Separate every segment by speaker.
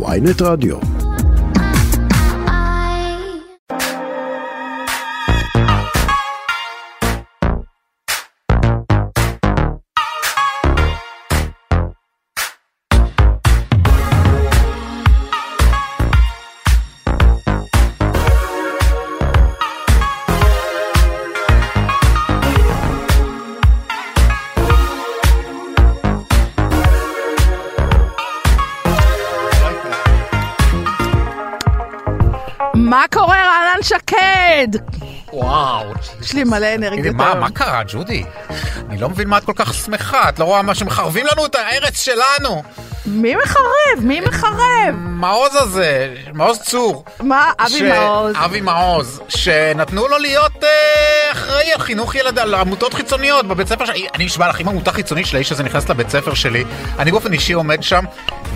Speaker 1: ויינט רדיו.
Speaker 2: מה קורה, רענן שקד?
Speaker 3: וואו.
Speaker 2: יש לי מלא
Speaker 3: הנה,
Speaker 2: אנרגיות
Speaker 3: מה,
Speaker 2: היום.
Speaker 3: מה קרה, ג'ודי? אני לא מבין מה את כל כך שמחה, את לא רואה מה שמחרבים לנו את הארץ שלנו?
Speaker 2: מי מחרב? מי מחרב?
Speaker 3: מעוז הזה, מעוז צור.
Speaker 2: מה, אבי
Speaker 3: ש-
Speaker 2: מעוז?
Speaker 3: אבי מעוז, שנתנו לו להיות אה, אחראי על חינוך ילד, על עמותות חיצוניות בבית ספר שלי. אני נשבע לך, אם עמותה חיצונית של האיש הזה נכנסת לבית ספר שלי, אני באופן אישי עומד שם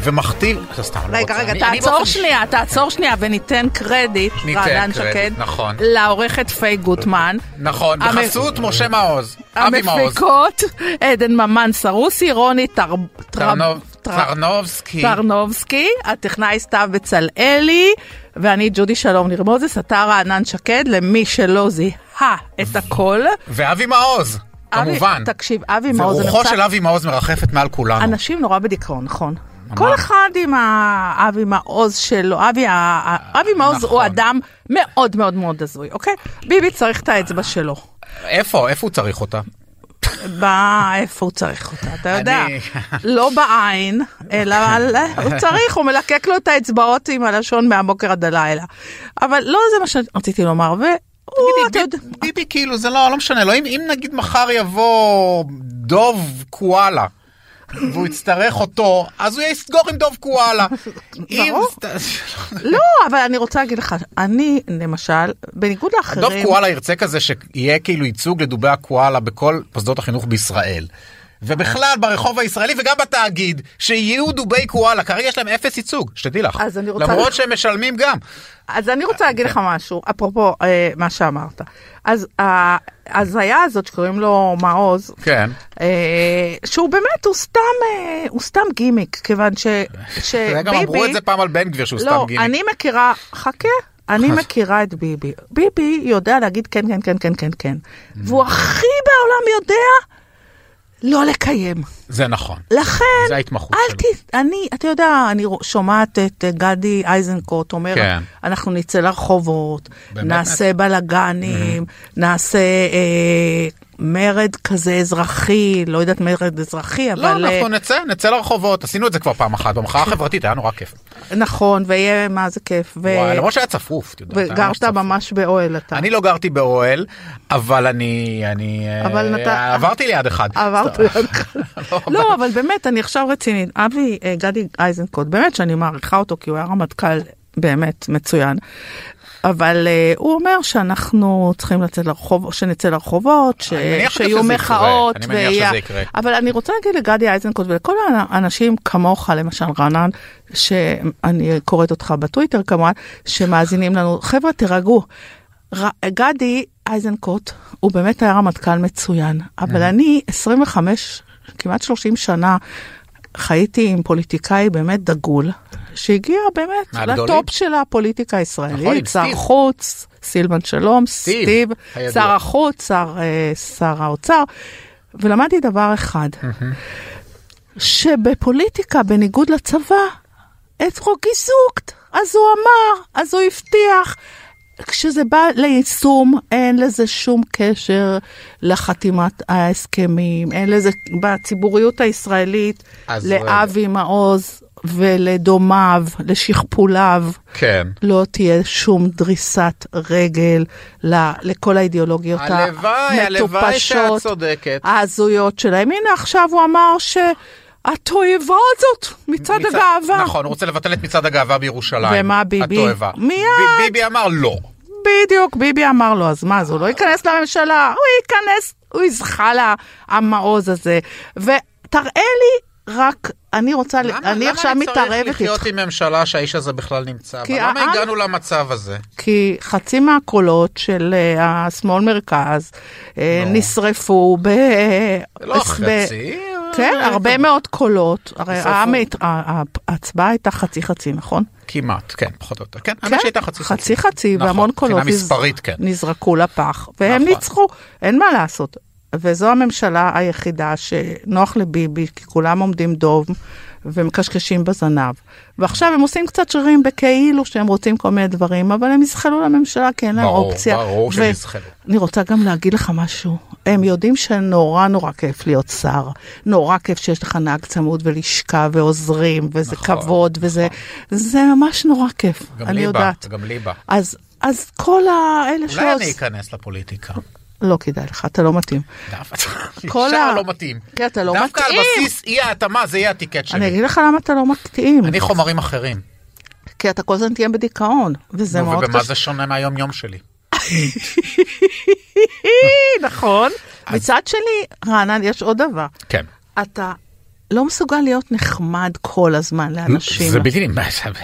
Speaker 3: ומכתיב... אתה סתם, לא
Speaker 2: רגע,
Speaker 3: רוצה.
Speaker 2: רגע,
Speaker 3: אני- אני
Speaker 2: תעצור
Speaker 3: באופן
Speaker 2: שנייה, תעצור שנייה וניתן קרדיט,
Speaker 3: ניתן
Speaker 2: רענן
Speaker 3: קרדיט,
Speaker 2: שקד,
Speaker 3: נכון.
Speaker 2: לעורכת פיי גוטמן,
Speaker 3: נכון,
Speaker 2: המ-
Speaker 3: בחסות משה מעוז, אבי מעוז,
Speaker 2: המפיקות עדן ממן סרוסי, רוני טר- טר-
Speaker 3: טרנוב-
Speaker 2: טר-
Speaker 3: טרנובסקי.
Speaker 2: טרנובסקי, הטכנאי סתיו בצלאלי, ואני ג'ודי שלום ניר מוזס, אתה רענן שקד, למי שלא זיהה את הכל.
Speaker 3: ואבי מעוז,
Speaker 2: אבי,
Speaker 3: כמובן.
Speaker 2: תקשיב, אבי מעוז
Speaker 3: ורוחו
Speaker 2: נמצא-
Speaker 3: של אבי מעוז מרחפת מעל כולנו.
Speaker 2: אנשים נורא בדיכאון, נכון. כל אחד עם האבי מעוז שלו, אבי, ה- ה- אבי מעוז הוא
Speaker 3: נכון.
Speaker 2: אדם מאוד מאוד מאוד הזוי, אוקיי? ביבי צריך את האצבע שלו.
Speaker 3: איפה? איפה הוא צריך אותה?
Speaker 2: בא, איפה הוא צריך אותה, אתה יודע.
Speaker 3: אני-
Speaker 2: לא בעין, אלא על- הוא צריך, הוא מלקק לו את האצבעות עם הלשון מהבוקר עד הלילה. אבל לא זה מה שרציתי לומר, והוא, אתה יודע...
Speaker 3: ביבי- ביבי כאילו זה לא, לא משנה לו, אם- אם נגיד מחר יבוא דוב קואלה. והוא יצטרך אותו, אז הוא יסגור עם דוב קואלה. אם...
Speaker 2: ברור. לא, אבל אני רוצה להגיד לך, אני, למשל, בניגוד לאחרים...
Speaker 3: דוב קואלה ירצה כזה שיהיה כאילו ייצוג לדובי הקואלה בכל מוסדות החינוך בישראל. ובכלל ברחוב הישראלי וגם בתאגיד, שיהיו דובי קואלה, כרגע יש להם אפס ייצוג, שתדעי לך.
Speaker 2: אז אני רוצה-
Speaker 3: למרות שהם משלמים גם.
Speaker 2: אז אני רוצה להגיד לך משהו, אפרופו אה, מה שאמרת. אז ההזיה הזאת שקוראים לו מעוז,
Speaker 3: כן.
Speaker 2: אה, שהוא באמת, הוא סתם, אה, הוא סתם גימיק, כיוון ש,
Speaker 3: אתה יודע,
Speaker 2: שביבי...
Speaker 3: גם אמרו את זה פעם על בן גביר שהוא
Speaker 2: לא,
Speaker 3: סתם גימיק.
Speaker 2: אני מכירה, חכה, אני מכירה את ביבי. ביבי יודע להגיד כן, כן, כן, כן, כן, כן.
Speaker 3: Mm.
Speaker 2: והוא הכי בעולם יודע לא לקיים.
Speaker 3: זה נכון.
Speaker 2: לכן,
Speaker 3: זה ההתמחות
Speaker 2: אל
Speaker 3: שלו.
Speaker 2: ת... אני, אתה יודע, אני רוא- שומעת את אה, גדי איזנקוט אומר,
Speaker 3: כן.
Speaker 2: אנחנו נצא לרחובות,
Speaker 3: באמת? Mm-hmm.
Speaker 2: נעשה בלאגנים, נעשה אה, מרד כזה אזרחי, לא יודעת מרד אזרחי,
Speaker 3: לא,
Speaker 2: אבל... אה,
Speaker 3: אנחנו נצא, נצא לרחובות, עשינו את זה כבר פעם אחת, במחאה החברתית היה נורא כיף.
Speaker 2: נכון, ויהיה מה זה כיף. ו...
Speaker 3: וואי, למרות שהיה צפוף, את יודעת. היה ממש
Speaker 2: וגרת
Speaker 3: צפוף.
Speaker 2: ממש באוהל אתה.
Speaker 3: אני לא גרתי באוהל, אבל אני... אני...
Speaker 2: אבל
Speaker 3: אה,
Speaker 2: אתה-
Speaker 3: עברתי ליד אחד.
Speaker 2: עברת
Speaker 3: סתם.
Speaker 2: ליד אחד. לא, אבל באמת, אני עכשיו רצינית. אבי אה, גדי איזנקוט, באמת שאני מעריכה אותו, כי הוא היה רמטכ"ל באמת מצוין. אבל אה, הוא אומר שאנחנו צריכים לצאת לרחוב, שנצא לרחובות, ש...
Speaker 3: אני מניח שזה
Speaker 2: שיהיו
Speaker 3: יקרה.
Speaker 2: מחאות.
Speaker 3: אני מניח
Speaker 2: ויהיה-
Speaker 3: שזה יקרה.
Speaker 2: אבל אני רוצה להגיד לגדי איזנקוט ולכל האנשים כמוך, למשל רענן, שאני קוראת אותך בטוויטר כמובן, שמאזינים לנו, חבר'ה תירגעו. ר- גדי איזנקוט הוא באמת היה רמטכ"ל מצוין,
Speaker 3: אה.
Speaker 2: אבל אני 25, כמעט 30 שנה חייתי עם פוליטיקאי באמת דגול, שהגיע באמת
Speaker 3: מהגדולים?
Speaker 2: לטופ של הפוליטיקה
Speaker 3: נכון, עם
Speaker 2: הישראלית, שר
Speaker 3: סטיב.
Speaker 2: חוץ, סילבן שלום,
Speaker 3: סטיב,
Speaker 2: סטיב,
Speaker 3: הידוע.
Speaker 2: שר החוץ, שר, אה, שר האוצר, ולמדתי דבר אחד, שבפוליטיקה, בניגוד לצבא, אתרו גיזוקט. אז הוא אמר, אז הוא הבטיח. כשזה בא ליישום, אין לזה שום קשר לחתימת ההסכמים, אין לזה, בציבוריות הישראלית,
Speaker 3: אז
Speaker 2: לאבי מעוז ולדומיו, לשכפוליו,
Speaker 3: כן.
Speaker 2: לא תהיה שום דריסת רגל ל- לכל האידיאולוגיות
Speaker 3: הלוואי, הלוואי שאת
Speaker 2: המטופשות,
Speaker 3: צודקת.
Speaker 2: אה, ההזויות שלהם. הנה עכשיו הוא אמר שהתועבה הזאת מצד
Speaker 3: מצד-
Speaker 2: הגאווה.
Speaker 3: נכון, הוא רוצה לבטל את מצעד הגאווה בירושלים.
Speaker 2: ומה ביבי?
Speaker 3: התועבה.
Speaker 2: מיד.
Speaker 3: ב- ביבי אמר לא.
Speaker 2: בדיוק, ביבי אמר לו, אז מה, אז הוא לא ייכנס לממשלה, הוא ייכנס, הוא יזחל לה, המעוז הזה. ותראה לי רק, אני רוצה, ל-
Speaker 3: למה-
Speaker 2: אני עכשיו
Speaker 3: למה אני
Speaker 2: מתערבת
Speaker 3: צריך
Speaker 2: איתך.
Speaker 3: לחיות עם ממשלה שהאיש הזה בכלל נמצא
Speaker 2: כי
Speaker 3: בה? למה
Speaker 2: העם-
Speaker 3: הגענו למצב הזה?
Speaker 2: כי חצי מהקולות של אה, השמאל מרכז אה,
Speaker 3: נו.
Speaker 2: נשרפו ב...
Speaker 3: לא
Speaker 2: ב-
Speaker 3: חצי, אה, לא.
Speaker 2: כן, הרבה מאוד קולות. הרי העם, הת- ה- ה- ההצבעה הייתה חצי חצי, נכון?
Speaker 3: כמעט, כן, פחות או יותר. כן,
Speaker 2: כן,
Speaker 3: האמת שהייתה חצי חצי.
Speaker 2: חצי חצי,
Speaker 3: נכון,
Speaker 2: והמון קולות
Speaker 3: מבחינה
Speaker 2: נז-
Speaker 3: מספרית, כן.
Speaker 2: נזרקו לפח, והם
Speaker 3: נכון.
Speaker 2: ניצחו, אין מה לעשות. וזו הממשלה היחידה שנוח לביבי, כי כולם עומדים דום ומקשקשים בזנב. ועכשיו הם עושים קצת שרירים בכאילו שהם רוצים כל מיני דברים, אבל הם יזחלו לממשלה כי אין להם
Speaker 3: ברור,
Speaker 2: אופציה.
Speaker 3: ברור שהם יזחלו.
Speaker 2: אני רוצה גם להגיד לך משהו. הם יודעים שנורא נורא כיף להיות שר. נורא כיף שיש לך נהג צמוד ולשכה ועוזרים, וזה
Speaker 3: נכון,
Speaker 2: כבוד, וזה... זה ממש נורא כיף.
Speaker 3: גם
Speaker 2: אני
Speaker 3: לי בא,
Speaker 2: יודעת.
Speaker 3: גם לי בא.
Speaker 2: אז, אז כל האלה
Speaker 3: אולי אני
Speaker 2: שעוש...
Speaker 3: אכנס לפוליטיקה.
Speaker 2: לא כדאי לך, אתה לא מתאים.
Speaker 3: דווקא
Speaker 2: כל
Speaker 3: ישר
Speaker 2: ה-
Speaker 3: לא מתאים.
Speaker 2: כן, אתה לא
Speaker 3: דווקא על
Speaker 2: מתאים.
Speaker 3: בסיס אי ההתאמה זה יהיה הטיקט
Speaker 2: אני
Speaker 3: שלי.
Speaker 2: אגיד לך למה אתה לא מתאים.
Speaker 3: אני חומרים אחרים.
Speaker 2: כי אתה כל הזמן תהיה בדיכאון, וזה
Speaker 3: נו,
Speaker 2: מאוד
Speaker 3: ובמה
Speaker 2: קשה.
Speaker 3: זה שונה מהיום יום שלי?
Speaker 2: נכון. מצד שני, רענן, יש עוד דבר.
Speaker 3: כן.
Speaker 2: אתה לא מסוגל להיות נחמד כל הזמן לאנשים,
Speaker 3: זה בלתי נמנע.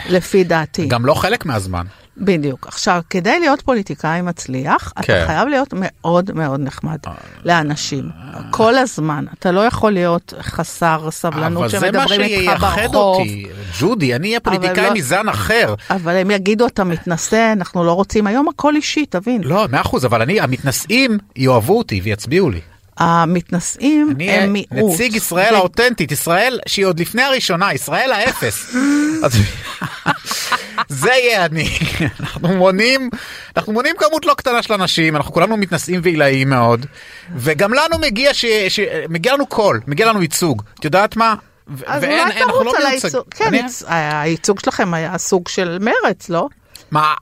Speaker 2: לפי דעתי.
Speaker 3: גם לא חלק מהזמן.
Speaker 2: בדיוק. עכשיו, כדי להיות פוליטיקאי מצליח,
Speaker 3: כן. אה,
Speaker 2: אתה חייב להיות מאוד מאוד נחמד לאנשים. כל הזמן. אתה לא יכול להיות חסר
Speaker 3: אבל
Speaker 2: סבלנות
Speaker 3: זה מה
Speaker 2: שמדברים איתך
Speaker 3: שייחד
Speaker 2: ברחוב.
Speaker 3: אותי. ג'ודי, אני אהיה פוליטיקאי
Speaker 2: לא-
Speaker 3: מזן אחר.
Speaker 2: אבל הם יגידו, אתה מתנשא, אנחנו לא רוצים. היום הכל אישי, תבין.
Speaker 3: לא, מאה אחוז, אבל אני, המתנשאים יאהבו אותי ויצביעו לי.
Speaker 2: המתנשאים
Speaker 3: אני
Speaker 2: הם מיעוט.
Speaker 3: אה, נציג ישראל האותנטית, ישראל שהיא עוד לפני הראשונה, ישראל האפס. אז- זה יהיה אני. אנחנו מונים, אנחנו מונים כמות לא קטנה של אנשים, אנחנו כולנו מתנשאים ועילאיים מאוד, וגם לנו מגיע, ש, ש, מגיע לנו קול, מגיע לנו ייצוג. את יודעת מה? ו-
Speaker 2: אז אולי
Speaker 3: אנחנו
Speaker 2: תרוץ על
Speaker 3: מיוצג-
Speaker 2: הייצוג. כן,
Speaker 3: אני-
Speaker 2: ייצ- הייצוג שלכם היה סוג של מרץ, לא?
Speaker 3: מה,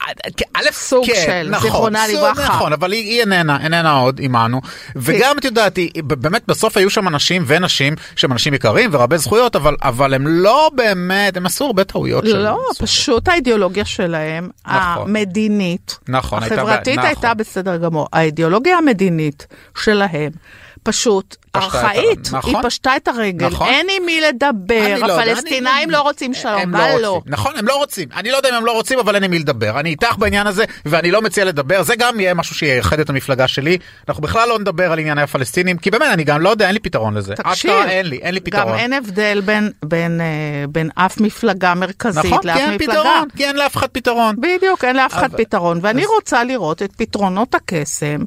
Speaker 3: א',
Speaker 2: סוג
Speaker 3: כן,
Speaker 2: של,
Speaker 3: נכון,
Speaker 2: זיכרונה
Speaker 3: סוג,
Speaker 2: לברכה.
Speaker 3: נכון, אבל היא, היא איננה, איננה עוד עימנו. וגם, את יודעת, היא, ב- באמת בסוף היו שם אנשים ונשים שהם אנשים יקרים ורבי זכויות, אבל, אבל הם לא באמת, הם עשו הרבה טעויות. שהם
Speaker 2: לא,
Speaker 3: עשו.
Speaker 2: פשוט האידיאולוגיה שלהם,
Speaker 3: כן, נכון.
Speaker 2: המדינית,
Speaker 3: נכון, הייתה ב-
Speaker 2: החברתית
Speaker 3: נכון.
Speaker 2: הייתה בסדר גמור, האידיאולוגיה המדינית שלהם. פשוט
Speaker 3: את ה-
Speaker 2: ארכאית,
Speaker 3: נכון.
Speaker 2: היא פשטה את הרגל,
Speaker 3: נכון.
Speaker 2: אין עם מי
Speaker 3: אני
Speaker 2: לדבר,
Speaker 3: לא יודע,
Speaker 2: הפלסטינאים
Speaker 3: אני-
Speaker 2: לא רוצים שלום,
Speaker 3: הם
Speaker 2: מה
Speaker 3: לא
Speaker 2: לא?
Speaker 3: רוצים. נכון, הם לא רוצים. אני לא יודע אם הם לא רוצים, אבל אין עם מי לדבר. אני איתך בעניין הזה, ואני לא מציע לדבר. זה גם יהיה משהו שייחד את המפלגה שלי. אנחנו בכלל לא נדבר על ענייני הפלסטינים, כי באמת, אני גם לא יודע, אין לי פתרון לזה.
Speaker 2: תקשיב,
Speaker 3: אשכרה אין לי, אין לי פתרון.
Speaker 2: גם אין הבדל בין, בין, אה, בין אף מפלגה מרכזית
Speaker 3: נכון, כי
Speaker 2: לאף
Speaker 3: אין
Speaker 2: מפלגה.
Speaker 3: פתרון, כי אין לאף אחד פתרון.
Speaker 2: בדיוק, אין לאף אחד
Speaker 3: אבל-
Speaker 2: פתרון, ואני
Speaker 3: אז-
Speaker 2: רוצה לראות את פתרונות הקסם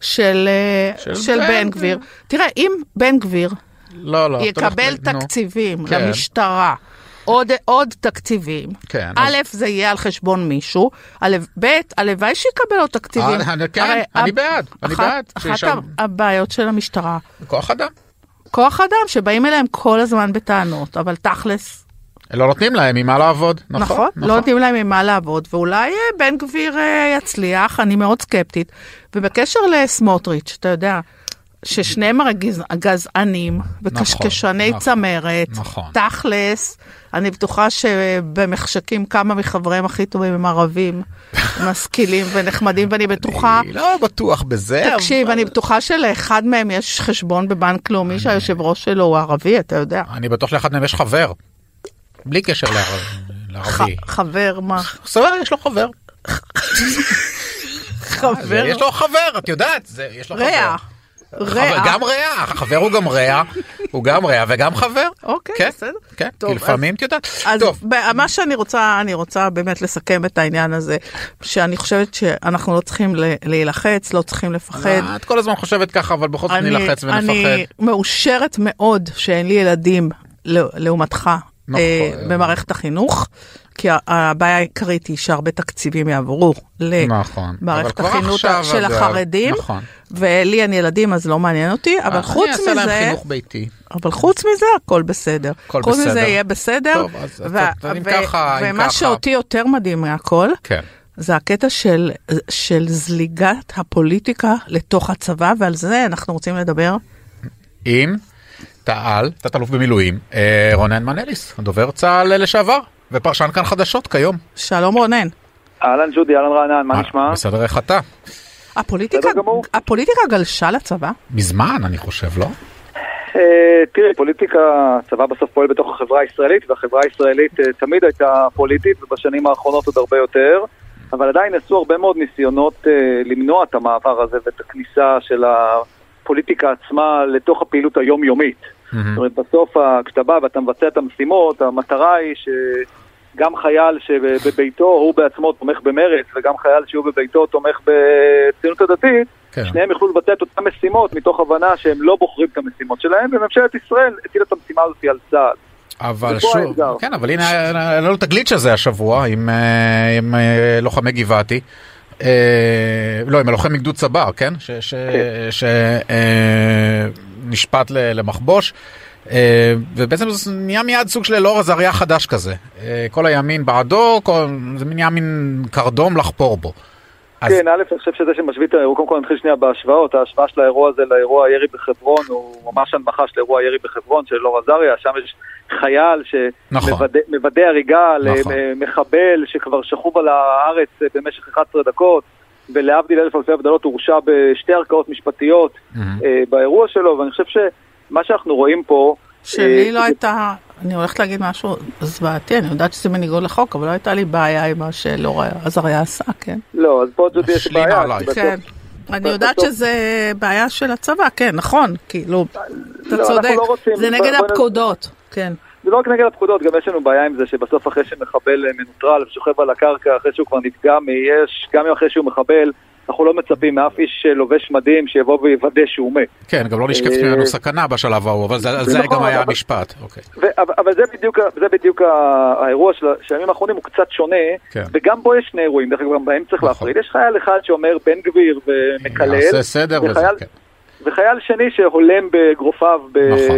Speaker 2: של, אה,
Speaker 3: של
Speaker 2: של
Speaker 3: בן
Speaker 2: בן
Speaker 3: גביר.
Speaker 2: גביר. תראה, אם בן גביר
Speaker 3: לא, לא. את הולכת
Speaker 2: יקבל
Speaker 3: ל- נו.
Speaker 2: תקציבים
Speaker 3: כן.
Speaker 2: למשטרה, עוד, עוד תקציבים,
Speaker 3: כן, אז-
Speaker 2: א', זה יהיה על חשבון מישהו, א', ב', הלוואי שיקבל עוד תקציבים.
Speaker 3: אה, אני- כן,
Speaker 2: הרי
Speaker 3: אני
Speaker 2: ה-
Speaker 3: בעד, אני
Speaker 2: אחת-
Speaker 3: בעד
Speaker 2: אחת
Speaker 3: שישלמו.
Speaker 2: הבעיות של המשטרה,
Speaker 3: כוח אדם.
Speaker 2: כוח אדם שבאים אליהם כל הזמן בטענות, אבל תכלס,
Speaker 3: לא נותנים להם ממה לעבוד.
Speaker 2: נכון, לא נותנים להם עם מה לעבוד, ואולי אה, בן גביר אה, יצליח, אני מאוד סקפטית. ובקשר לסמוטריץ', אתה יודע, ששניהם הרי גז- גזענים וקשקשני
Speaker 3: נכון,
Speaker 2: צמרת,
Speaker 3: נכון.
Speaker 2: תכלס, אני בטוחה שבמחשכים כמה מחבריהם הכי טובים הם ערבים, משכילים ונחמדים, ואני בטוחה...
Speaker 3: אני לא בטוח בזה.
Speaker 2: תקשיב,
Speaker 3: אבל-
Speaker 2: אני בטוחה שלאחד מהם יש חשבון בבנק לאומי שהיושב ראש שלו הוא ערבי, אתה יודע.
Speaker 3: אני בטוח לאחד מהם יש חבר. בלי קשר לערב- לערבי.
Speaker 2: ח- חבר, מה?
Speaker 3: סבבה, יש לו חבר.
Speaker 2: חבר?
Speaker 3: יש לו חבר, את יודעת. זה- יש לו
Speaker 2: רע.
Speaker 3: חבר. חבר-
Speaker 2: רע.
Speaker 3: גם רע, החבר הוא גם רע, הוא גם רע וגם חבר.
Speaker 2: אוקיי,
Speaker 3: כן,
Speaker 2: בסדר.
Speaker 3: כן, כי
Speaker 2: טוב, אז-
Speaker 3: לפעמים, את יודעת.
Speaker 2: אז
Speaker 3: טוב,
Speaker 2: ב- מה שאני רוצה, אני רוצה באמת לסכם את העניין הזה, שאני חושבת שאנחנו לא צריכים ל- להילחץ, לא צריכים לפחד.
Speaker 3: את כל הזמן חושבת ככה, אבל בכל זאת
Speaker 2: אני-
Speaker 3: נילחץ ונפחד.
Speaker 2: אני מאושרת מאוד שאין לי ילדים ל- לעומתך
Speaker 3: נכון.
Speaker 2: אה, במערכת החינוך, כי ה- הבעיה העיקרית היא שהרבה תקציבים יעברו
Speaker 3: נכון. אבל
Speaker 2: למערכת
Speaker 3: כבר
Speaker 2: החינוך
Speaker 3: עכשיו,
Speaker 2: של
Speaker 3: אגב,
Speaker 2: החרדים,
Speaker 3: נכון. אה,
Speaker 2: ולי אין ילדים אז לא מעניין אותי, אבל חוץ מזה...
Speaker 3: אני אעשה להם חינוך ביתי.
Speaker 2: אבל חוץ מזה הכל בסדר.
Speaker 3: הכל
Speaker 2: חוץ
Speaker 3: בסדר.
Speaker 2: מזה יהיה בסדר.
Speaker 3: טוב, אז אתה- אם ככה, אם
Speaker 2: ומה
Speaker 3: ככה.
Speaker 2: שאותי יותר מדהים מהכל,
Speaker 3: כן.
Speaker 2: זה הקטע של, של זליגת הפוליטיקה לתוך הצבא, ועל זה אנחנו רוצים לדבר.
Speaker 3: עם תעל, תת-אלוף במילואים, אה, רונן מנליס, דובר צה"ל לשעבר, ופרשן כאן חדשות כיום.
Speaker 2: שלום רונן.
Speaker 1: אהלן ג'ודי, אהלן רענן, מה
Speaker 3: אה,
Speaker 1: נשמע?
Speaker 3: בסדר, איך אתה?
Speaker 2: הפוליטיקה,
Speaker 1: בסדר גמור.
Speaker 2: הפוליטיקה גלשה לצבא?
Speaker 3: מזמן, אני חושב, לא?
Speaker 1: אה, תראי, פוליטיקה, הצבא בסוף פועל בתוך החברה הישראלית, והחברה הישראלית אה, תמיד הייתה פוליטית, ובשנים האחרונות עוד הרבה יותר, אבל עדיין נעשו הרבה מאוד ניסיונות אה, למנוע את המעבר הזה ואת הכניסה של הפוליטיקה עצמה לתוך הפעילות היומיומית. זאת אומרת, בסוף, ה- כשאתה בא ואתה מבצע את המשימות, המטרה היא שגם חייל שבביתו הוא בעצמו תומך במרץ, וגם חייל שהוא בביתו תומך בציונות הדתית,
Speaker 3: כן.
Speaker 1: שניהם יוכלו לבצע את אותן משימות מתוך הבנה שהם לא בוחרים את המשימות שלהם, וממשלת ישראל הטילה את המשימה הזאת על צה"ל.
Speaker 3: אבל
Speaker 1: ופה
Speaker 3: שוב,
Speaker 1: האתגר.
Speaker 3: כן, אבל הנה, היה לנו את הגליץ' הזה השבוע עם, אה, עם אה, לוחמי גבעתי. אה, לא, עם הלוחם מגדוד צבר, כן?
Speaker 1: כן.
Speaker 3: שנשפט אה, למחבוש. אה, ובעצם זה נהיה מיד סוג של אלאור עזריה חדש כזה. אה, כל הימין בעדו, כל, זה נהיה מין קרדום לחפור בו. אז
Speaker 1: כן, א', אני חושב שזה שמשווית, קודם כל נתחיל שנייה בהשוואות, ההשוואה של האירוע הזה לאירוע הירי בחברון, הוא ממש הנמכה של אירוע הירי בחברון, של אלאור עזריה, שם יש חייל
Speaker 3: נכון.
Speaker 1: שמוודא הריגה
Speaker 3: נכון.
Speaker 1: למחבל שכבר שכוב על הארץ אה, במשך 11 דקות, ולהבדיל אלף אלפי הבדלות הורשע בשתי ערכאות משפטיות
Speaker 3: מהמם.
Speaker 1: אה, באירוע שלו, ואני חושב שמה שאנחנו רואים פה...
Speaker 2: שלי
Speaker 1: אה,
Speaker 2: לא הייתה, אני הולכת להגיד משהו זוועתי, אני יודעת שזה בניגוד לחוק, אבל לא הייתה לי בעיה עם מה שלא עזריה עשה, כן?
Speaker 1: לא, אז פה ג'ודי יש
Speaker 3: השלימה
Speaker 1: בעיה.
Speaker 3: עלייך.
Speaker 1: כי בסוף-
Speaker 2: כן. אני יודעת
Speaker 1: בסוף-
Speaker 2: שזה בעיה של הצבא, כן, נכון, כאילו, אתה
Speaker 1: לא, אנחנו
Speaker 2: צודק,
Speaker 1: לא רוצים-
Speaker 2: זה
Speaker 1: בוא-
Speaker 2: נגד
Speaker 1: בוא נ-
Speaker 2: הפקודות, כן.
Speaker 1: זה לא רק נגד הפקודות, גם יש לנו בעיה עם זה שבסוף אחרי שמחבל אה, מנוטרל ושוכב על הקרקע, אחרי שהוא כבר נפגע מאש, גם אם אחרי שהוא מחבל, אנחנו לא מצפים מאף איש אה, לובש מדים שיבוא ויוודא שהוא מת.
Speaker 3: כן, גם לא נשקפת
Speaker 1: אה,
Speaker 3: ממנו סכנה בשלב ההוא, אבל זה, על זה
Speaker 1: נכון,
Speaker 3: גם היה
Speaker 1: אבל-
Speaker 3: המשפט. אוקיי.
Speaker 1: ו- אבל- אבל זה בדיוק, ה- זה בדיוק ה- האירוע של ה- של הימים האחרונים הוא קצת שונה,
Speaker 3: כן.
Speaker 1: וגם בו יש שני אירועים, דרך אגב, גם בהם צריך
Speaker 3: נכון.
Speaker 1: להפריד. יש חייל אחד שאומר בן גביר ומקלל,
Speaker 3: יעשה סדר וזה,
Speaker 1: וחייל-
Speaker 3: כן.
Speaker 1: וחייל שני שהולם בגרופיו ב-
Speaker 3: נכון.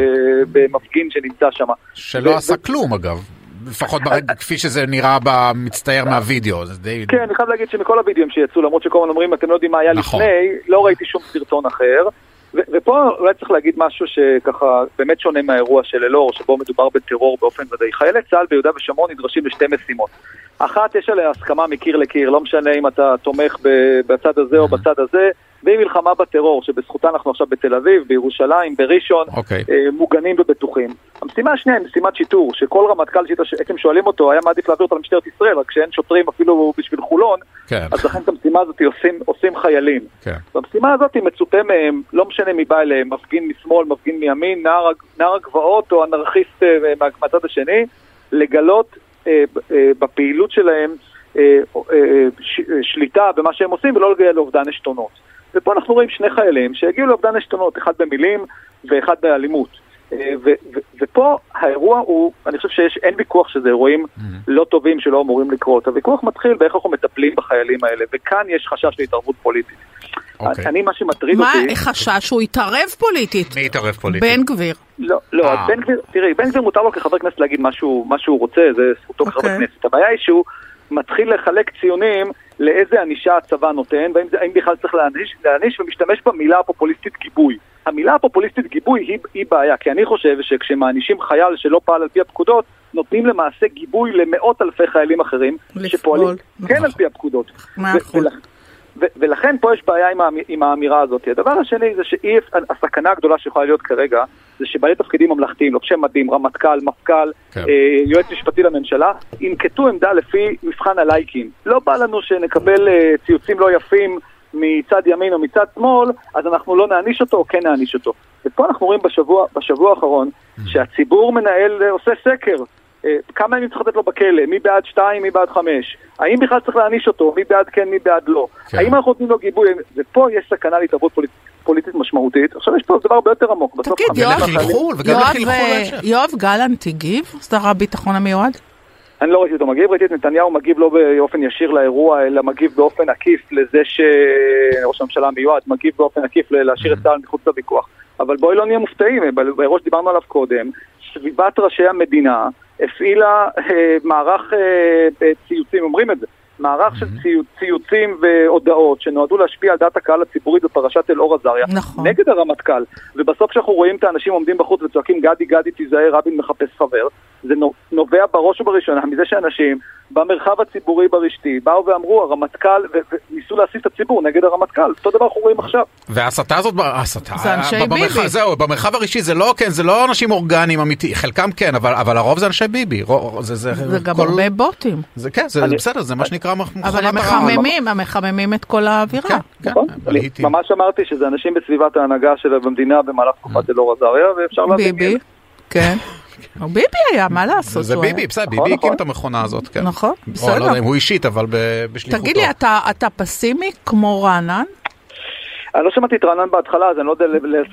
Speaker 1: במפגין שנמצא שם.
Speaker 3: שלא
Speaker 1: ו-
Speaker 3: עשה כלום אגב, לפחות ברגע כפי שזה נראה במצטייר מהווידאו, זה די...
Speaker 1: כן, אני חייב להגיד שמכל הוידאוים שיצאו, למרות שכל הזמן אומרים, אתם לא יודעים מה היה
Speaker 3: נכון.
Speaker 1: לפני, לא ראיתי שום סרטון אחר. ו- ופה אולי צריך להגיד משהו שככה באמת שונה מהאירוע של אלאור, שבו מדובר בטרור באופן ודאי. חיילי צה"ל ביהודה ושומרון נדרשים לשתי משימות. אחת, יש עליה הסכמה מקיר לקיר, לא משנה אם אתה תומך ב- בצד הזה או בצד הזה, והיא מלחמה בטרור, שבזכותה אנחנו עכשיו בתל אביב, בירושלים, בראשון,
Speaker 3: אוקיי.
Speaker 1: אה, מוגנים ובטוחים. המשימה השנייה היא משימת שיטור, שכל רמטכ"ל שבעצם שואלים אותו, היה מעדיף להעביר אותה למשטרת ישראל, רק שאין שוטרים אפילו בשביל חולון,
Speaker 3: כן,
Speaker 1: אז לכן את המשימה הזאת עושים, עושים חיילים.
Speaker 3: כן.
Speaker 1: במשימה הזאת מצופה מהם, לא משנה מי בא אליהם, מפגין משמאל, מפגין מימין, נער, נער הגבעות או אנרכיסט אה, מה- מהצד השני, לגלות אה, ב- אה, בפעילות שלהם אה, אה, ש, אה, שליטה במה שהם עושים ולא לגלל לאובדן עשתונות. ופה אנחנו רואים שני חיילים שהגיעו לאובדן עשתונות, אחד במילים ואחד באלימות. אה, ו, ו, ופה האירוע הוא, אני חושב שאין ויכוח שזה אירועים לא טובים שלא אמורים לקרות. הוויכוח מתחיל באיך אנחנו מטפלים בחיילים האלה, וכאן יש חשש להתערבות פוליטית.
Speaker 3: אוקיי.
Speaker 1: אני, מה שמטריד
Speaker 2: מה
Speaker 1: אותי...
Speaker 2: החשש שהוא יתערב פוליטית?
Speaker 3: מי יתערב פוליטית?
Speaker 2: בן גביר.
Speaker 1: לא, לא,
Speaker 3: אה.
Speaker 1: אז בן גביר, תראי, בן גביר מותר לו כחבר כנסת להגיד מה שהוא מה שהוא רוצה, זה זכותו כחבר
Speaker 2: אוקיי.
Speaker 1: כנסת. הבעיה היא שהוא מתחיל לחלק ציונים לאיזה ענישה הצבא נותן, והאם זה- האם בכלל צריך להעניש, להעניש, ומשתמש במילה הפופוליסטית גיבוי. המילה הפופוליסטית גיבוי היא, היא בעיה, כי אני חושב שכשמענישים חייל שלא פעל על פי הפקודות, נותנים למעשה גיבוי למאות אלפי חיילים אחרים,
Speaker 2: לפעול.
Speaker 1: שפועלים כן
Speaker 3: נכון.
Speaker 1: על פי הפקודות.
Speaker 2: מאה
Speaker 1: ו-
Speaker 2: אחוז.
Speaker 1: ולכ- ו- ולכן פה יש בעיה עם, האמ- עם האמירה הזאת. הדבר השני זה שאי אפ- הסכנה הגדולה שיכולה להיות כרגע, זה שבעלי תפקידים ממלכתיים, לובשי מדים, רמטכ"ל, מפכ"ל,
Speaker 3: כן.
Speaker 1: אה, יועץ משפטי לממשלה, ינקטו עמדה לפי מבחן הלייקים. לא בא לנו שנקבל אה, ציוצים לא יפים מצד ימין או מצד שמאל, אז אנחנו לא נעניש אותו או כן נעניש אותו. ופה אנחנו רואים בשבוע, בשבוע האחרון שהציבור מנהל, אה, עושה סקר. אה, כמה ימים צריך לתת לו בכלא, מי בעד שתיים, מי בעד חמש, האם בכלל צריך להעניש אותו, מי בעד כן, מי בעד לא,
Speaker 3: כן.
Speaker 1: האם אנחנו נותנים לו גיבוי, ופה יש סכנה להתערבות פוליט, פוליטית משמעותית, עכשיו יש פה דבר הרבה יותר עמוק, בסוף
Speaker 2: תגיד,
Speaker 1: חמש
Speaker 2: יואב,
Speaker 1: שנים אחרי-
Speaker 3: לחלחול, וגם
Speaker 2: יואב,
Speaker 3: לחלחול
Speaker 2: אה,
Speaker 3: ההמשך.
Speaker 2: יואב גלנט הגיב, שר הביטחון המיועד?
Speaker 1: אני לא ראיתי אותו מגיב, ראיתי את נתניהו מגיב לא באופן ישיר לאירוע, אלא מגיב באופן עקיף לזה שראש הממשלה המיועד מגיב באופן עקיף ל- להשאיר את
Speaker 3: Mm-hmm.
Speaker 1: צה"ל מחוץ לוויכוח. אבל בואי לא נהיה מופתעים, ב- באירוע שדיברנו עליו קודם, סביבת ראשי המדינה הפעילה אה, מערך אה, אה, ציוצים, אומרים את זה, מערך של ציוצ, ציוצים והודעות שנועדו להשפיע על דעת הקהל הציבורית בפרשת אלאור עזריה,
Speaker 2: נכון.
Speaker 1: נגד הרמטכ"ל, ובסוף כשאנחנו רואים את האנשים עומדים בחוץ וצועקים גדי גדי תיזהר רבין מחפש חבר, זה נו- נובע בראש ובראשונה מזה שאנשים במרחב הציבורי ברשתי באו ואמרו הרמטכ"ל, ו- וניסו להסית את הציבור נגד הרמטכ"ל, אותו דבר אנחנו רואים עכשיו.
Speaker 3: וההסתה הזאת, ב- ההסתה,
Speaker 2: זה אנשי
Speaker 3: ב- במרחב-
Speaker 2: ביבי.
Speaker 3: זהו, במרחב הראשי זה לא, כן, זה לא אנשים אורגניים אמיתי, חלקם כן, אבל, אבל הרוב זה אנשי ביבי, רו- זה, זה,
Speaker 2: זה גם
Speaker 3: כל-
Speaker 2: הרבה בוטים.
Speaker 3: זה כן, זה
Speaker 1: אני-
Speaker 3: בסדר, זה נכון, מה שנקרא מח- מכונת
Speaker 2: אבל הם
Speaker 3: הרעל.
Speaker 2: מחממים, הם מחממים את כל האווירה.
Speaker 3: כן, כן,
Speaker 1: נכון?
Speaker 3: הם
Speaker 1: אני
Speaker 3: להיטים.
Speaker 1: ממש אמרתי שזה אנשים בסביבת ההנהגה של במדינה במהלך תקופת אלאור עזריה, ואפשר להבין.
Speaker 2: ביבי, כן. ביבי היה, מה לעשות?
Speaker 3: זה
Speaker 2: הוא היה-
Speaker 3: ביבי, בסדר,
Speaker 1: נכון,
Speaker 3: ביבי
Speaker 1: נכון.
Speaker 3: הקים את המכונה הזאת, כן.
Speaker 2: נכון,
Speaker 3: או, אני לא
Speaker 2: בסדר.
Speaker 3: יודע אם הוא אישית, אבל ב- בשליחותו.
Speaker 2: תגיד לי, אתה- אתה פסימי כמו רענן?
Speaker 1: אני לא שמעתי את רענן בהתחלה, אז אני לא יודע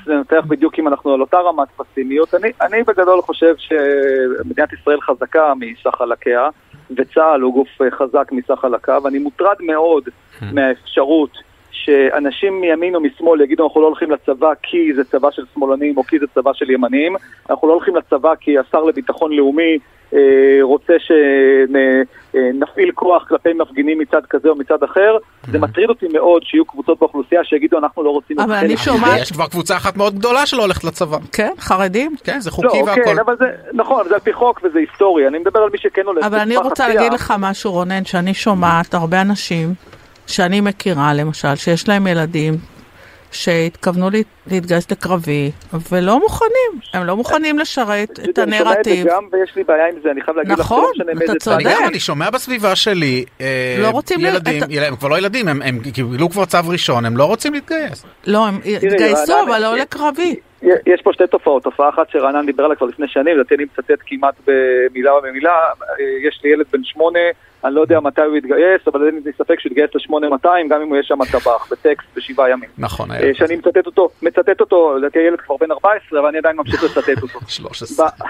Speaker 1: לנתח בדיוק אם אנחנו על אותה רמת פסימיות. אני, אני בגדול חושב שמדינת ישראל חזקה מסך חלקיה, וצה"ל הוא גוף אה, חזק מסך חלקיו. אני מוטרד מאוד
Speaker 3: Hmm.
Speaker 1: מהאפשרות שאנשים מימין או משמאל יגידו אנחנו לא הולכים לצבא כי זה צבא של שמאלנים או כי זה צבא של ימנים, אנחנו לא הולכים לצבא כי השר לביטחון לאומי אה, רוצה שנפעיל כוח כלפי מפגינים מצד כזה או מצד אחר.
Speaker 3: Hmm.
Speaker 1: זה מטריד אותי מאוד שיהיו קבוצות באוכלוסייה שיגידו אנחנו לא רוצים...
Speaker 2: אבל
Speaker 1: את
Speaker 2: אני
Speaker 1: חלק
Speaker 2: שומעת-
Speaker 1: מזה."
Speaker 3: יש כבר קבוצה אחת מאוד גדולה שלא הולכת לצבא.
Speaker 2: כן, חרדים?
Speaker 3: כן, זה
Speaker 1: לא,
Speaker 3: חוקי והכל.
Speaker 1: כן, אבל זה, נכון, אבל זה על פי חוק וזה היסטורי, אני מדבר על מי שכן הולך.
Speaker 2: אבל אני
Speaker 1: לטווח
Speaker 2: רוצה
Speaker 1: הסיעה.
Speaker 2: להגיד לך משהו, רונן, שאני שומעת הרבה אנשים שאני מכירה, למשל, שיש להם ילדים שהתכוונו להת- להתגייס לקרבי, ולא מוכנים. הם לא מוכנים לשרת את
Speaker 1: אני שומע את זה
Speaker 2: הנרטיב.
Speaker 1: גם, ויש לי בעיה עם זה, אני חייב להגיד לך,
Speaker 2: נכון,
Speaker 1: לא משנה
Speaker 2: אתה
Speaker 1: מאיזה צד.
Speaker 3: אני גם,
Speaker 2: צודק.
Speaker 3: אני שומע בסביבה שלי, אה,
Speaker 2: לא רוצים ל- את
Speaker 3: ילדים,
Speaker 2: ה-
Speaker 3: ילדים, הם כבר לא ילדים, הם- הם קיבלו כבר צו ראשון, הם לא רוצים להתגייס.
Speaker 2: לא, הם התגייסו,
Speaker 1: רענן,
Speaker 2: אבל לא
Speaker 1: אני-
Speaker 2: לקרבי.
Speaker 1: יש פה שתי תופעות, תופעה אחת שרענן דיבר עליה כבר לפני שנים, לדעתי אני מצטט כמעט במילה במילה, אה, יש לי ילד בן שמונה, אני לא יודע מתי הוא יתגייס, אבל אין לי ספק שהוא יתגייס ל-8200, גם אם הוא יהיה שם טבח, בטקסט בשבעה ימים.
Speaker 3: נכון, היה
Speaker 1: אה, שאני מצטט אותו, מצטט אותו, לדעתי הילד כבר בן 14, אבל אני עדיין ממשיך לצטט אותו.
Speaker 3: 13.
Speaker 1: ב-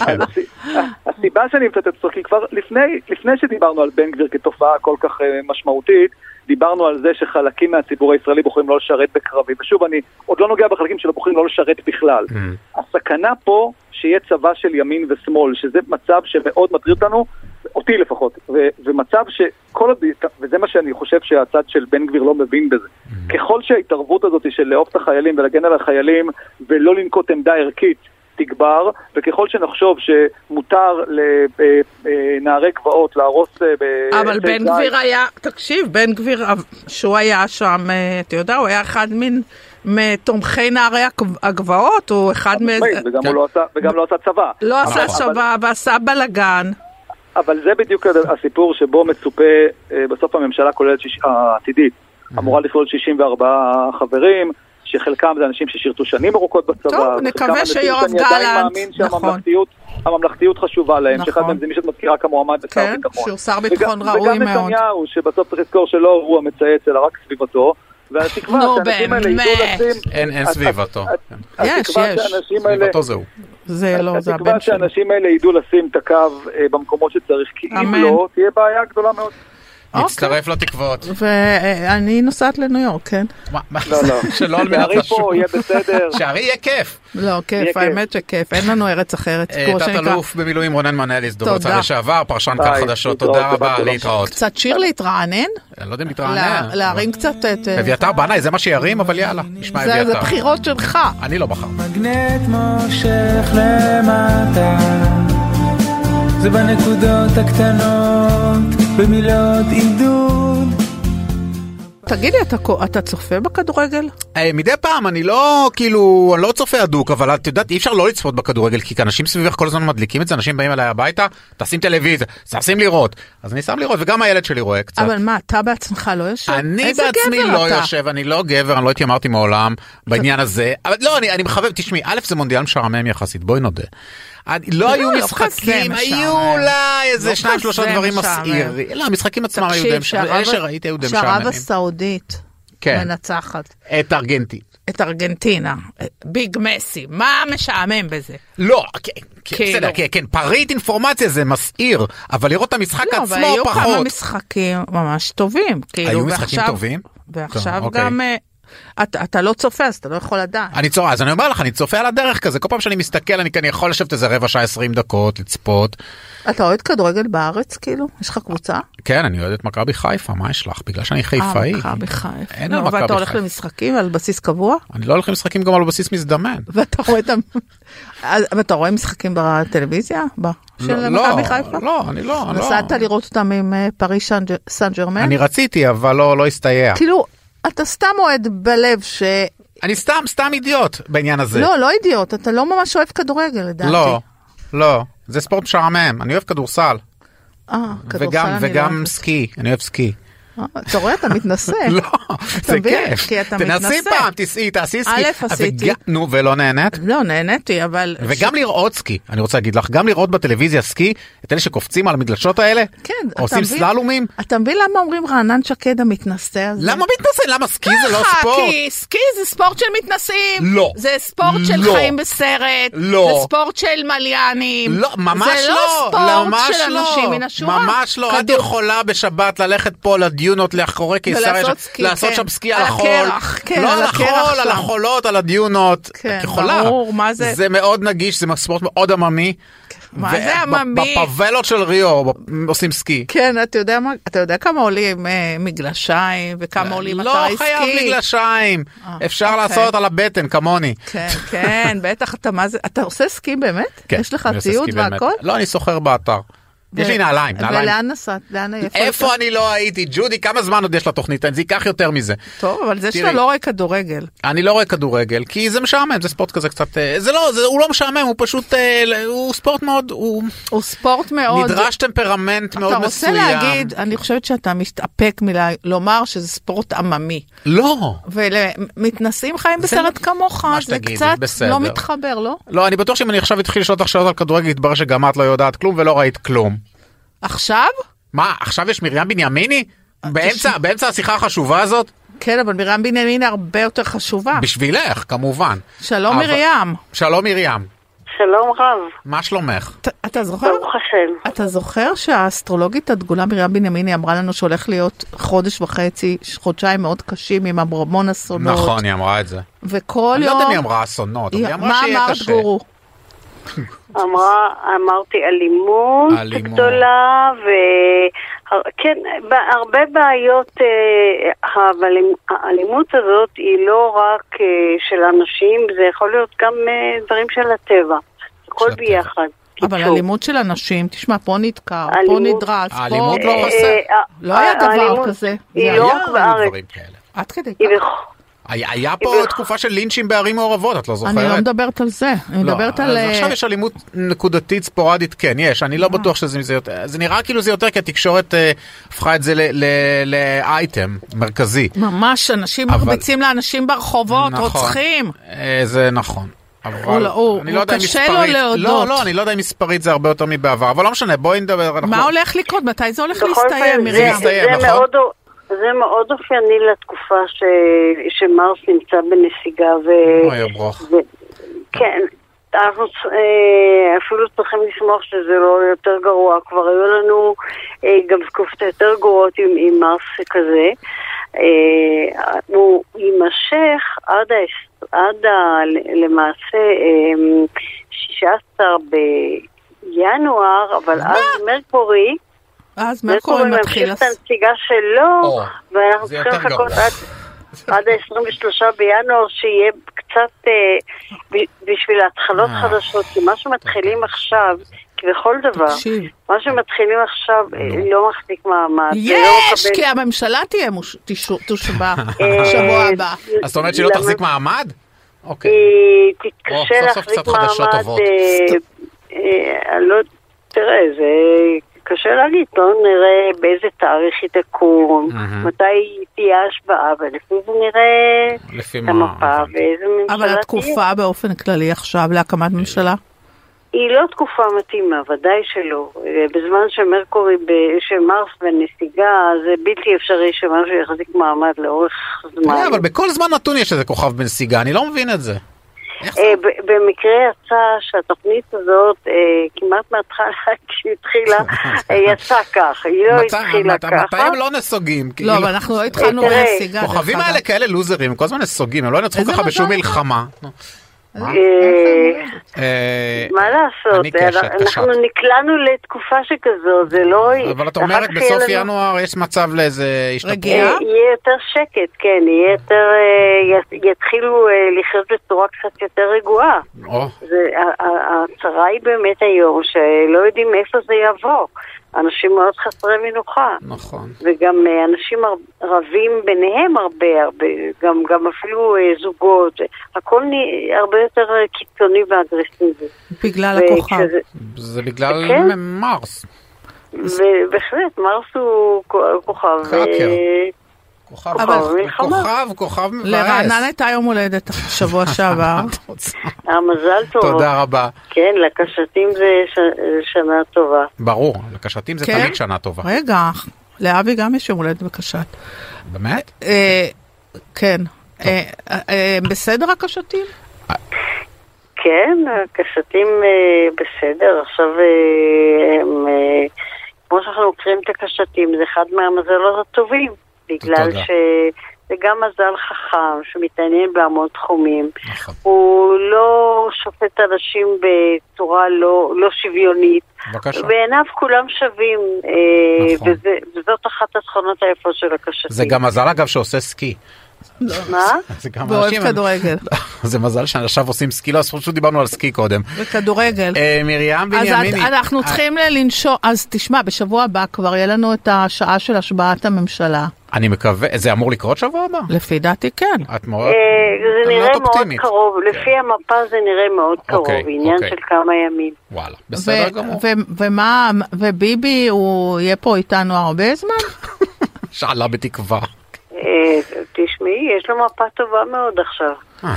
Speaker 1: אז
Speaker 3: כן.
Speaker 1: הסי- הסיבה שאני מצטט אותו, כי כבר לפני, לפני שדיברנו על בן גביר כתופעה כל כך אה, משמעותית, דיברנו על זה שחלקים מהציבור הישראלי בוחרים לא לשרת בקרבי. ושוב, אני עוד לא נוגע בחלקים שלא בוחרים לא לשרת בכלל.
Speaker 3: Mm.
Speaker 1: הסכנה פה שיהיה צבא של ימין ושמאל, שזה מצב שמאוד מטריד אותנו, אותי לפחות, ו- ומצב שכל עוד, וזה מה שאני חושב שהצד של בן גביר לא מבין בזה. ככל שההתערבות הזאת של לאהוב את החיילים ולהגן על החיילים ולא לנקוט עמדה ערכית תגבר, וככל שנחשוב שמותר אה, לנערי גבעות להרוס... אה, ב-
Speaker 2: אבל
Speaker 1: עצי
Speaker 2: בן
Speaker 1: זית-
Speaker 2: גביר היה, תקשיב, בן גביר, אה, שהוא היה שם, אה, אתה יודע, הוא היה אחד מן- מתומכי נערי הגב- הגבעות, הוא אחד מ...
Speaker 1: וגם
Speaker 3: כן.
Speaker 1: הוא לא עשה- וגם לא עשה צבא.
Speaker 2: לא עשה
Speaker 1: אבל-
Speaker 2: צבא ועשה בלאגן.
Speaker 1: אבל זה בדיוק הד- הסיפור שבו מצופה, אה, בסוף הממשלה כוללת שיש- העתידית, אמורה לכלול 64 חברים, שחלקם זה אנשים ששירתו שנים ארוכות בצבא.
Speaker 2: טוב,
Speaker 1: וחלקם
Speaker 2: נקווה
Speaker 1: אנשים
Speaker 2: שיואב
Speaker 1: שאני עדיין
Speaker 2: גלנט,
Speaker 1: מאמין
Speaker 2: נכון.
Speaker 1: שהממלכתיות הממלכתיות חשובה להם,
Speaker 2: נכון.
Speaker 1: שאחד מהם זה מי שאת מזכירה כמועמד לשר
Speaker 2: כן,
Speaker 1: ביטחון.
Speaker 2: שהוא שר ביטחון ראוי
Speaker 1: וגם
Speaker 2: מאוד.
Speaker 1: נתניהו, שבסוף צריך לזכור שלא הוא המצייץ, אלא רק סביבתו. והתקווה
Speaker 2: נו,
Speaker 1: שהאנשים האלה
Speaker 2: באמת.
Speaker 1: ידעו לשים...
Speaker 3: אין אין
Speaker 1: אז-
Speaker 3: סביבתו. כן.
Speaker 2: יש,
Speaker 1: התקווה
Speaker 2: יש.
Speaker 1: שהאנשים האלה...
Speaker 3: סביבתו זהו.
Speaker 2: זה לא, זה הבן
Speaker 1: התקווה
Speaker 2: שלי.
Speaker 1: שהאנשים האלה ידעו לשים את הקו אה, במקומות שצריך, כי אם
Speaker 2: אמן.
Speaker 1: לא, תהיה בעיה גדולה מאוד.
Speaker 2: אוקיי. לא,
Speaker 3: מצטרף לתקוות.
Speaker 2: ואני נוסעת לניו יורק, כן?
Speaker 3: מה- מה
Speaker 1: לא, לא.
Speaker 3: זה? שלא על מנת
Speaker 1: תערי
Speaker 3: לשוב.
Speaker 1: פה, יהיה בסדר.
Speaker 3: שהרי יהיה כיף.
Speaker 2: לא,
Speaker 1: יהיה
Speaker 2: כיף,
Speaker 1: כיף.
Speaker 2: האמת שכיף, אין לנו ארץ אחרת.
Speaker 3: אה,
Speaker 2: כמו שנקרא,
Speaker 3: תת-אלוף במילואים רונן מנליס, דובר
Speaker 2: תודה.
Speaker 3: צה"ל לשעבר, פרשן כאן
Speaker 1: ביי,
Speaker 3: חדשות,
Speaker 1: להתראות,
Speaker 3: תודה
Speaker 1: שבת
Speaker 3: רבה,
Speaker 1: שלום.
Speaker 3: להתראות.
Speaker 2: קצת שיר להתרענן,
Speaker 3: אני לא יודע אם
Speaker 2: לה-
Speaker 3: נתרענן.
Speaker 2: להרים קצת את... אה,
Speaker 3: אביתר בנאי, זה מה שירים, אבל יאללה, נשמע
Speaker 2: זה זה
Speaker 3: אביתר.
Speaker 2: בחירות שלך.
Speaker 3: אני לא בחרתי.
Speaker 4: מגנט מושך למטה זה בנקודות הקטנות, במילות עידוד
Speaker 2: תגיד לי, אתה כו- אתה צופה בכדורגל?
Speaker 3: אה, מדי פעם, אני לא, כאילו, אני לא צופה הדוק, אבל את יודעת, אי אפשר לא לצפות בכדורגל, כי אנשים סביבך כל הזמן מדליקים את זה, אנשים באים אליי הביתה, תשים טלוויזיה, תשים לראות. אז אני שם לראות, וגם הילד שלי רואה קצת.
Speaker 2: אבל מה, אתה בעצמך לא יושב?
Speaker 3: אני
Speaker 2: איזה
Speaker 3: בעצמי
Speaker 2: גבר
Speaker 3: לא
Speaker 2: אתה.
Speaker 3: יושב, אני לא גבר, אני לא התיימרתי מעולם בעניין הזה, אבל לא, אני, אני מחבב, תשמעי, א', זה מונדיאל משעמם יחסית, בואי נודה. אני- לא היו
Speaker 2: לא
Speaker 3: משחקים,
Speaker 2: כזה
Speaker 3: היו
Speaker 2: משעמם.
Speaker 3: אולי איזה
Speaker 2: לא
Speaker 3: שניים
Speaker 2: כזה
Speaker 3: שלושה דברים
Speaker 2: משעמם.
Speaker 3: מסעירים. לא, המשחקים עצמם היו די
Speaker 2: תקשיב,
Speaker 3: משעממים, אלה שראיתי היו די
Speaker 2: שערב
Speaker 3: משעממים.
Speaker 2: הסעודית
Speaker 3: כן.
Speaker 2: מנצחת
Speaker 3: את ארגנטין.
Speaker 2: את ארגנטינה, ביג מסי, מה משעמם בזה?
Speaker 3: לא, כן, כן,
Speaker 2: כאילו.
Speaker 3: בסדר, כן, כן, פריט אינפורמציה זה מסעיר, אבל לראות את המשחק
Speaker 2: לא, אבל
Speaker 3: עצמו
Speaker 2: היו כמה
Speaker 3: פחות.
Speaker 2: משחקים ממש טובים. כאילו,
Speaker 3: היו משחקים
Speaker 2: ועכשיו-
Speaker 3: טובים?
Speaker 2: ועכשיו
Speaker 3: טוב, אוקיי.
Speaker 2: גם... אה, אתה, אתה לא צופה, אז אתה לא יכול לדעת.
Speaker 3: אני צופה, אז אני אומר לך, אני צופה על הדרך כזה, כל פעם שאני מסתכל, אני כן יכול לשבת איזה רבע שעה 20 דקות, לצפות.
Speaker 2: אתה אוהד כדורגל בארץ, כאילו? יש לך קבוצה?
Speaker 3: כן, אני אוהד את מכבי חיפה, מה יש לך? בגלל שאני חיפאי.
Speaker 2: אה, מכבי חיפה.
Speaker 3: אין
Speaker 2: נו,
Speaker 3: על מכבי
Speaker 2: ואתה הולך
Speaker 3: חיפה.
Speaker 2: למשחקים על בסיס קבוע?
Speaker 3: אני לא הולך למשחקים גם על בסיס מזדמן.
Speaker 2: ואתה רואה את ה... אז- ואתה רואה משחקים בטלוויזיה? ב... של
Speaker 3: לא,
Speaker 2: מכבי חיפה?
Speaker 3: לא, אני לא, אני לא.
Speaker 2: נסעת לראות אותם עם אה, פריס סן ג'- סן ג'רמן?
Speaker 3: אני רציתי, אבל לא לא הסתייע.
Speaker 2: כאילו, אתה סתם אוהד בלב ש...
Speaker 3: אני סתם, סתם אידיוט בעניין הזה.
Speaker 2: לא, לא אידיוט, אתה לא ממש אוהב כדורגל, לדעתי.
Speaker 3: לא, לא. זה ספורט משעמם, אני אוהב כדורסל.
Speaker 2: אה, כדורסל
Speaker 3: וגם,
Speaker 2: אני לא
Speaker 3: וגם
Speaker 2: אוהבת.
Speaker 3: סקי, אני אוהב סקי.
Speaker 2: אה, אתה רואה, אתה מתנשא.
Speaker 3: לא, זה
Speaker 2: מבין?
Speaker 3: כיף.
Speaker 2: כי אתה
Speaker 3: תנסי
Speaker 2: מתנשא.
Speaker 3: פעם, תיסעי, תעשי סקי.
Speaker 2: א', עשיתי.
Speaker 3: וגם- נו, ולא נהנית?
Speaker 2: לא, נהניתי, אבל...
Speaker 3: וגם לראות סקי, אני רוצה להגיד לך, גם לראות בטלוויזיה סקי, את אלה שקופצים על המדלשות האלה,
Speaker 2: כן, אתה
Speaker 3: עושים
Speaker 2: מבין?
Speaker 3: סללומים,
Speaker 2: אתה מבין למה אומרים רענן שקד המתנשא הזה?
Speaker 3: למה מתנשא? למה סקי זה לא
Speaker 2: ככה,
Speaker 3: ספורט?
Speaker 2: כי סקי זה ספורט של מתנשאים.
Speaker 3: לא.
Speaker 2: זה ספורט של
Speaker 3: לא.
Speaker 2: חיים בסרט.
Speaker 3: לא.
Speaker 2: זה ספורט של מליינים.
Speaker 3: לא, ממש לא,
Speaker 2: זה לא ספורט
Speaker 3: ממש
Speaker 2: של
Speaker 3: לא,
Speaker 2: אנשים מן השורה.
Speaker 3: ממש לא, את
Speaker 2: כדור.
Speaker 3: יכולה בשבת ללכת פה לדיונות לאחורי קיסריה,
Speaker 2: ולעשות
Speaker 3: ש-
Speaker 2: סקי,
Speaker 3: לעשות
Speaker 2: כן.
Speaker 3: שם סקי על
Speaker 2: על
Speaker 3: החול,
Speaker 2: הקרח, כן,
Speaker 3: לא
Speaker 2: על
Speaker 3: על
Speaker 2: הקרח
Speaker 3: החול, על
Speaker 2: שם.
Speaker 3: החולות, על הדיונות,
Speaker 2: כן,
Speaker 3: את יכולה,
Speaker 2: ברור, מה זה- כן,
Speaker 3: זה מאוד נגיש, זה ספורט מאוד עממי,
Speaker 2: מה
Speaker 3: ו-
Speaker 2: זה
Speaker 3: ב-
Speaker 2: עממי?
Speaker 3: בפבלות של ריו ב- עושים סקי,
Speaker 2: כן, אתה יודע מה, אתה יודע כמה עולים אה, מגלשיים וכמה עולים אתר
Speaker 3: לא
Speaker 2: עסקי.
Speaker 3: חייב מגלשיים,
Speaker 2: אה,
Speaker 3: אפשר
Speaker 2: אוקיי.
Speaker 3: לעשות על הבטן כמוני.
Speaker 2: כן, כן, בטח, אתה מה זה, אתה עושה סקי באמת?
Speaker 3: כן,
Speaker 2: יש לך
Speaker 3: אני עושה
Speaker 2: ציוד
Speaker 3: סקי באמת.
Speaker 2: והכל?
Speaker 3: לא, אני סוחר באתר. יש לי
Speaker 2: ו-
Speaker 3: נעליים, נעליים.
Speaker 2: ולאן נסעת? לאן,
Speaker 3: איפה אני לא הייתי? ג'ודי, כמה זמן עוד יש לתוכנית? זה ייקח יותר מזה.
Speaker 2: טוב, אבל זה שאתה
Speaker 3: תראי.
Speaker 2: לא רואה כדורגל.
Speaker 3: אני לא רואה כדורגל, כי זה משעמם, זה ספורט כזה קצת... אה, זה לא, זה, הוא לא משעמם, הוא פשוט... אה, הוא ספורט מאוד... הוא
Speaker 2: הוא ספורט מאוד...
Speaker 3: נדרש טמפרמנט מאוד
Speaker 2: אתה רוצה
Speaker 3: מסוים.
Speaker 2: להגיד, אני חושבת שאתה מתאפק מלומר שזה ספורט עממי.
Speaker 3: לא.
Speaker 2: ומתנסים חיים
Speaker 3: זה-
Speaker 2: בסרט כמוך,
Speaker 3: מה
Speaker 2: זה
Speaker 3: שתגידי,
Speaker 2: קצת
Speaker 3: בסדר.
Speaker 2: לא מתחבר, לא?
Speaker 3: לא, אני בטוח שאם אני עכשיו אתחיל לשאול אותך שאלות על כדורגל, יתברר שגם את לא יודעת כלום ולא ראית כלום.
Speaker 2: עכשיו? אה,
Speaker 3: מה, עכשיו יש מרים בנימיני? באמצע, באמצע השיחה החשובה הזאת?
Speaker 2: כן, אבל מרים בנימין הרבה יותר חשובה.
Speaker 3: בשבילך, כמובן.
Speaker 2: אה. שלום
Speaker 3: אבל-
Speaker 2: מרים.
Speaker 3: שלום מרים,
Speaker 5: שלום רב,
Speaker 3: מה שלומך?
Speaker 2: אתה- אתה זוכר?
Speaker 5: ברוך השם.
Speaker 2: אתה זוכר שהאסטרולוגית הדגולה מרים בנימיני אמרה לנו שהולך להיות חודש וחצי, חודשיים מאוד קשים עם המון אסונות.
Speaker 3: נכון, היא אמרה את זה.
Speaker 2: וכל
Speaker 3: אני לא
Speaker 2: יום...
Speaker 3: יודע אם היא אמרה אסונות, אבל היא אמרה
Speaker 2: מה
Speaker 3: שיהיה
Speaker 2: אמרת
Speaker 3: קשה.
Speaker 2: גורו?
Speaker 5: אמרה, אמרתי אלימות,
Speaker 3: אלימות.
Speaker 5: גדולה, וכן, הרבה בעיות, אה, אבל האלימות הזאת היא לא רק אה, של אנשים, זה יכול להיות גם אה, דברים של הטבע. הכל
Speaker 3: הטבע.
Speaker 5: ביחד.
Speaker 2: אבל
Speaker 5: קיצור.
Speaker 2: אלימות של אנשים, תשמע, פה נדקר, פה
Speaker 5: אלימות-
Speaker 2: נדרס, פה...
Speaker 3: האלימות לא
Speaker 5: אה,
Speaker 3: חסר.
Speaker 5: אה,
Speaker 2: לא היה דבר
Speaker 5: האלימות
Speaker 2: כזה.
Speaker 5: היא
Speaker 2: זה
Speaker 5: לא
Speaker 3: היה
Speaker 5: רק
Speaker 3: לנו
Speaker 5: בארץ,
Speaker 3: דברים כאלה.
Speaker 2: עד כדי
Speaker 5: היא
Speaker 2: כך.
Speaker 5: בכ-
Speaker 3: היה, היה פה
Speaker 5: בדיוק.
Speaker 3: תקופה של לינצ'ים בערים מעורבות, את לא זוכרת? לא,
Speaker 2: אני לא מדברת על זה, אני מדברת
Speaker 3: אז
Speaker 2: על... אה,
Speaker 3: עכשיו יש אלימות נקודתית ספורדית, כן, יש, אני לא בטוח שזה מזה יותר, זה נראה כאילו זה יותר כי התקשורת אה, הפכה את זה ל- ל- לאייטם מרכזי.
Speaker 2: ממש אנשים
Speaker 3: אבל-
Speaker 2: מרביצים לאנשים ברחובות,
Speaker 3: נכון.
Speaker 2: רוצחים.
Speaker 3: אה, זה נכון. אבל
Speaker 2: הוא- הוא-
Speaker 3: אני לא
Speaker 2: הוא
Speaker 3: יודע אם
Speaker 2: קשה לו
Speaker 3: מספרית- לא,
Speaker 2: להודות.
Speaker 3: לא, אני לא יודע אם מספרית זה הרבה יותר מבעבר, אבל לא משנה, בואי נדבר. אנחנו-
Speaker 2: מה הולך לקרות? מתי זה הולך
Speaker 5: בכל
Speaker 2: להסתיים,
Speaker 5: אופן, זה-
Speaker 2: מרים?
Speaker 3: מסתיים,
Speaker 5: זה
Speaker 3: נכון?
Speaker 5: מאוד א- זה מאוד אופייני לתקופה ש... שמרס נמצא בנסיגה ו...
Speaker 3: אוי, ברוך.
Speaker 5: ו... כן, אנחנו צ- אה, אפילו צריכים לשמוח שזה לא יותר גרוע. כבר היו לנו אה, גם תקופות יותר גרועות עם, עם מרס כזה. אה, הוא יימשך עד, ה- עד ה, למעשה אה, 16 בינואר, אבל אז מרקורי
Speaker 2: אז
Speaker 5: מרקורי
Speaker 2: מרקורי מתחיל...
Speaker 5: ממשיך את
Speaker 2: לס-
Speaker 5: הנסיגה שלו,
Speaker 3: או,
Speaker 5: ואנחנו
Speaker 3: זה
Speaker 5: צריכים
Speaker 3: יותר
Speaker 5: לחכות
Speaker 3: גרוע.
Speaker 5: עד... עד ה-23 בינואר, שיהיה קצת אה, ב- בשביל ההתחלות
Speaker 3: אה. אוקיי.
Speaker 5: חדשות, כי מה שמתחילים עכשיו, כי בכל דבר,
Speaker 2: תקשיב.
Speaker 5: מה שמתחילים עכשיו אה, לא מחזיק מעמד. זה לא
Speaker 2: יש!
Speaker 5: מקבל-
Speaker 2: כי הממשלה תהיה מוש- תשו- תושבע
Speaker 5: אה,
Speaker 2: שבוע הבא.
Speaker 3: אז זאת אומרת שהיא לא
Speaker 5: למה-
Speaker 3: תחזיק מעמד? אוקיי.
Speaker 5: היא
Speaker 3: או,
Speaker 5: תתקשה
Speaker 3: סוף סוף
Speaker 5: אה, להחזיק
Speaker 3: קצת חדשות
Speaker 5: מעמד,
Speaker 3: טובות.
Speaker 5: אה, אה, אני לא, תראה, זה קשה להגיד, לא נראה באיזה תאריך היא תקום,
Speaker 3: מהמם.
Speaker 5: מתי תהיה ההשבעה, ולפי זה נראה
Speaker 3: לפי
Speaker 5: את
Speaker 3: מה?
Speaker 5: המפה ואיזה ממשלה
Speaker 2: אבל
Speaker 5: תהיה.
Speaker 2: התקופה באופן כללי עכשיו להקמת ממשלה?
Speaker 5: היא לא תקופה מתאימה, ודאי שלא. אה, בזמן שמרקורי, ב- שמרס בנסיגה, זה בלתי אפשרי שמשהו יחזיק מעמד לאורך זמן.
Speaker 3: אה, אבל בכל זמן נתון יש איזה כוכב בנסיגה, אני לא מבין את זה. איך
Speaker 5: אה, ב- במקרה יצא שהתוכנית הזאת, אה, כמעט מההתחלה, כשהיא התחילה, אה, יצאה כך, היא לא
Speaker 3: מתי-
Speaker 5: התחילה
Speaker 3: מתי-
Speaker 5: ככה.
Speaker 3: מתי הם לא נסוגים?
Speaker 2: לא,
Speaker 3: כאילו,
Speaker 2: אבל אנחנו לא התחלנו
Speaker 5: אה, תראה,
Speaker 2: מהנסיגה. דרך
Speaker 3: הכוכבים
Speaker 2: אגב.
Speaker 3: האלה כאלה לוזרים, הם כל הזמן נסוגים, הם לא ינצחו
Speaker 2: איזה
Speaker 3: ככה בשום
Speaker 2: מזל.
Speaker 3: מלחמה.
Speaker 5: אה,
Speaker 3: אה,
Speaker 5: מה לעשות,
Speaker 3: אני קשת,
Speaker 5: אנחנו
Speaker 3: קשת.
Speaker 5: נקלענו לתקופה שכזו, זה לא...
Speaker 3: אבל את
Speaker 5: אחר
Speaker 3: אומרת
Speaker 5: כך יהיה
Speaker 3: בסוף
Speaker 5: לנו-
Speaker 3: ינואר יש מצב לאיזה השתפרות.
Speaker 2: רגיעה.
Speaker 5: אה, יהיה יותר שקט, כן, יהיה יותר, אה, י- יתחילו אה, לחיות בצורה קצת יותר רגועה.
Speaker 3: או,
Speaker 5: זה- ה- ה- הצרה היא באמת היום שלא יודעים איפה זה יבוא. אנשים מאוד חסרי מנוחה.
Speaker 3: נכון.
Speaker 5: וגם אה, אנשים הר- רבים ביניהם הרבה, הרבה גם, גם אפילו אה, זוגות, הכל נה- הרבה יותר אה, קיצוני ואגרסיבי.
Speaker 2: בגלל הכוכב.
Speaker 5: וכשזה-
Speaker 3: זה בגלל
Speaker 5: כן.
Speaker 3: מ- מרס.
Speaker 5: ובהחלט, מרס הוא כ- כוכב.
Speaker 3: קרקר.
Speaker 5: אה,
Speaker 3: כוכב,
Speaker 5: אבל-
Speaker 3: כוכב,
Speaker 5: מלחמה.
Speaker 3: כוכב, כוכב מבאס.
Speaker 2: לרענן הייתה יום הולדת שבוע שעבר.
Speaker 3: מה את רוצה?
Speaker 5: המזל טוב.
Speaker 3: תודה רבה.
Speaker 5: כן, לקשתים זה ש... שנה טובה.
Speaker 3: ברור, לקשתים זה
Speaker 2: כן?
Speaker 3: תמיד שנה טובה.
Speaker 2: רגע, לאבי גם יש יום הולדת בקשת.
Speaker 3: באמת?
Speaker 2: אה, כן. אה, אה, בסדר הקשתים?
Speaker 5: כן, הקשתים אה, בסדר, עכשיו אה, הם... אה, כמו שאנחנו עוקרים את הקשתים, זה אחד מהמזלות הטובים. בגלל
Speaker 3: תודה.
Speaker 5: שזה גם מזל חכם שמתעניין בהמון תחומים.
Speaker 3: נכון.
Speaker 5: הוא לא שופט אנשים בצורה לא, לא שוויונית.
Speaker 3: בבקשה.
Speaker 5: בעיניו כולם שווים, אה,
Speaker 3: נכון.
Speaker 5: וזה, וזאת אחת התכונות היפות של הקשתים.
Speaker 3: זה גם מזל אגב שעושה סקי. לא.
Speaker 5: מה?
Speaker 3: זה גם
Speaker 2: ואוהב
Speaker 3: אנשים-
Speaker 2: כדורגל.
Speaker 3: זה מזל שעכשיו עושים סקי, לא, אז פשוט דיברנו על סקי קודם.
Speaker 2: וכדורגל.
Speaker 3: אה, מרים
Speaker 2: אז
Speaker 3: בנימיני.
Speaker 2: את- אנחנו
Speaker 3: אה,
Speaker 2: צריכים לנשום, אז תשמע, בשבוע הבא כבר יהיה לנו את השעה של השבעת הממשלה.
Speaker 3: אני מקווה, זה אמור לקרות שבוע הבא?
Speaker 2: לפי דעתי כן.
Speaker 3: את מאוד...
Speaker 5: אה,
Speaker 3: את
Speaker 5: זה נראה
Speaker 3: מאוד
Speaker 5: מאוד
Speaker 3: אופטימית.
Speaker 5: קרוב, לפי המפה זה נראה מאוד קרוב, עניין
Speaker 3: כן. אוקיי.
Speaker 5: של כמה ימים.
Speaker 3: וואלה,
Speaker 2: ו-
Speaker 3: בסדר גמור.
Speaker 2: ו- ומה, וביבי הוא יהיה פה איתנו הרבה זמן?
Speaker 3: שאלה בתקווה.
Speaker 5: אה, תשמעי, יש לו מפה טובה מאוד עכשיו.
Speaker 3: אה,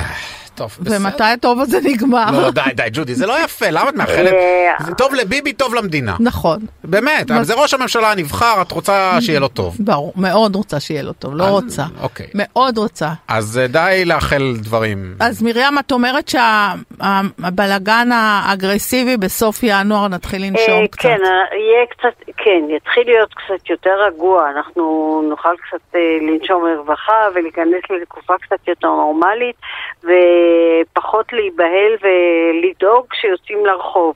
Speaker 3: טוב, בסדר.
Speaker 2: ומתי הטוב הזה נגמר?
Speaker 3: לא, די, די, ג'ודי, זה לא יפה, למה את מאחלת?
Speaker 5: אה,
Speaker 3: זה טוב לביבי, טוב למדינה.
Speaker 2: נכון,
Speaker 3: באמת, אבל זה ראש הממשלה הנבחר, את רוצה אה, שיהיה לו טוב.
Speaker 2: ברור, מאוד רוצה שיהיה לו טוב, לא
Speaker 3: אז-
Speaker 2: רוצה.
Speaker 3: אוקיי.
Speaker 2: מאוד רוצה.
Speaker 3: אז אה, די לאחל דברים.
Speaker 2: אז מרים, את אומרת שהבלגן האגרסיבי בסוף ינואר נתחיל לנשום
Speaker 5: אה,
Speaker 2: קצת.
Speaker 5: כן, אה, יהיה קצת, כן, יתחיל להיות קצת יותר רגוע, אנחנו נוכל קצת אה, לנשום לרווחה ולהיכנס לתקופה קצת יותר נורמלית, ופחות להיבהל ולדאוג כשיוצאים לרחוב.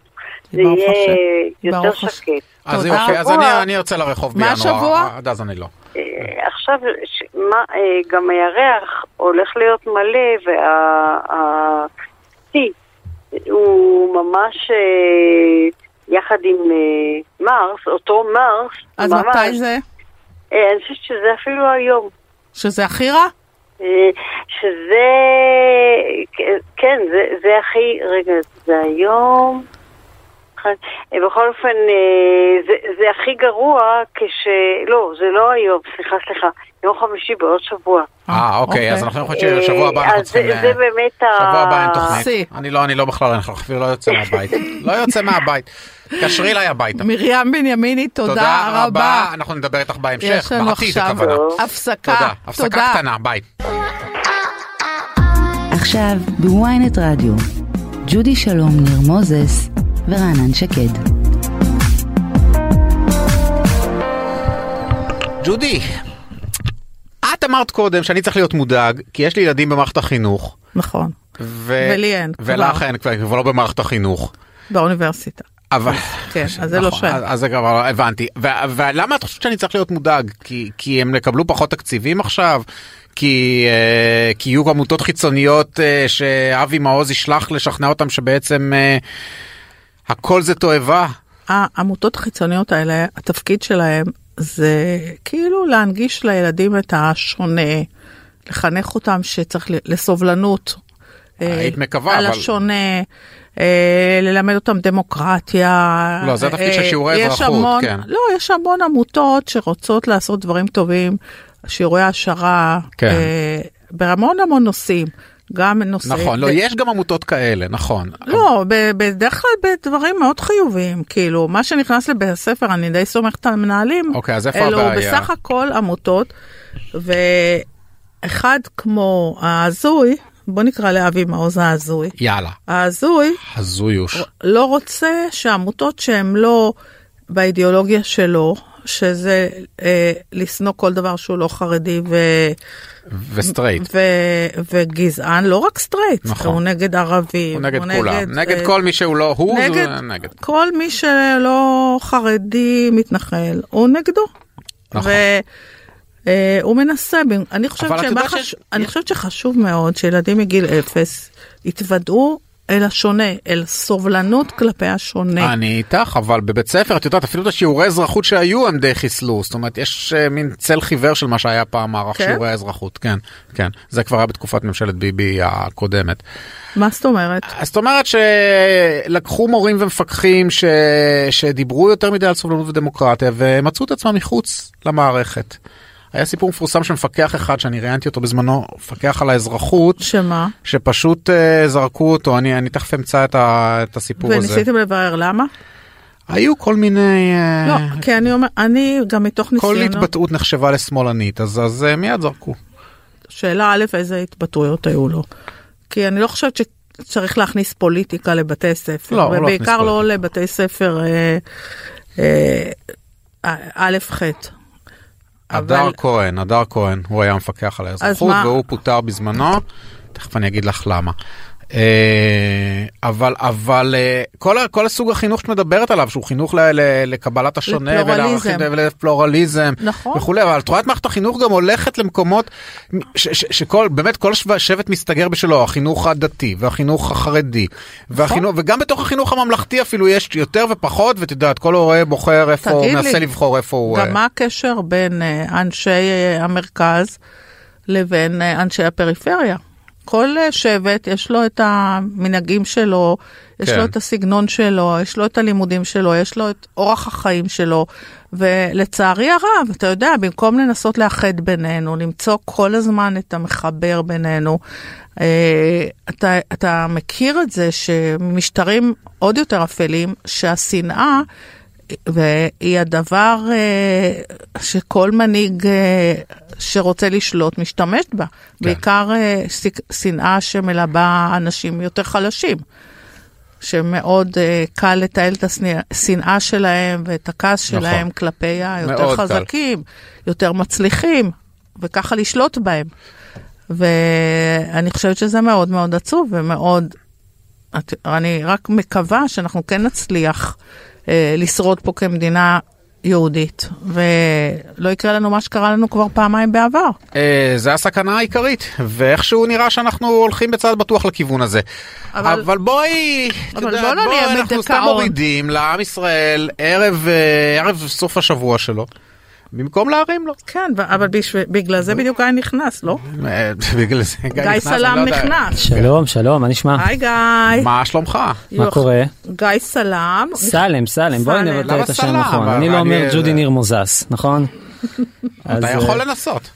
Speaker 5: זה
Speaker 2: ברוך
Speaker 5: יהיה
Speaker 2: השם.
Speaker 5: יותר
Speaker 2: ברוך השם.
Speaker 5: שקט.
Speaker 3: אז
Speaker 2: תודה.
Speaker 3: יופי, אז
Speaker 5: שבוע.
Speaker 3: אני- אני יוצא לרחוב
Speaker 2: מה
Speaker 3: בינואר.
Speaker 2: השבוע?
Speaker 3: עד אז אני לא.
Speaker 5: אה, עכשיו, ש- מה, אה, גם הירח הולך להיות מלא, והשיא הוא ממש אה, יחד עם אה, מרס, אותו מרס,
Speaker 2: אז
Speaker 5: ממש,
Speaker 2: מתי זה?
Speaker 5: אה, אני חושבת שזה אפילו היום.
Speaker 2: שזה הכי רע?
Speaker 5: אה, שזה, כן, זה, זה הכי, רגע, זה היום. אה, בכל אופן, אה, זה, זה הכי גרוע כש... לא, זה לא היום, סליחה, סליחה. יום חמישי בעוד שבוע.
Speaker 3: אה, אוקיי, אז אנחנו יכולים שבשבוע הבא
Speaker 5: אה,
Speaker 3: אנחנו
Speaker 5: אז
Speaker 3: צריכים...
Speaker 5: זה-
Speaker 3: אה,
Speaker 5: זה באמת ה...
Speaker 3: שבוע הבא אין
Speaker 2: שיא.
Speaker 3: תוכנית. אני לא, אני לא בכלל, אני אפילו לא יוצא מהבית. לא יוצא מהבית. תשרי אליי הביתה.
Speaker 2: מרים בנימיני, תודה רבה.
Speaker 3: אנחנו נדבר איתך בהמשך,
Speaker 2: יש לנו
Speaker 3: בעתיד
Speaker 2: עכשיו
Speaker 3: הכוונה.
Speaker 2: הפסקה.
Speaker 3: תודה. הפסקה
Speaker 2: תודה.
Speaker 3: קטנה, ביי.
Speaker 6: עכשיו בוויינט רדיו. ג'ודי שלום, ניר מוזס ורענן שקד.
Speaker 3: ג'ודי, את אמרת קודם שאני צריך להיות מודאג, כי יש לי ילדים במערכת החינוך.
Speaker 2: נכון,
Speaker 3: ו-
Speaker 2: ולי אין,
Speaker 3: ולך
Speaker 2: כבר.
Speaker 3: אין, כבר כבר לא במערכת החינוך.
Speaker 2: באוניברסיטה.
Speaker 3: אבל...
Speaker 2: כן, אז זה לא
Speaker 3: נכון,
Speaker 2: שייך.
Speaker 3: אז זה כבר לא- הבנתי. ו- ולמה את חושבת שאני צריך להיות מודאג? כי- כי הם יקבלו פחות תקציבים עכשיו? כי אה, כי יהיו עמותות חיצוניות אה, שאבי מעוז ישלח לשכנע אותם שבעצם אה, הכל זה תועבה?
Speaker 2: העמותות החיצוניות האלה, התפקיד שלהם זה כאילו להנגיש לילדים את השונה, לחנך אותם שצריך ל- לסובלנות. אה,
Speaker 3: היית מקווה,
Speaker 2: על
Speaker 3: אבל-
Speaker 2: השונה, אה, ללמד אותם דמוקרטיה. אה,
Speaker 3: לא, זה התפקיד של שיעורי
Speaker 2: יש
Speaker 3: אזרחות,
Speaker 2: המון,
Speaker 3: כן.
Speaker 2: לא, יש המון עמותות שרוצות לעשות דברים טובים, שיעורי העשרה,
Speaker 3: כן.
Speaker 2: אה, בהמון המון נושאים, גם נושאי...
Speaker 3: נכון, לא,
Speaker 2: ד-
Speaker 3: יש גם עמותות כאלה, נכון.
Speaker 2: לא, ב- בדרך כלל בדברים מאוד חיוביים, כאילו, מה שנכנס לבית הספר, אני די סומכת על מנהלים.
Speaker 3: אוקיי, אז איפה
Speaker 2: אלו
Speaker 3: הבעיה?
Speaker 2: בסך הכל עמותות, ואחד כמו ההזוי, בוא נקרא לאבי מעוז ההזוי.
Speaker 3: יאללה.
Speaker 2: ההזוי
Speaker 3: הזויוש.
Speaker 2: לא רוצה שעמותות שהן לא באידיאולוגיה שלו, שזה אה, לשנוא כל דבר שהוא לא חרדי ו,
Speaker 3: וסטרייט.
Speaker 2: ו, וגזען, לא רק סטרייט,
Speaker 3: נכון.
Speaker 2: הוא נגד ערבים,
Speaker 3: הוא נגד כולם. נגד
Speaker 2: אה,
Speaker 3: כל מי שהוא לא הוא,
Speaker 2: נגד,
Speaker 3: זה נגד.
Speaker 2: כל מי שלא חרדי מתנחל, הוא נגדו.
Speaker 3: נכון.
Speaker 2: ו, אה, הוא מנסה, במ- אני חושבת,
Speaker 3: אבל את יודעת
Speaker 2: שמה חש...
Speaker 3: שיש-
Speaker 2: אני חושבת שחשוב מאוד שילדים מגיל אפס יתוודעו אל השונה, אל סובלנות כלפי השונה.
Speaker 3: אני איתך, אבל בבית ספר, את יודעת, אפילו את השיעורי אזרחות שהיו הם די חיסלו. זאת אומרת, יש אה, מין צל חיוור של מה שהיה פעם מערך
Speaker 2: כן?
Speaker 3: שיעורי האזרחות. כן, כן. זה כבר היה בתקופת ממשלת ביבי הקודמת.
Speaker 2: מה זאת אומרת?
Speaker 3: אז זאת אומרת שלקחו מורים ומפקחים ש... שדיברו יותר מדי על סובלנות ודמוקרטיה ומצאו את עצמם מחוץ למערכת. היה סיפור מפורסם של מפקח אחד שאני ראיינתי אותו בזמנו, מפקח על האזרחות,
Speaker 2: שמה?
Speaker 3: שפשוט אה, זרקו אותו, אני, אני תכף אמצא את, ה... את הסיפור הזה.
Speaker 2: וניסיתם לברר למה?
Speaker 3: היו כל מיני... אה,
Speaker 2: לא, כי אני אומר, אני גם מתוך
Speaker 3: כל
Speaker 2: ניסיונות,
Speaker 3: התבטאות נחשבה לשמאלנית, אז, אז אה, מיד זרקו.
Speaker 2: שאלה א', איזה התבטאויות היו לו. כי אני לא חושבת שצריך להכניס פוליטיקה לבתי ספר,
Speaker 3: לא, הוא לא הכניס
Speaker 2: ובעיקר לא
Speaker 3: פוליטיקה.
Speaker 2: לבתי ספר אה, אה, א', ח'.
Speaker 3: הדר
Speaker 2: אבל-
Speaker 3: כהן, הדר כהן, הוא היה המפקח על האזרחות
Speaker 2: מה-
Speaker 3: והוא פוטר בזמנו, תכף אני אגיד לך למה. אה, אבל אבל אה, כל, ה- כל הסוג החינוך שאת מדברת עליו שהוא חינוך ל, ל, לקבלת השונה
Speaker 2: לפלורליזם.
Speaker 3: ולערכים ולפלורליזם
Speaker 2: נכון.
Speaker 3: וכולי אבל את רואה את מערכת החינוך גם הולכת למקומות ש, ש, שכל באמת כל שו- שבט מסתגר בשלו החינוך הדתי והחינוך החרדי
Speaker 2: נכון.
Speaker 3: והחינוך וגם בתוך החינוך הממלכתי אפילו יש יותר ופחות ואת יודעת כל הורה בוחר איפה הוא
Speaker 2: תגיד לי,
Speaker 3: מנסה לבחור איפה הוא אה,
Speaker 2: גם מה הקשר בין אה, אנשי אה, המרכז לבין אה, אנשי הפריפריה? כל אה, שבט יש לו את המנהגים שלו, יש
Speaker 3: כן.
Speaker 2: לו את הסגנון שלו, יש לו את הלימודים שלו, יש לו את אורח החיים שלו. ולצערי הרב, אתה יודע, במקום לנסות לאחד בינינו, למצוא כל הזמן את המחבר בינינו, אה, אתה, אתה מכיר את זה שמשטרים עוד יותר אפלים, שהשנאה והיא הדבר אה, שכל מנהיג אה, שרוצה לשלוט משתמש בה, כן. בעיקר אה, ש- שנאה שמלבה אנשים יותר חלשים, שמאוד אה, קל לתעל את השנאה- השנאה שלהם ואת הכעס
Speaker 3: נכון.
Speaker 2: שלהם כלפי היותר
Speaker 3: מאוד קל.
Speaker 2: אה, חזקים, יותר מצליחים, וככה לשלוט בהם. ואני חושבת שזה מאוד מאוד עצוב ומאוד את- אני רק מקווה שאנחנו כן נצליח אה, לשרוד פה כמדינה יהודית, ולא יקרה לנו מה שקרה לנו כבר פעמיים בעבר.
Speaker 3: אה, זה הסכנה העיקרית, ואיכשהו נראה שאנחנו הולכים בצעד בטוח לכיוון הזה. אבל,
Speaker 2: אבל-
Speaker 3: אבל בואי,
Speaker 2: אבל בוא לא נהיה
Speaker 3: אנחנו סתם
Speaker 2: בדיכאון.
Speaker 3: מורידים לעם ישראל ערב, אה, ערב סוף השבוע שלו, במקום להרים לו.
Speaker 2: כן, ו- אבל בשב- בגלל זה בדיוק גיא נכנס, לא?
Speaker 3: אה, בגלל זה גיא
Speaker 2: גיא
Speaker 3: נכנס, אני
Speaker 2: סלאם
Speaker 3: לא יודע.
Speaker 2: נכנס.
Speaker 7: שלום, שלום, מה נשמע?
Speaker 2: היי גיא.
Speaker 3: מה שלומך?
Speaker 7: מה
Speaker 2: יוח-
Speaker 7: קורה?
Speaker 2: גיא סלאם.
Speaker 7: סלם, סלם, בואי
Speaker 2: סלם.
Speaker 7: נבטא
Speaker 3: למה
Speaker 7: את השם
Speaker 3: סלם?
Speaker 7: נכון.
Speaker 3: אבל
Speaker 7: אני לא
Speaker 3: אני- אה,
Speaker 7: אומר
Speaker 3: זה-
Speaker 7: ג'ודי ניר מוזס, נכון? אז,
Speaker 3: אתה
Speaker 7: אה,
Speaker 3: יכול לנסות.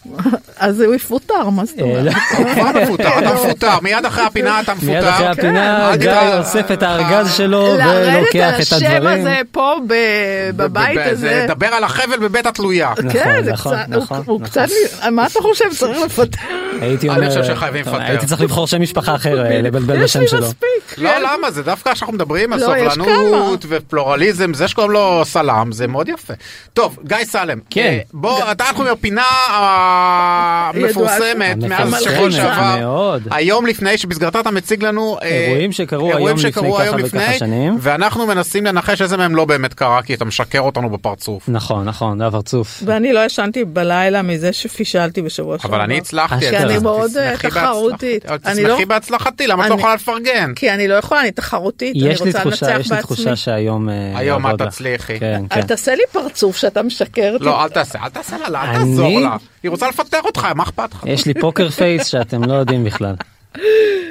Speaker 2: אז הוא יפוטר, מה זאת
Speaker 7: אה,
Speaker 2: אומרת?
Speaker 7: לא.
Speaker 3: הוא כבר מפוטר, אתה מפוטר, מיד אחרי הפינה אתה מפוטר.
Speaker 7: מיד אחרי הפינה
Speaker 3: אל
Speaker 7: גיא
Speaker 3: תדאג.
Speaker 7: אוסף את
Speaker 3: אה,
Speaker 7: הארגז שלו כן.
Speaker 2: לרדת
Speaker 7: ולוקח
Speaker 2: על
Speaker 7: את
Speaker 2: השם
Speaker 7: הדברים.
Speaker 2: הזה פה ב- בבית
Speaker 3: זה-
Speaker 2: הזה.
Speaker 3: דבר על החבל בבית התלויה.
Speaker 2: כן,
Speaker 7: נכון,
Speaker 2: זה
Speaker 7: נכון,
Speaker 2: קצת, הוא-
Speaker 7: נכון,
Speaker 2: הוא
Speaker 7: נכון.
Speaker 2: קצת, מה אתה חושב, צריך לפטר?
Speaker 7: הייתי
Speaker 3: אני
Speaker 7: אומר,
Speaker 3: חושב שחייבים
Speaker 7: טוב,
Speaker 3: לפטר.
Speaker 7: הייתי צריך לבחור שם משפחה אחר, אה, לבלבל בשם
Speaker 2: יש לי
Speaker 7: שלו.
Speaker 2: מספיק.
Speaker 3: לא,
Speaker 2: כן.
Speaker 3: למה זה? דווקא כשאנחנו מדברים על
Speaker 2: לא, יש
Speaker 3: סובלנות ופלורליזם, זה שקוראים לו סלאם, זה מאוד יפה. טוב, גיא סלם.
Speaker 7: כן.
Speaker 3: אה, בוא, אתה אנחנו עם הפינה אה,
Speaker 2: ידועה.
Speaker 3: המפורסמת מאז
Speaker 2: המלחיצה.
Speaker 3: שבוע שעבר.
Speaker 7: מאוד.
Speaker 3: היום לפני, שבמסגרתה אתה מציג לנו... אה,
Speaker 7: אירועים שקרו היום לפני
Speaker 3: שקרו
Speaker 7: ככה
Speaker 3: היום
Speaker 7: וככה
Speaker 3: לפני,
Speaker 7: שנים.
Speaker 3: ואנחנו מנסים לנחש איזה מהם לא באמת קרה, כי אתה משקר אותנו בפרצוף.
Speaker 7: נכון, נכון, זה הפרצוף.
Speaker 2: ואני לא ישנתי בלילה מזה שפישלתי בשבוע שעבר.
Speaker 3: אבל אני הצלחתי.
Speaker 7: כי
Speaker 3: את
Speaker 7: אני
Speaker 3: זה.
Speaker 2: מאוד,
Speaker 3: תשמחי
Speaker 2: אה, תחרותית.
Speaker 3: בהצלח- אבל
Speaker 2: אני לא-
Speaker 3: תשמחי בהצלחתי, למה את לא
Speaker 2: אני-
Speaker 3: יכולה לפרגן?
Speaker 2: כי אני לא יכולה, אני תחרותית, אני
Speaker 7: יש לי
Speaker 2: רוצה
Speaker 7: תחושה,
Speaker 2: לנצח
Speaker 7: יש לי
Speaker 2: בעצמי.
Speaker 7: תחושה שהיום... אה,
Speaker 3: היום את
Speaker 7: יעבוד לך.
Speaker 3: תצליחי.
Speaker 7: כן,
Speaker 2: אל
Speaker 7: כן.
Speaker 2: תעשה לי פרצוף שאתה משקר. לי.
Speaker 3: לא, אל תעשה, אל תעשה לה, לה, אל
Speaker 7: אני-
Speaker 3: תעזור לה. היא רוצה לפטר אותך, מה אכפת לך?
Speaker 7: יש לי פוקר פייס שאתם לא יודעים בכלל.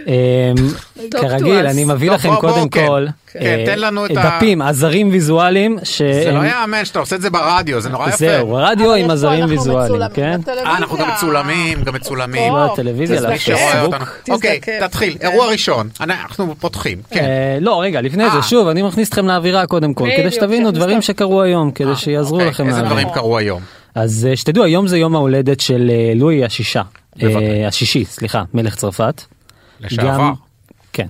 Speaker 7: אמ,
Speaker 2: to
Speaker 7: כרגיל
Speaker 2: us.
Speaker 7: אני מביא
Speaker 3: טוב,
Speaker 7: לכם
Speaker 3: בוא, בוא,
Speaker 7: קודם
Speaker 3: כן.
Speaker 7: כל
Speaker 3: כן,
Speaker 7: אה,
Speaker 3: תן לנו את ה-
Speaker 7: דפים עזרים ויזואליים
Speaker 3: זה לא
Speaker 7: שהם-
Speaker 3: יאמן שאתה עושה את זה ברדיו, זה נורא יפה.
Speaker 7: אה, זהו רדיו עם
Speaker 2: אבל איפה
Speaker 7: עזרים
Speaker 2: אנחנו
Speaker 7: ויזואליים
Speaker 2: מצולמים?
Speaker 7: כן
Speaker 2: בטלוויזיה.
Speaker 3: אה, אנחנו גם מצולמים, גם מצולמים.
Speaker 7: לא הטלוויזיה
Speaker 2: תסתכל.
Speaker 7: אלא
Speaker 3: מי שרואה אותנו.
Speaker 7: הפייסבוק.
Speaker 3: אוקיי,
Speaker 2: תזדקף.
Speaker 3: תתחיל, אירוע ראשון. אנחנו פותחים, כן.
Speaker 7: אה, לא רגע לפני
Speaker 3: אה.
Speaker 7: זה שוב אני מכניס אתכם לאווירה קודם כל כדי
Speaker 2: בדיוק,
Speaker 7: שתבינו
Speaker 2: כן,
Speaker 7: דברים
Speaker 2: בסדר.
Speaker 7: שקרו היום כדי שיעזרו
Speaker 3: אוקיי,
Speaker 7: לכם
Speaker 3: איזה
Speaker 7: להבין.
Speaker 3: דברים קרו היום?
Speaker 7: אז אה, שתדעו היום זה יום ההולדת של אה, לואי השישה. אה,
Speaker 3: בוודאי.
Speaker 7: השישי סליחה מלך צרפת.
Speaker 3: לשעבר.
Speaker 7: כן.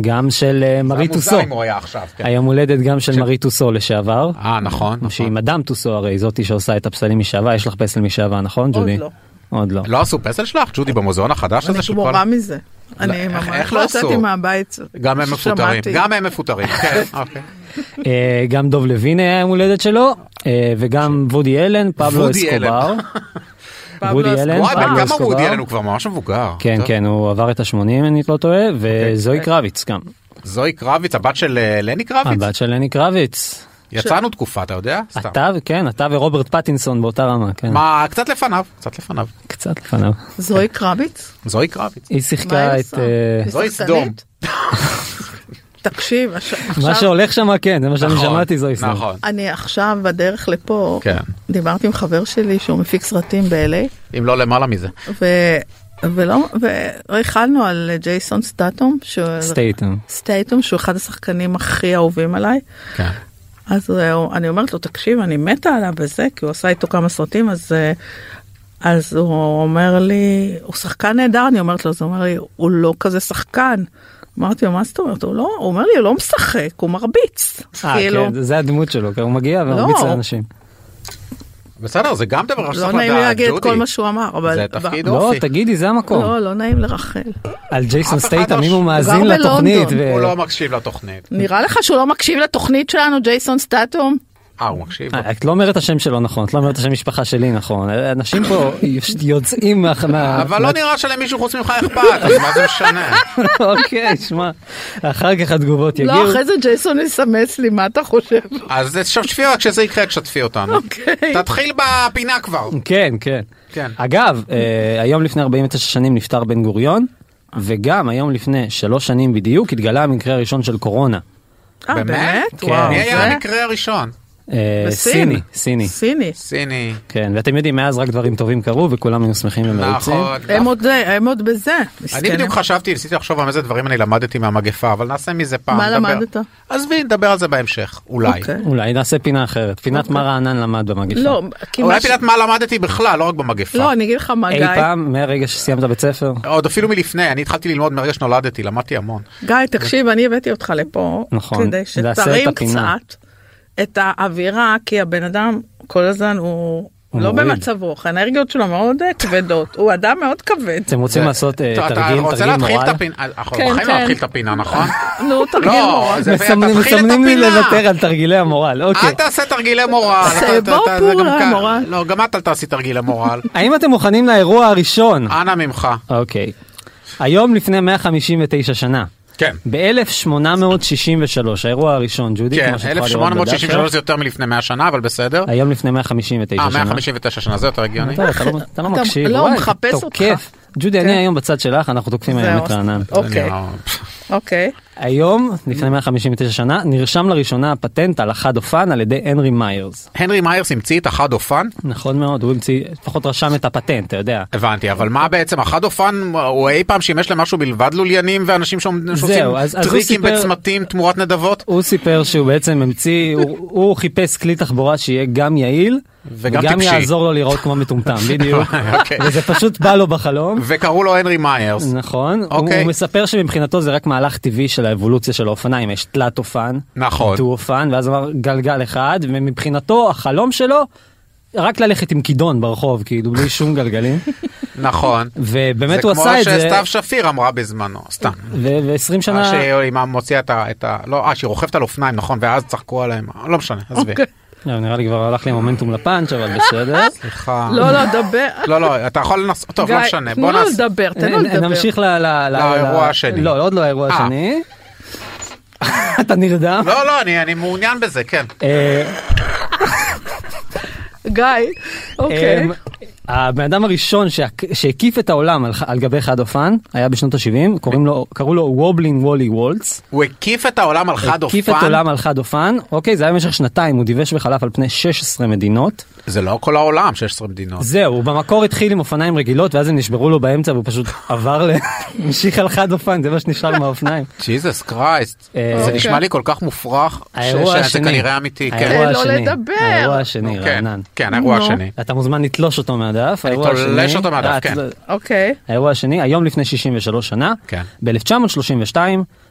Speaker 7: גם של אה,
Speaker 3: זה היה
Speaker 7: מארי
Speaker 3: מוזר
Speaker 7: טוסו.
Speaker 3: אם הוא היה עכשיו, כן.
Speaker 7: היום הולדת גם של מארי טוסו לשעבר.
Speaker 3: אה, נכון,
Speaker 7: שהיא
Speaker 3: נכון.
Speaker 7: מדאם טוסו הרי זאתי שעושה את הפסלים משעבה, יש לך פסל משעבה נכון ג'ודי?
Speaker 2: לא.
Speaker 7: עוד לא.
Speaker 3: לא עשו פסל שלך, ג'ודי, במוזיאון החדש הזה
Speaker 2: אני
Speaker 3: של כל...
Speaker 2: גמורה מזה. אני
Speaker 3: איך- איך
Speaker 2: ממש
Speaker 3: לא
Speaker 2: לא יצאתי
Speaker 3: עשו?
Speaker 2: מהבית.
Speaker 3: גם הם מפוטרים,
Speaker 2: שמעתי.
Speaker 3: גם הם מפוטרים, כן, אוקיי.
Speaker 7: אה, גם דוב לוין היה יום הולדת שלו, אה, וגם וודי אלן, פבלו
Speaker 3: וודי אלן.
Speaker 7: אסקובר.
Speaker 2: פבלו
Speaker 7: וודי אלן,
Speaker 3: וואי,
Speaker 2: אסקובר.
Speaker 7: פבלו
Speaker 3: בן כמה
Speaker 7: אסקובר.
Speaker 3: וודי אלן הוא כבר ממש מבוגר.
Speaker 7: כן
Speaker 3: טוב. אוקיי.
Speaker 7: כן הוא עבר את ה-80 אם אני לא טועה וזוהי קרביץ גם
Speaker 3: זוהי קרביץ, הבת של אה, לני קרביץ?
Speaker 7: הבת של לני קרביץ.
Speaker 3: יצאנו תקופה, אתה יודע? סתם.
Speaker 7: אתה כן אתה ורוברט פטינסון באותה רמה כן
Speaker 3: מה, קצת לפניו, קצת לפניו.
Speaker 7: קצת לפניו.
Speaker 2: זוהי קרביץ?
Speaker 3: זוהי קרביץ.
Speaker 7: היא
Speaker 2: מה
Speaker 7: שיחקה
Speaker 2: היא
Speaker 7: את
Speaker 2: עושה?
Speaker 7: אה,
Speaker 2: היא
Speaker 3: זוהי
Speaker 2: שחקנית?
Speaker 3: סדום.
Speaker 2: תקשיב, הש- עכשיו...
Speaker 7: מה שהולך שם כן זה מה שאני
Speaker 3: נכון,
Speaker 7: שמעתי זוהי סדום.
Speaker 3: נכון.
Speaker 2: אני עכשיו בדרך לפה,
Speaker 3: כן.
Speaker 2: דיברתי עם חבר שלי שהוא מפיק סרטים ב-LA,
Speaker 3: אם לא למעלה מזה.
Speaker 2: ו... ולא, והתחלנו על ג'ייסון סטאטום, שהוא...
Speaker 7: סטייטם.
Speaker 2: סטייטום, שהוא אחד השחקנים הכי אהובים עליי.
Speaker 3: כן.
Speaker 2: אז אה, אני אומרת לו, תקשיב, אני מתה עליו וזה, כי הוא עשה איתו כמה סרטים, אז, אה, אז הוא אומר לי, הוא שחקן נהדר, אני אומרת לו, אז הוא אומר לי, הוא לא כזה שחקן. אמרתי לו, מה זאת אומרת? הוא לא, הוא אומר לי, הוא לא משחק, הוא מרביץ.
Speaker 7: אה,
Speaker 2: כאילו,
Speaker 7: כן, זה הדמות שלו, כי הוא מגיע ומרביץ
Speaker 2: לא.
Speaker 7: לאנשים.
Speaker 3: בסדר, זה גם דבר שצריך
Speaker 2: לא
Speaker 3: לדעת,
Speaker 2: נעים לי להגיד את
Speaker 3: ג'ודי.
Speaker 2: כל מה שהוא אמר, אבל...
Speaker 3: זה תפקיד
Speaker 7: לא,
Speaker 3: אופי.
Speaker 7: תגידי, זה המקום.
Speaker 2: לא, לא נעים לרחל.
Speaker 7: על ג'ייסון
Speaker 3: אף אחד
Speaker 7: סטייטם,
Speaker 3: לא
Speaker 7: אם
Speaker 3: ש-
Speaker 7: הוא
Speaker 3: הוא
Speaker 7: מאזין
Speaker 2: גר
Speaker 7: לתוכנית.
Speaker 2: בלונדון.
Speaker 7: ו-
Speaker 3: הוא לא מקשיב לתוכנית.
Speaker 2: נראה לך שהוא לא מקשיב לתוכנית שלנו, ג'ייסון סטטום?
Speaker 3: אה, הוא מקשיב?
Speaker 7: אה, את לא אומרת את השם שלו נכון, את לא אומרת את השם משפחה שלי נכון. אנשים פה יוצאים מה... אה, מה-
Speaker 3: אבל לא נראה שלמישהו חוץ ממך אכפת, אז מה זה משנה?
Speaker 7: אוקיי, שמע, אחר כך התגובות יגיעו.
Speaker 2: לא, אחרי זה ג'ייסון יסמס לי, מה אתה חושב?
Speaker 3: אז תשתפי, רק כשזה יקרה תשתפי אותנו.
Speaker 2: אוקיי.
Speaker 3: תתחיל בפינה כבר.
Speaker 7: כן, כן.
Speaker 3: כן.
Speaker 7: אגב, אה, היום לפני 49 שנים נפטר בן גוריון, וגם היום לפני שלוש שנים בדיוק התגלה המקרה הראשון של קורונה.
Speaker 2: אה, באמת?
Speaker 7: כן.
Speaker 2: וואו,
Speaker 3: מי
Speaker 2: זה-
Speaker 3: היה המקרה הראשון?
Speaker 7: אה,
Speaker 2: בסין.
Speaker 7: סיני, סיני.
Speaker 2: סיני.
Speaker 3: סיני.
Speaker 7: כן, ואתם יודעים, מאז רק דברים טובים קרו וכולם היו שמחים ומרוצים.
Speaker 3: נכון.
Speaker 2: הם עוד זה, הם עוד בזה.
Speaker 3: אני
Speaker 2: מסכנים.
Speaker 3: בדיוק חשבתי, ניסיתי לחשוב על איזה דברים אני למדתי מהמגפה, אבל נעשה מזה פעם.
Speaker 2: מה
Speaker 3: נדבר.
Speaker 2: למדת?
Speaker 3: עזבי, נדבר על זה בהמשך, אולי.
Speaker 2: אוקיי.
Speaker 7: אולי נעשה פינה אחרת,
Speaker 3: אוקיי.
Speaker 7: פינת מה רענן למד במגפה.
Speaker 2: לא, כי
Speaker 3: אולי
Speaker 2: מה ש-
Speaker 3: פינת מה למדתי בכלל, לא רק במגפה.
Speaker 2: לא, אני אגיד לך מה,
Speaker 7: אי
Speaker 2: גיא.
Speaker 7: פעם, מהרגע שסיימת בית ספר?
Speaker 3: עוד אפילו מלפני, אני התחלתי ללמוד מרגע שנולדתי, למדתי המון.
Speaker 7: אה,
Speaker 2: גיא, תקשיב, אני הבאתי אותך לפה,
Speaker 7: נכון,
Speaker 2: כדי
Speaker 7: לעשות
Speaker 2: שתרים
Speaker 7: את הפינה.
Speaker 2: קצת את האווירה, כי הבן אדם כל הזמן הוא
Speaker 7: הוא
Speaker 2: לא
Speaker 7: מוריד.
Speaker 2: במצב רוח, האנרגיות שלו מאוד אה, כבדות, הוא אדם מאוד כבד.
Speaker 7: אתם רוצים לעשות אה,
Speaker 3: טוב, אתה
Speaker 7: תרגיל,
Speaker 3: רוצה
Speaker 7: תרגיל
Speaker 3: להתחיל את
Speaker 7: מורל?
Speaker 3: הפינה, אנחנו
Speaker 2: כן,
Speaker 3: בחיים לא
Speaker 2: כן.
Speaker 3: נתחיל את הפינה, נכון?
Speaker 2: נו, תרגיל
Speaker 3: לא,
Speaker 2: מורל.
Speaker 3: זה- תתחיל את
Speaker 7: מסמנים- מסמנים לי
Speaker 3: הפינה.
Speaker 7: לוותר על תרגילי המורל, אוקיי.
Speaker 3: אל תעשה תרגילי מורל.
Speaker 2: זה
Speaker 3: אתה- אתה-
Speaker 2: בור
Speaker 3: אתה- זה גם
Speaker 2: פעולה,
Speaker 3: כאן.
Speaker 2: מורל.
Speaker 3: לא, גם את אל תעשי תרגילי מורל.
Speaker 7: האם אתם מוכנים לאירוע הראשון?
Speaker 3: אנא ממך.
Speaker 7: אוקיי. היום לפני 159 שנה.
Speaker 3: כן.
Speaker 7: ב-1863, האירוע הראשון, ג'ודי,
Speaker 3: כן,
Speaker 7: כמו שאת יכולה לראות בדף
Speaker 3: 1863
Speaker 7: שלך.
Speaker 3: זה יותר מלפני 100 שנה, אבל בסדר.
Speaker 7: היום לפני 159
Speaker 3: אה,
Speaker 7: שנה.
Speaker 3: 159 שנה, זה יותר הגיוני.
Speaker 7: אתה- אתה לא- אתה לא
Speaker 2: אתה-
Speaker 7: מקשיב,
Speaker 2: לא,
Speaker 7: וואי,
Speaker 2: הוא מחפש אותך.
Speaker 7: תוקף. ג'ודי,
Speaker 3: כן.
Speaker 7: אני היום בצד שלך, אנחנו תוקפים
Speaker 2: זהו,
Speaker 7: היום את
Speaker 2: אז-
Speaker 7: רענן.
Speaker 2: אוקיי, אוקיי.
Speaker 7: היום, לפני 159 שנה, נרשם לראשונה הפטנט על החד אופן על ידי הנרי מיירס.
Speaker 3: הנרי מיירס המציא את החד אופן?
Speaker 7: נכון מאוד, הוא המציא, לפחות רשם את הפטנט, אתה יודע.
Speaker 3: הבנתי, אבל מה בעצם, החד אופן, הוא אי פעם שימש למשהו מלבד לוליינים ואנשים שעומד- שעושים
Speaker 7: אז- אז הוא
Speaker 3: טריקים
Speaker 7: סיפר-
Speaker 3: בצמתים תמורת נדבות?
Speaker 7: הוא סיפר שהוא בעצם המציא, הוא, הוא חיפש כלי תחבורה שיהיה גם יעיל,
Speaker 3: וגם
Speaker 7: וגם
Speaker 3: טיפשי.
Speaker 7: יעזור לו לראות כמו מטומטם, בדיוק.
Speaker 3: אוקיי.
Speaker 7: וזה פשוט בא לו בחלום.
Speaker 3: וקראו לו הנרי מיירס.
Speaker 7: נכון, okay. הוא,
Speaker 3: אוקיי.
Speaker 7: הוא מספר שמבחינתו זה רק מהלך טבעי של האבולוציה של האופניים, יש תלת אופן,
Speaker 3: נכון.
Speaker 7: דו אופן, ואז אמר גלגל אחד, ומבחינתו החלום שלו, רק ללכת עם כידון ברחוב, כאילו בלי שום גלגלים,
Speaker 3: נכון.
Speaker 7: ובאמת הוא עשה את
Speaker 3: זה כמו
Speaker 7: זה,
Speaker 3: שסתיו שפיר אמרה בזמנו, סתם.
Speaker 7: ו-20
Speaker 3: אה,
Speaker 7: שנה,
Speaker 3: שהיא מוציאה את ה... את ה- לא, אה, שהיא רוכבת על אופניים, נכון, ואז צחקו עליהם, לא משנה, עזבי.
Speaker 7: לא, נראה לי כבר הלך לי מומנטום לפאנץ', אבל בסדר.
Speaker 3: סליחה.
Speaker 2: לא, לא, דבר.
Speaker 3: לא, לא, אתה יכול לנסות, טוב, לא
Speaker 2: גיא,
Speaker 3: משנה,
Speaker 2: תנו
Speaker 3: בוא
Speaker 2: לו
Speaker 3: נעשה.
Speaker 2: לדבר, תן לו
Speaker 7: נ-
Speaker 2: לדבר.
Speaker 7: אה, נמשיך ל- ל- ל-
Speaker 3: לאירוע
Speaker 7: ל-
Speaker 3: השני.
Speaker 7: לא, עוד לא האירוע
Speaker 3: אה.
Speaker 7: השני. אה, אתה נרדם?
Speaker 3: לא, לא, אני אני מעוניין בזה, כן.
Speaker 7: אה,
Speaker 2: גיא, אוקיי.
Speaker 7: אמ, הבן אדם הראשון שהק- שהקיף את העולם על ח- על גבי חד אופן היה בשנות ה-70, קראו לו וובלין וולי וולץ.
Speaker 3: הוא הקיף את העולם על חד אופן.
Speaker 7: הקיף את העולם על חד אופן, אוקיי, זה היה במשך שנתיים, הוא דיווש וחלף על פני 16 מדינות.
Speaker 3: זה לא כל העולם, 16 מדינות.
Speaker 7: זהו, הוא במקור התחיל עם אופניים רגילות ואז הם נשברו לו באמצע והוא פשוט עבר ל... המשיך על חד אופן, זה מה שנשאר מהאופניים.
Speaker 3: ג'יזוס קרייסט,
Speaker 7: אה,
Speaker 3: זה
Speaker 2: אוקיי.
Speaker 3: נשמע לי כל כך מופרך, ש-
Speaker 7: האירוע
Speaker 3: שזה
Speaker 7: השני.
Speaker 3: כנראה אמיתי, כן.
Speaker 7: האירוע
Speaker 2: תן לו
Speaker 7: השני,
Speaker 2: אה, לא לדבר.
Speaker 7: האירוע השני,
Speaker 3: כן,
Speaker 7: רענן.
Speaker 3: כן, האירוע
Speaker 2: נו.
Speaker 3: השני.
Speaker 7: אתה מוזמן לתלוש אותו מהדף.
Speaker 3: אני
Speaker 7: האירוע
Speaker 3: תולש
Speaker 7: השני-
Speaker 3: אותו מהדף,
Speaker 7: אה,
Speaker 3: כן.
Speaker 7: תל-
Speaker 2: אוקיי.
Speaker 7: האירוע השני, היום לפני 63 שנה,
Speaker 3: כן.
Speaker 7: ב-1932,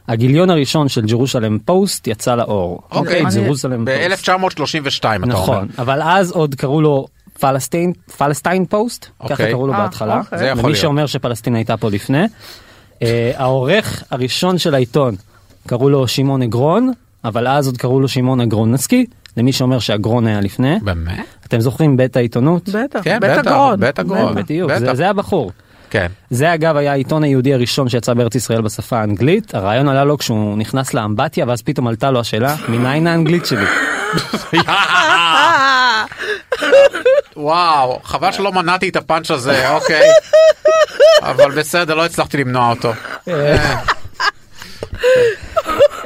Speaker 7: הגיליון הראשון של ג'רושלם פוסט יצא לאור.
Speaker 3: אוקיי,
Speaker 7: ג'רושלם פוסט.
Speaker 3: ב-1932 אתה אומר.
Speaker 7: נכון, אבל אז עוד קראו לו פלסטין, פלסטיין פוסט, ככה
Speaker 3: אוקיי.
Speaker 7: קראו לו
Speaker 2: אה,
Speaker 7: בהתחלה.
Speaker 2: אוקיי.
Speaker 3: זה יכול
Speaker 7: ומי
Speaker 3: להיות.
Speaker 7: שאומר שפלסטין הייתה פה לפני. אה, העורך הראשון של העיתון, קראו לו שמעון אגרון, אבל אז עוד קראו לו שמעון אגרונסקי, למי שאומר שאגרון היה לפני.
Speaker 3: באמת?
Speaker 7: אתם זוכרים בית העיתונות?
Speaker 2: בטח,
Speaker 3: כן,
Speaker 2: בית
Speaker 3: בטח,
Speaker 2: הגרון.
Speaker 3: בית הגרון.
Speaker 7: בדיוק,
Speaker 3: בטח.
Speaker 7: זה- זה הבחור.
Speaker 3: כן.
Speaker 7: זה אגב היה העיתון היהודי הראשון שיצא בארץ ישראל בשפה האנגלית, הרעיון עלה לו כשהוא נכנס לאמבטיה ואז פתאום עלתה לו השאלה, מניין האנגלית שלי?
Speaker 3: וואו, חבל שלא מנעתי את הפאנץ' הזה, אוקיי. אבל בסדר, לא הצלחתי למנוע אותו.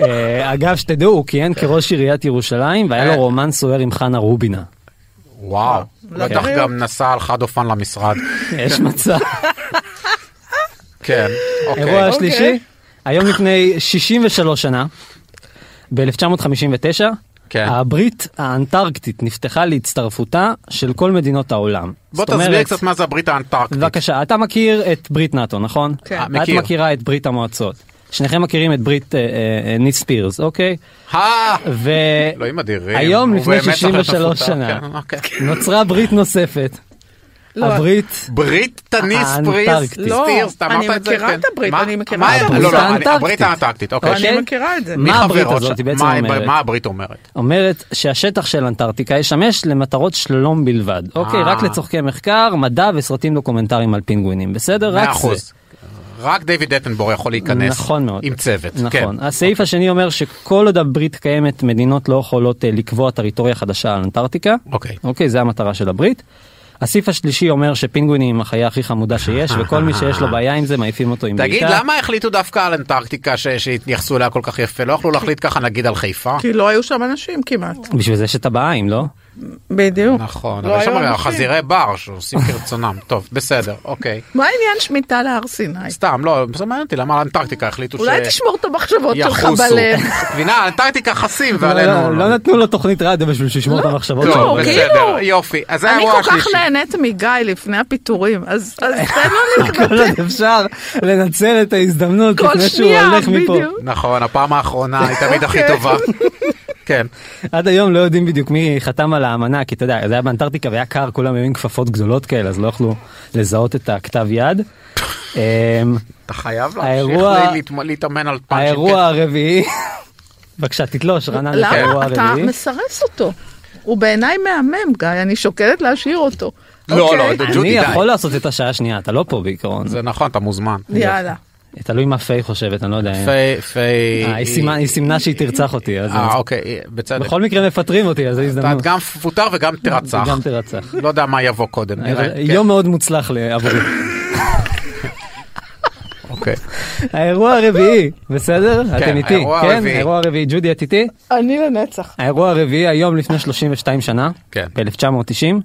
Speaker 7: אה, אגב שתדעו, הוא כיהן כראש עיריית ירושלים והיה לו
Speaker 3: אה.
Speaker 7: רומן סוער עם חנה רובינה.
Speaker 3: וואו,
Speaker 7: לא
Speaker 3: בטח גם נסע על חד אופן למשרד.
Speaker 7: יש מצב.
Speaker 3: כן,
Speaker 7: אירוע
Speaker 3: אוקיי.
Speaker 7: השלישי, היום לפני 63 שנה, ב-1959,
Speaker 3: כן.
Speaker 7: הברית האנטארקטית נפתחה להצטרפותה של כל מדינות העולם.
Speaker 3: בוא
Speaker 7: זאת
Speaker 3: תסביר
Speaker 7: אומרת-
Speaker 3: קצת מה זה הברית האנטרקטית.
Speaker 7: בבקשה, אתה מכיר את ברית נאטו, נכון?
Speaker 2: כן.
Speaker 3: אה,
Speaker 7: את
Speaker 3: מכיר.
Speaker 7: מכירה את ברית המועצות. שניכם מכירים את ברית אה, אה, אה, ניס ספירס, אוקיי?
Speaker 3: אה, אלוהים אדירים.
Speaker 7: והיום
Speaker 3: הוא
Speaker 7: לפני
Speaker 3: באמת צריך להיות
Speaker 7: 63
Speaker 3: מפותח,
Speaker 7: שנה
Speaker 3: כן, אוקיי.
Speaker 7: נוצרה ברית נוספת.
Speaker 2: לא,
Speaker 7: הברית
Speaker 3: ברית תניס
Speaker 7: אה,
Speaker 3: פריס,
Speaker 7: האנטרקטית.
Speaker 2: לא,
Speaker 3: סטירס, אתה אמרת
Speaker 2: אני
Speaker 3: את זה,
Speaker 2: מכירה
Speaker 3: כן.
Speaker 2: את הברית,
Speaker 3: מה-
Speaker 2: אני מכירה
Speaker 3: מה-
Speaker 2: את
Speaker 3: לא,
Speaker 7: הברית
Speaker 3: לא, אני-
Speaker 7: האנטרקטית.
Speaker 3: הברית האנטרקטית, אוקיי.
Speaker 2: אני
Speaker 7: אוקיי.
Speaker 2: מכירה את זה.
Speaker 3: מי
Speaker 7: מה הברית
Speaker 3: חברות
Speaker 7: הזאת?
Speaker 3: שם?
Speaker 7: היא בעצם
Speaker 3: מה הם-
Speaker 7: אומרת?
Speaker 3: מה הברית אומרת?
Speaker 7: אומרת שהשטח של אנטארקטיקה ישמש למטרות שלום בלבד.
Speaker 3: אה.
Speaker 7: אוקיי, רק לצורכי מחקר, מדע וסרטים דוקומנטריים על פינגווינים, בסדר?
Speaker 3: מאה
Speaker 7: רק זה.
Speaker 3: אחוז. רק דיוויד אטנבור יכול להיכנס
Speaker 7: נכון מאוד.
Speaker 3: עם צוות.
Speaker 7: נכון.
Speaker 3: כן.
Speaker 7: הסעיף השני אומר שכל עוד הברית קיימת, מדינות לא יכולות אה, לקבוע טריטוריה חדשה על אנטארקטיקה.
Speaker 3: אוקיי.
Speaker 7: אוקיי, זה המטרה של הברית. הסעיף השלישי אומר שפינגווינים הם החיה הכי חמודה שיש, וכל מי שיש לו בעיה עם זה מעיפים אותו עם
Speaker 3: אה, תגיד,
Speaker 7: בעיטה.
Speaker 3: למה החליטו דווקא על אנטארקטיקה ש- שהתייחסו אליה כל כך יפה? לא יכלו להחליט ככה נגיד על חיפה?
Speaker 7: כן.
Speaker 2: כי לא היו שם אנשים כמעט.
Speaker 7: בשביל זה יש את הבעיים, לא?
Speaker 2: בדיוק.
Speaker 3: נכון,
Speaker 2: לא
Speaker 3: אבל יש
Speaker 2: היו
Speaker 3: שם
Speaker 2: אנשים.
Speaker 3: חזירי בר שעושים כרצונם. טוב, בסדר, אוקיי.
Speaker 2: מה העניין שמיטה להר סיני?
Speaker 3: סתם, לא, זה מעניין אותי, למה על אנטארקטיקה החליטו ש...
Speaker 2: אולי תשמור את המחשבות שלך
Speaker 3: יחוסו.
Speaker 2: בלב.
Speaker 3: מבינה, אנטארקטיקה חסים
Speaker 7: לא, לא,
Speaker 3: ועלינו...
Speaker 7: לא נתנו לו תוכנית רדיו בשביל שישמור את
Speaker 2: לא,
Speaker 7: המחשבות
Speaker 2: לא,
Speaker 7: שלו.
Speaker 3: טוב,
Speaker 2: כאילו.
Speaker 3: בסדר, יופי. אז זה
Speaker 2: אני
Speaker 3: האירוע
Speaker 2: כל כך
Speaker 3: השלישי.
Speaker 2: נהנית מגיא לפני הפיטורים, אז אז תן לנו
Speaker 7: כל עוד אפשר לנצל את ההזדמנות
Speaker 2: כל
Speaker 7: לפני שהוא
Speaker 2: שנייה,
Speaker 7: הולך מפה.
Speaker 2: בדיוק. אוקיי.
Speaker 3: נכון, הפעם האחרונה היא תמיד הכי טובה. כן.
Speaker 7: עד היום לא יודעים בדיוק מי חתם על האמנה, כי אתה יודע, זה היה באנטארקטיקה והיה קר, כולם היו עם כפפות גדולות כאלה, אז לא יכלו לזהות את הכתב יד. אמ,
Speaker 3: אתה חייב
Speaker 7: האירוע-
Speaker 3: להמשיך להתמ- להתאמן על פאנצ'ים.
Speaker 7: האירוע הרביעי, בבקשה תתלוש רענן, את האירוע
Speaker 2: למה? אתה
Speaker 7: הרביעי.
Speaker 2: מסרס אותו. הוא בעיניי מהמם, גיא, אני שוקלת להשאיר אותו.
Speaker 3: לא, לא,
Speaker 2: אוקיי?
Speaker 3: די.
Speaker 7: אני
Speaker 3: ג'ודי,
Speaker 7: יכול לעשות את השעה השנייה, אתה לא פה בעיקרון.
Speaker 3: זה נכון, אתה מוזמן.
Speaker 2: יאללה.
Speaker 7: תלוי מה פיי חושבת, אני לא יודע.
Speaker 3: פיי, פיי...
Speaker 7: אה, היא סימנה- היא סימנה שהיא תרצח אותי, אז
Speaker 3: אה, אוקיי, בצדק.
Speaker 7: בכל מקרה מפטרים אותי, אז זו
Speaker 3: אתה
Speaker 7: הזדמנות.
Speaker 3: גם פוטר וגם תרצח.
Speaker 7: גם תרצח. אה,
Speaker 3: לא יודע מה יבוא קודם, נראה. כן,
Speaker 7: יום מאוד מוצלח לעבורי.
Speaker 3: אוקיי.
Speaker 7: האירוע הרביעי, בסדר? אתם איתי,
Speaker 3: האירוע
Speaker 7: כן?
Speaker 3: הרביעי.
Speaker 7: האירוע הרביעי, ג'ודי את איתי?
Speaker 2: אני לנצח.
Speaker 7: האירוע הרביעי היום לפני 32 שנה,
Speaker 3: כן.
Speaker 7: ב-1990,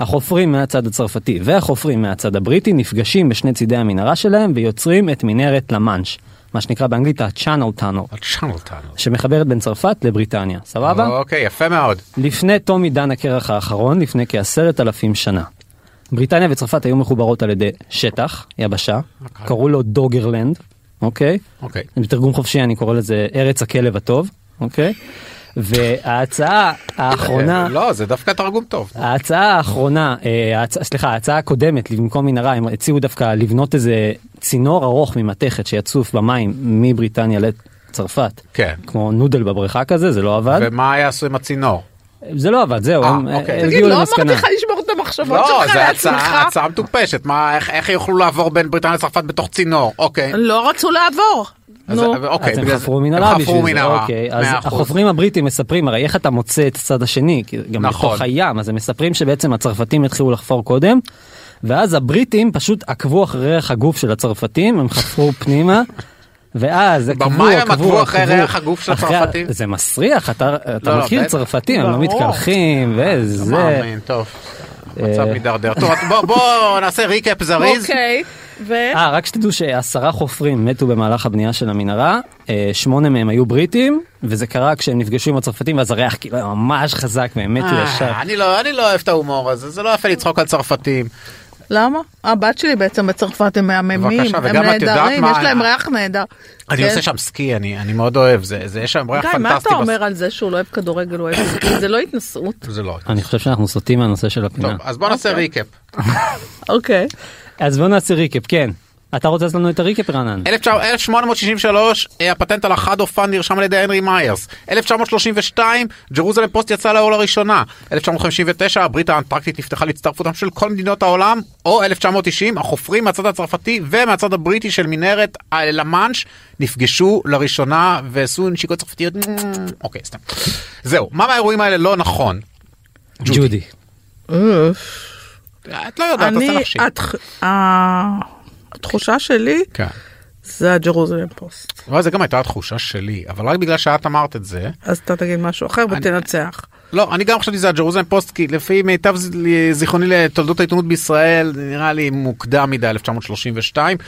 Speaker 7: החופרים מהצד הצרפתי והחופרים מהצד הבריטי נפגשים בשני צידי המנהרה שלהם ויוצרים את מנהרת למאנש, מה שנקרא באנגלית ה-Channel Tunnel,
Speaker 3: תשאל אותנו.
Speaker 7: שמחברת בין צרפת לבריטניה, סבבה?
Speaker 3: אוקיי, יפה מאוד.
Speaker 7: לפני תום עידן הקרח האחרון, לפני כעשרת אלפים שנה. בריטניה וצרפת היו מחוברות על ידי שטח, יבשה,
Speaker 3: אוקיי.
Speaker 7: קראו לו דוגרלנד, אוקיי?
Speaker 3: אוקיי.
Speaker 7: בתרגום חופשי אני קורא לזה ארץ הכלב הטוב, אוקיי? וההצעה האחרונה,
Speaker 3: לא, זה דווקא תרגום טוב.
Speaker 7: ההצעה האחרונה, אה, ההצ- סליחה, ההצעה הקודמת במקום מנהרה, הם הציעו דווקא לבנות איזה צינור ארוך ממתכת שיצוף במים מבריטניה לצרפת.
Speaker 3: כן.
Speaker 7: כמו נודל בבריכה כזה, זה לא עבד.
Speaker 3: ומה יעשו עם הצינור?
Speaker 7: זה לא עבד, זהו,
Speaker 3: אה,
Speaker 7: הם אה,
Speaker 3: אוקיי.
Speaker 2: תגיד,
Speaker 7: הגיעו
Speaker 2: לא אמרתי
Speaker 7: למסקנה.
Speaker 2: לך לשמור את המחשבות
Speaker 3: לא,
Speaker 2: שלך
Speaker 3: זה הצעה
Speaker 2: לעצמך?
Speaker 3: הצעה מטופשת. מה, איך- איך יוכלו לעבור בין בריטניה לצרפת בתוך צינור? אוקיי.
Speaker 2: לא רצו לעבור.
Speaker 3: אז-
Speaker 2: נו,
Speaker 3: אוקיי,
Speaker 7: אז הם
Speaker 3: בגלל זה-
Speaker 7: חפרו מנהרה
Speaker 3: הם חפרו
Speaker 7: בשביל זה,
Speaker 3: מנהרה.
Speaker 7: אוקיי. אז
Speaker 3: מאה אחוז.
Speaker 7: החופרים הבריטים מספרים, הרי איך אתה מוצא את הצד השני, כי גם
Speaker 3: נכון.
Speaker 7: בתוך הים, אז הם מספרים שבעצם הצרפתים התחילו לחפור קודם, ואז הבריטים פשוט עקבו אחרי ריח הגוף של הצרפתים, הם חפרו פנימה. ואז זה קבוע,
Speaker 3: במים הם
Speaker 7: קבוע,
Speaker 3: עקבו אחרי
Speaker 7: קבוע.
Speaker 3: ריח הגוף של
Speaker 7: אחרי ה-
Speaker 3: הצרפתים?
Speaker 7: זה מסריח, אתה אתה
Speaker 3: לא, לא,
Speaker 7: מכיר
Speaker 3: בטח.
Speaker 7: צרפתים, הם לא
Speaker 2: ברור.
Speaker 7: מתקלחים, וזה. אה,
Speaker 3: מאמין, טוב. מצב מידרדר. טוב, בוא- בוא נעשה ריקאפ זריז.
Speaker 8: אוקיי, ו...
Speaker 7: אה, רק שתדעו שעשרה חופרים מתו במהלך הבנייה של המנהרה, אה, שמונה מהם היו בריטים, וזה קרה כשהם נפגשו עם הצרפתים, ואז הריח כאילו היה ממש חזק והם מתו
Speaker 3: אה,
Speaker 7: ישר.
Speaker 3: אני לא אני לא אוהב את ההומור הזה, זה לא יפה לצחוק על צרפתים.
Speaker 2: למה? הבת שלי בעצם בצרפת הם מהממים,
Speaker 3: בבקשה,
Speaker 2: הם
Speaker 3: וגם את יודעת
Speaker 2: נהדרים,
Speaker 3: מה-
Speaker 2: יש להם ריח נהדר.
Speaker 3: אני
Speaker 2: כן.
Speaker 3: עושה שם סקי, אני אני מאוד אוהב, זה זה- יש שם ריח
Speaker 2: גיא,
Speaker 3: פנטסטי.
Speaker 2: מה אתה
Speaker 3: בס-
Speaker 2: אומר על זה שהוא לא אוהב כדורגל, הוא אוהב סקי? זה לא התנשאות.
Speaker 3: זה לא.
Speaker 7: אני חושב שאנחנו סוטים מהנושא של
Speaker 3: טוב,
Speaker 7: הפינה.
Speaker 3: אז בוא נעשה ריקאפ.
Speaker 2: אוקיי.
Speaker 7: אז בוא נעשה ריקאפ, כן. אתה רוצה לעשות לנו את הריקאפ, רענן?
Speaker 3: 1863 אה, הפטנט על החד-אופן נרשם על ידי הנרי מיירס. 1932 ג'רוזלם פוסט יצא לאור לראשונה. 1959 הברית האנטרקטית נפתחה להצטרפותם של כל מדינות העולם. או 1990 החופרים מהצד הצרפתי ומהצד הבריטי של מנהרת אה, למאנש נפגשו לראשונה ועשו נשיקות צרפתיות. אוקיי סתם. זהו מה מהאירועים האלה לא נכון.
Speaker 7: ג'ודי.
Speaker 3: את לא יודעת, עושה
Speaker 2: אני,
Speaker 3: נפשי.
Speaker 2: התח- ה- התחושה שלי
Speaker 3: כן.
Speaker 2: זה הג'רוזלם פוסט.
Speaker 3: אבל זה גם הייתה התחושה שלי אבל רק בגלל שאת אמרת את זה.
Speaker 2: אז אתה תגיד משהו אחר ותנצח.
Speaker 3: לא, אני גם חשבתי שזה הג'רוזלם פוסט, כי לפי מיטב ז- זיכרוני לתולדות העיתונות בישראל, זה נראה לי מוקדם מדי 1932.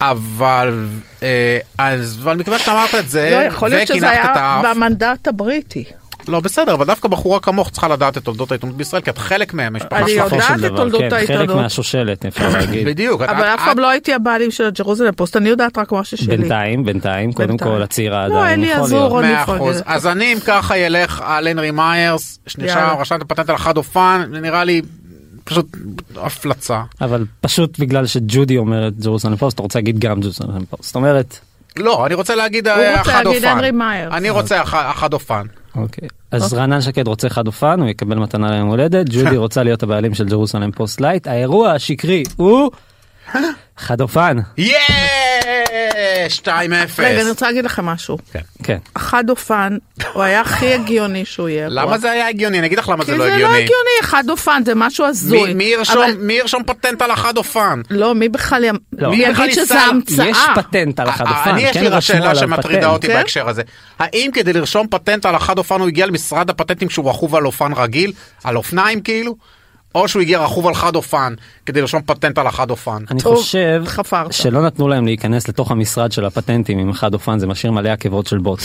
Speaker 3: אבל אה, אז אבל מכיוון שאמרת את זה,
Speaker 2: לא, יכול להיות שזה
Speaker 3: וכינחת
Speaker 2: היה
Speaker 3: אה, את האף,
Speaker 2: במנדט הבריטי.
Speaker 3: לא בסדר, אבל דווקא בחורה כמוך צריכה לדעת את תולדות העיתונות בישראל, כי את חלק מהם, יש פה
Speaker 2: אני
Speaker 3: השלכות.
Speaker 7: בסופו
Speaker 2: יודעת
Speaker 7: של
Speaker 2: את
Speaker 7: דבר,
Speaker 2: תולדות
Speaker 7: כן, חלק
Speaker 2: העיתונות.
Speaker 7: מהשושלת, אפשר להגיד.
Speaker 3: בדיוק, אה, את-
Speaker 2: אבל
Speaker 3: את-
Speaker 2: אף פעם לא הייתי הבעלים של הג'רוזלם פוסט, אני יודעת רק מה
Speaker 3: אה,
Speaker 2: ששלי.
Speaker 7: בינתיים, בינתיים, קודם
Speaker 2: בינתיים.
Speaker 7: כל הצעירה
Speaker 2: לא,
Speaker 7: עדיין,
Speaker 2: אלי
Speaker 7: יכול
Speaker 2: עזור,
Speaker 7: להיות.
Speaker 2: רוני
Speaker 3: מאה
Speaker 2: פוגל.
Speaker 3: אחוז. אז אני אם ככה ילך על הנרי מיירס, שנרשם,
Speaker 2: יאללה.
Speaker 3: רשם את הפטנט על החד אופן, זה נראה לי פשוט הפלצה.
Speaker 7: אבל פשוט בגלל שג'ודי אומרת ג'רוסלם פוסט, אתה רוצה להגיד גם ג'רוסלם פוסט. זאת אומרת,
Speaker 3: לא, אני רוצה להגיד
Speaker 2: הוא
Speaker 3: אה,
Speaker 2: רוצה
Speaker 3: החד
Speaker 2: להגיד
Speaker 3: אופן.
Speaker 2: הנרי מיירס.
Speaker 3: אני רוצה הח- החד אופן.
Speaker 7: אוקיי. אז רענן שקד רוצה חד אופן, הוא יקבל מתנה ליום הולדת, ג'ודי רוצה להיות הבעלים של ג'רוסלם פוסט לייט, האירוע השקרי הוא חד אופן.
Speaker 3: יאה! 2-0.
Speaker 2: רגע, אני רוצה להגיד לכם משהו.
Speaker 7: כן.
Speaker 2: החד אופן, הוא היה הכי הגיוני שהוא יהיה.
Speaker 3: למה זה היה הגיוני? אני אגיד לך למה
Speaker 2: כי
Speaker 3: זה לא
Speaker 2: זה לא
Speaker 3: הגיוני.
Speaker 2: הגיוני, חד אופן זה משהו הזוי.
Speaker 3: מי- מי ירשום-
Speaker 2: אבל-
Speaker 3: מי ירשום פטנט על החד אופן?
Speaker 2: לא, מי בכלל ימ-
Speaker 7: לא.
Speaker 2: מי
Speaker 7: מי
Speaker 3: בכלל
Speaker 2: יגיד שזה
Speaker 3: ניסה-
Speaker 2: המצאה?
Speaker 7: יש פטנט על החד
Speaker 3: אה,
Speaker 7: אופן,
Speaker 3: אני יש
Speaker 7: כן
Speaker 3: לי רק
Speaker 7: רשמו
Speaker 3: שאלה
Speaker 7: עליו
Speaker 3: שמטרידה
Speaker 7: פטנט.
Speaker 3: אותי
Speaker 2: כן?
Speaker 3: בהקשר הזה. האם כדי לרשום פטנט על החד אופן הוא הגיע למשרד הפטנטים כשהוא רכוב על אופן רגיל? על אופניים כאילו? או שהוא הגיע רכוב על חד אופן כדי לרשום פטנט על החד אופן?
Speaker 7: אני
Speaker 2: טוב,
Speaker 7: חושב
Speaker 2: חפרת.
Speaker 7: שלא נתנו להם להיכנס לתוך המשרד של הפטנטים עם חד אופן זה משאיר מלא עקבות של בוט.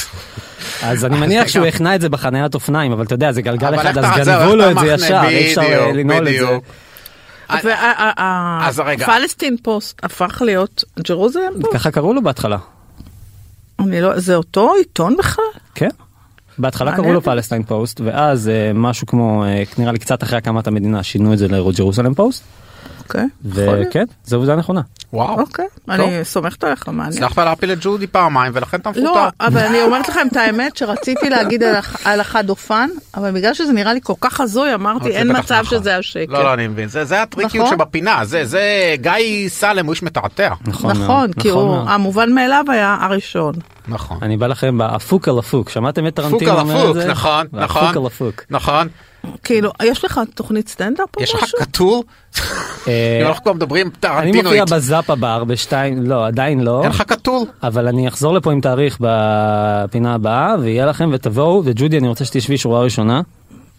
Speaker 7: אז אני מניח שהוא החנה את זה בחניית אופניים אבל אתה יודע זה גלגל
Speaker 3: אבל איך
Speaker 7: אחד
Speaker 3: אתה-
Speaker 7: אז
Speaker 3: זהו,
Speaker 7: גנבו
Speaker 3: איך
Speaker 7: לו
Speaker 3: אתה
Speaker 7: את זה
Speaker 3: מחנה?
Speaker 7: ישר אי אפשר אה,
Speaker 3: בדיוק,
Speaker 7: לנעול את זה.
Speaker 3: בדיוק. אז רגע.
Speaker 2: והפלסטין פוסט הפך להיות ג'רוזלם פוסט?
Speaker 7: ככה קראו לו בהתחלה.
Speaker 2: אני לא, זה אותו עיתון בכלל?
Speaker 7: כן. בהתחלה
Speaker 2: מעניין.
Speaker 7: קראו לו פלסטיין פוסט ואז אה, משהו כמו אה, נראה לי קצת אחרי הקמת המדינה שינו את זה לג'רוסלם פוסט
Speaker 2: אוקיי, יכול להיות.
Speaker 7: וכן כן, זו עובדה נכונה.
Speaker 3: וואו.
Speaker 2: אוקיי, אני סומכת עליך, מעניין.
Speaker 3: הצלחת להפיל את ג'ודי פעמיים ולכן אתה מפוטר.
Speaker 2: לא, אבל אני אומרת לכם את האמת שרציתי להגיד על הח- על החד אופן, אבל בגלל שזה נראה לי כל כך הזוי, אמרתי
Speaker 3: אוקיי,
Speaker 2: אין
Speaker 3: בטח
Speaker 2: מצב
Speaker 3: נכון.
Speaker 2: שזה השקר.
Speaker 3: לא, לא, אני מבין. זה זה הטריקיות
Speaker 2: נכון.
Speaker 3: שבפינה. זה- זה גיא סלם, הוא איש מתעתע.
Speaker 7: נכון מאוד,
Speaker 2: נכון, כי הוא,
Speaker 7: מאוד.
Speaker 2: המובן מאליו היה הראשון.
Speaker 3: נכון.
Speaker 7: אני בא לכם בהפוק על הפוק שמעתם את
Speaker 3: פוק
Speaker 7: טרנטינו
Speaker 3: על
Speaker 7: אומר את
Speaker 3: הפוק,
Speaker 7: זה?
Speaker 3: נכון,
Speaker 7: בהפוק על
Speaker 3: נכון,
Speaker 7: הפוק.
Speaker 3: נכון,
Speaker 2: כאילו, יש לך תוכנית סטנדאפ או
Speaker 3: יש לך
Speaker 2: משהו?
Speaker 3: כתור?
Speaker 7: אה,
Speaker 3: אנחנו כבר מדברים
Speaker 7: אני מופיע
Speaker 3: טרנטינואית,
Speaker 7: בזאפה בר בשתיים, לא, עדיין לא,
Speaker 3: אין לך כתור?
Speaker 7: אבל אני אחזור לפה עם תאריך בפינה הבאה, ויהיה לכם ותבואו, וג'ודי אני רוצה שתשבי שורה ראשונה,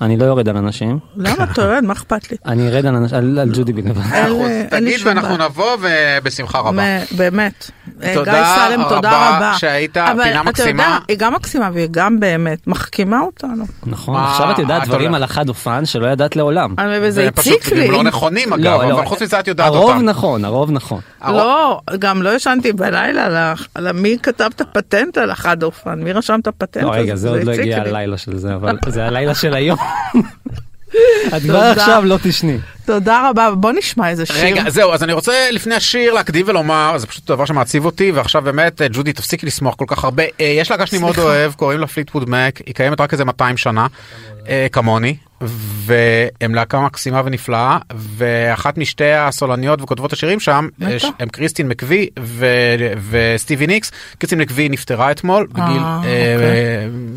Speaker 7: אני לא יורד על אנשים,
Speaker 2: למה אתה יורד? מה אכפת לי?
Speaker 7: אני ארד על, אנש- על, על ג'ודי בגנבה.
Speaker 2: אין-
Speaker 3: אחוז.
Speaker 2: אין לי
Speaker 3: תגיד
Speaker 2: שום
Speaker 3: ואנחנו
Speaker 2: בעיה.
Speaker 3: נבוא ובשמחה רבה.
Speaker 2: מ- באמת. אה,
Speaker 3: תודה
Speaker 2: גיא סלם,
Speaker 3: רבה
Speaker 2: תודה רבה.
Speaker 3: שהיית,
Speaker 2: אבל
Speaker 3: פינה
Speaker 2: אתה יודע,
Speaker 3: מקסימה.
Speaker 2: היא גם מקסימה והיא גם באמת מחכימה אותנו.
Speaker 7: נכון,
Speaker 3: אה,
Speaker 7: עכשיו את יודעת
Speaker 3: את
Speaker 7: דברים
Speaker 3: הולכת.
Speaker 7: על החד אופן שלא ידעת לעולם.
Speaker 2: אני- וזה
Speaker 3: זה
Speaker 2: הציק
Speaker 3: פשוט
Speaker 2: לי.
Speaker 3: הם לא נכונים אגב,
Speaker 7: לא, לא,
Speaker 3: אבל חוץ מזה את יודעת
Speaker 7: הרוב
Speaker 3: אותם.
Speaker 7: נכון, הרוב נכון.
Speaker 3: הרוב-
Speaker 2: לא,
Speaker 3: אה.
Speaker 2: גם לא ישנתי בלילה על ה- על ה- מי כתב את הפטנט על החד אופן, מי רשם את הפטנט
Speaker 7: לא,
Speaker 2: הזה,
Speaker 7: רגע, זה עוד לא
Speaker 2: כן, הציק
Speaker 7: הגיע
Speaker 2: לי.
Speaker 7: הלילה של זה, אבל זה הלילה של היום. את כבר
Speaker 2: תודה.
Speaker 7: עכשיו לא תשני.
Speaker 2: תודה רבה, בוא נשמע איזה שיר.
Speaker 3: רגע, זהו, אז אני רוצה לפני השיר להקדים ולומר, זה פשוט דבר שמעציב אותי, ועכשיו באמת, אה, ג'ודי, תפסיקי לשמוח כל כך הרבה. אה, יש להקה שאני מאוד אוהב, קוראים לה פליטווד מק, היא קיימת רק איזה 200 שנה, אה, כמוני, והם להקה מקסימה ונפלאה, ואחת משתי הסולניות וכותבות השירים שם, אה, ש- הם קריסטין מקווי ו- וסטיבי ניקס. קריסטין מקווי נפטרה אתמול, בגיל,
Speaker 2: אה,
Speaker 3: אה,
Speaker 2: אוקיי.
Speaker 3: אה,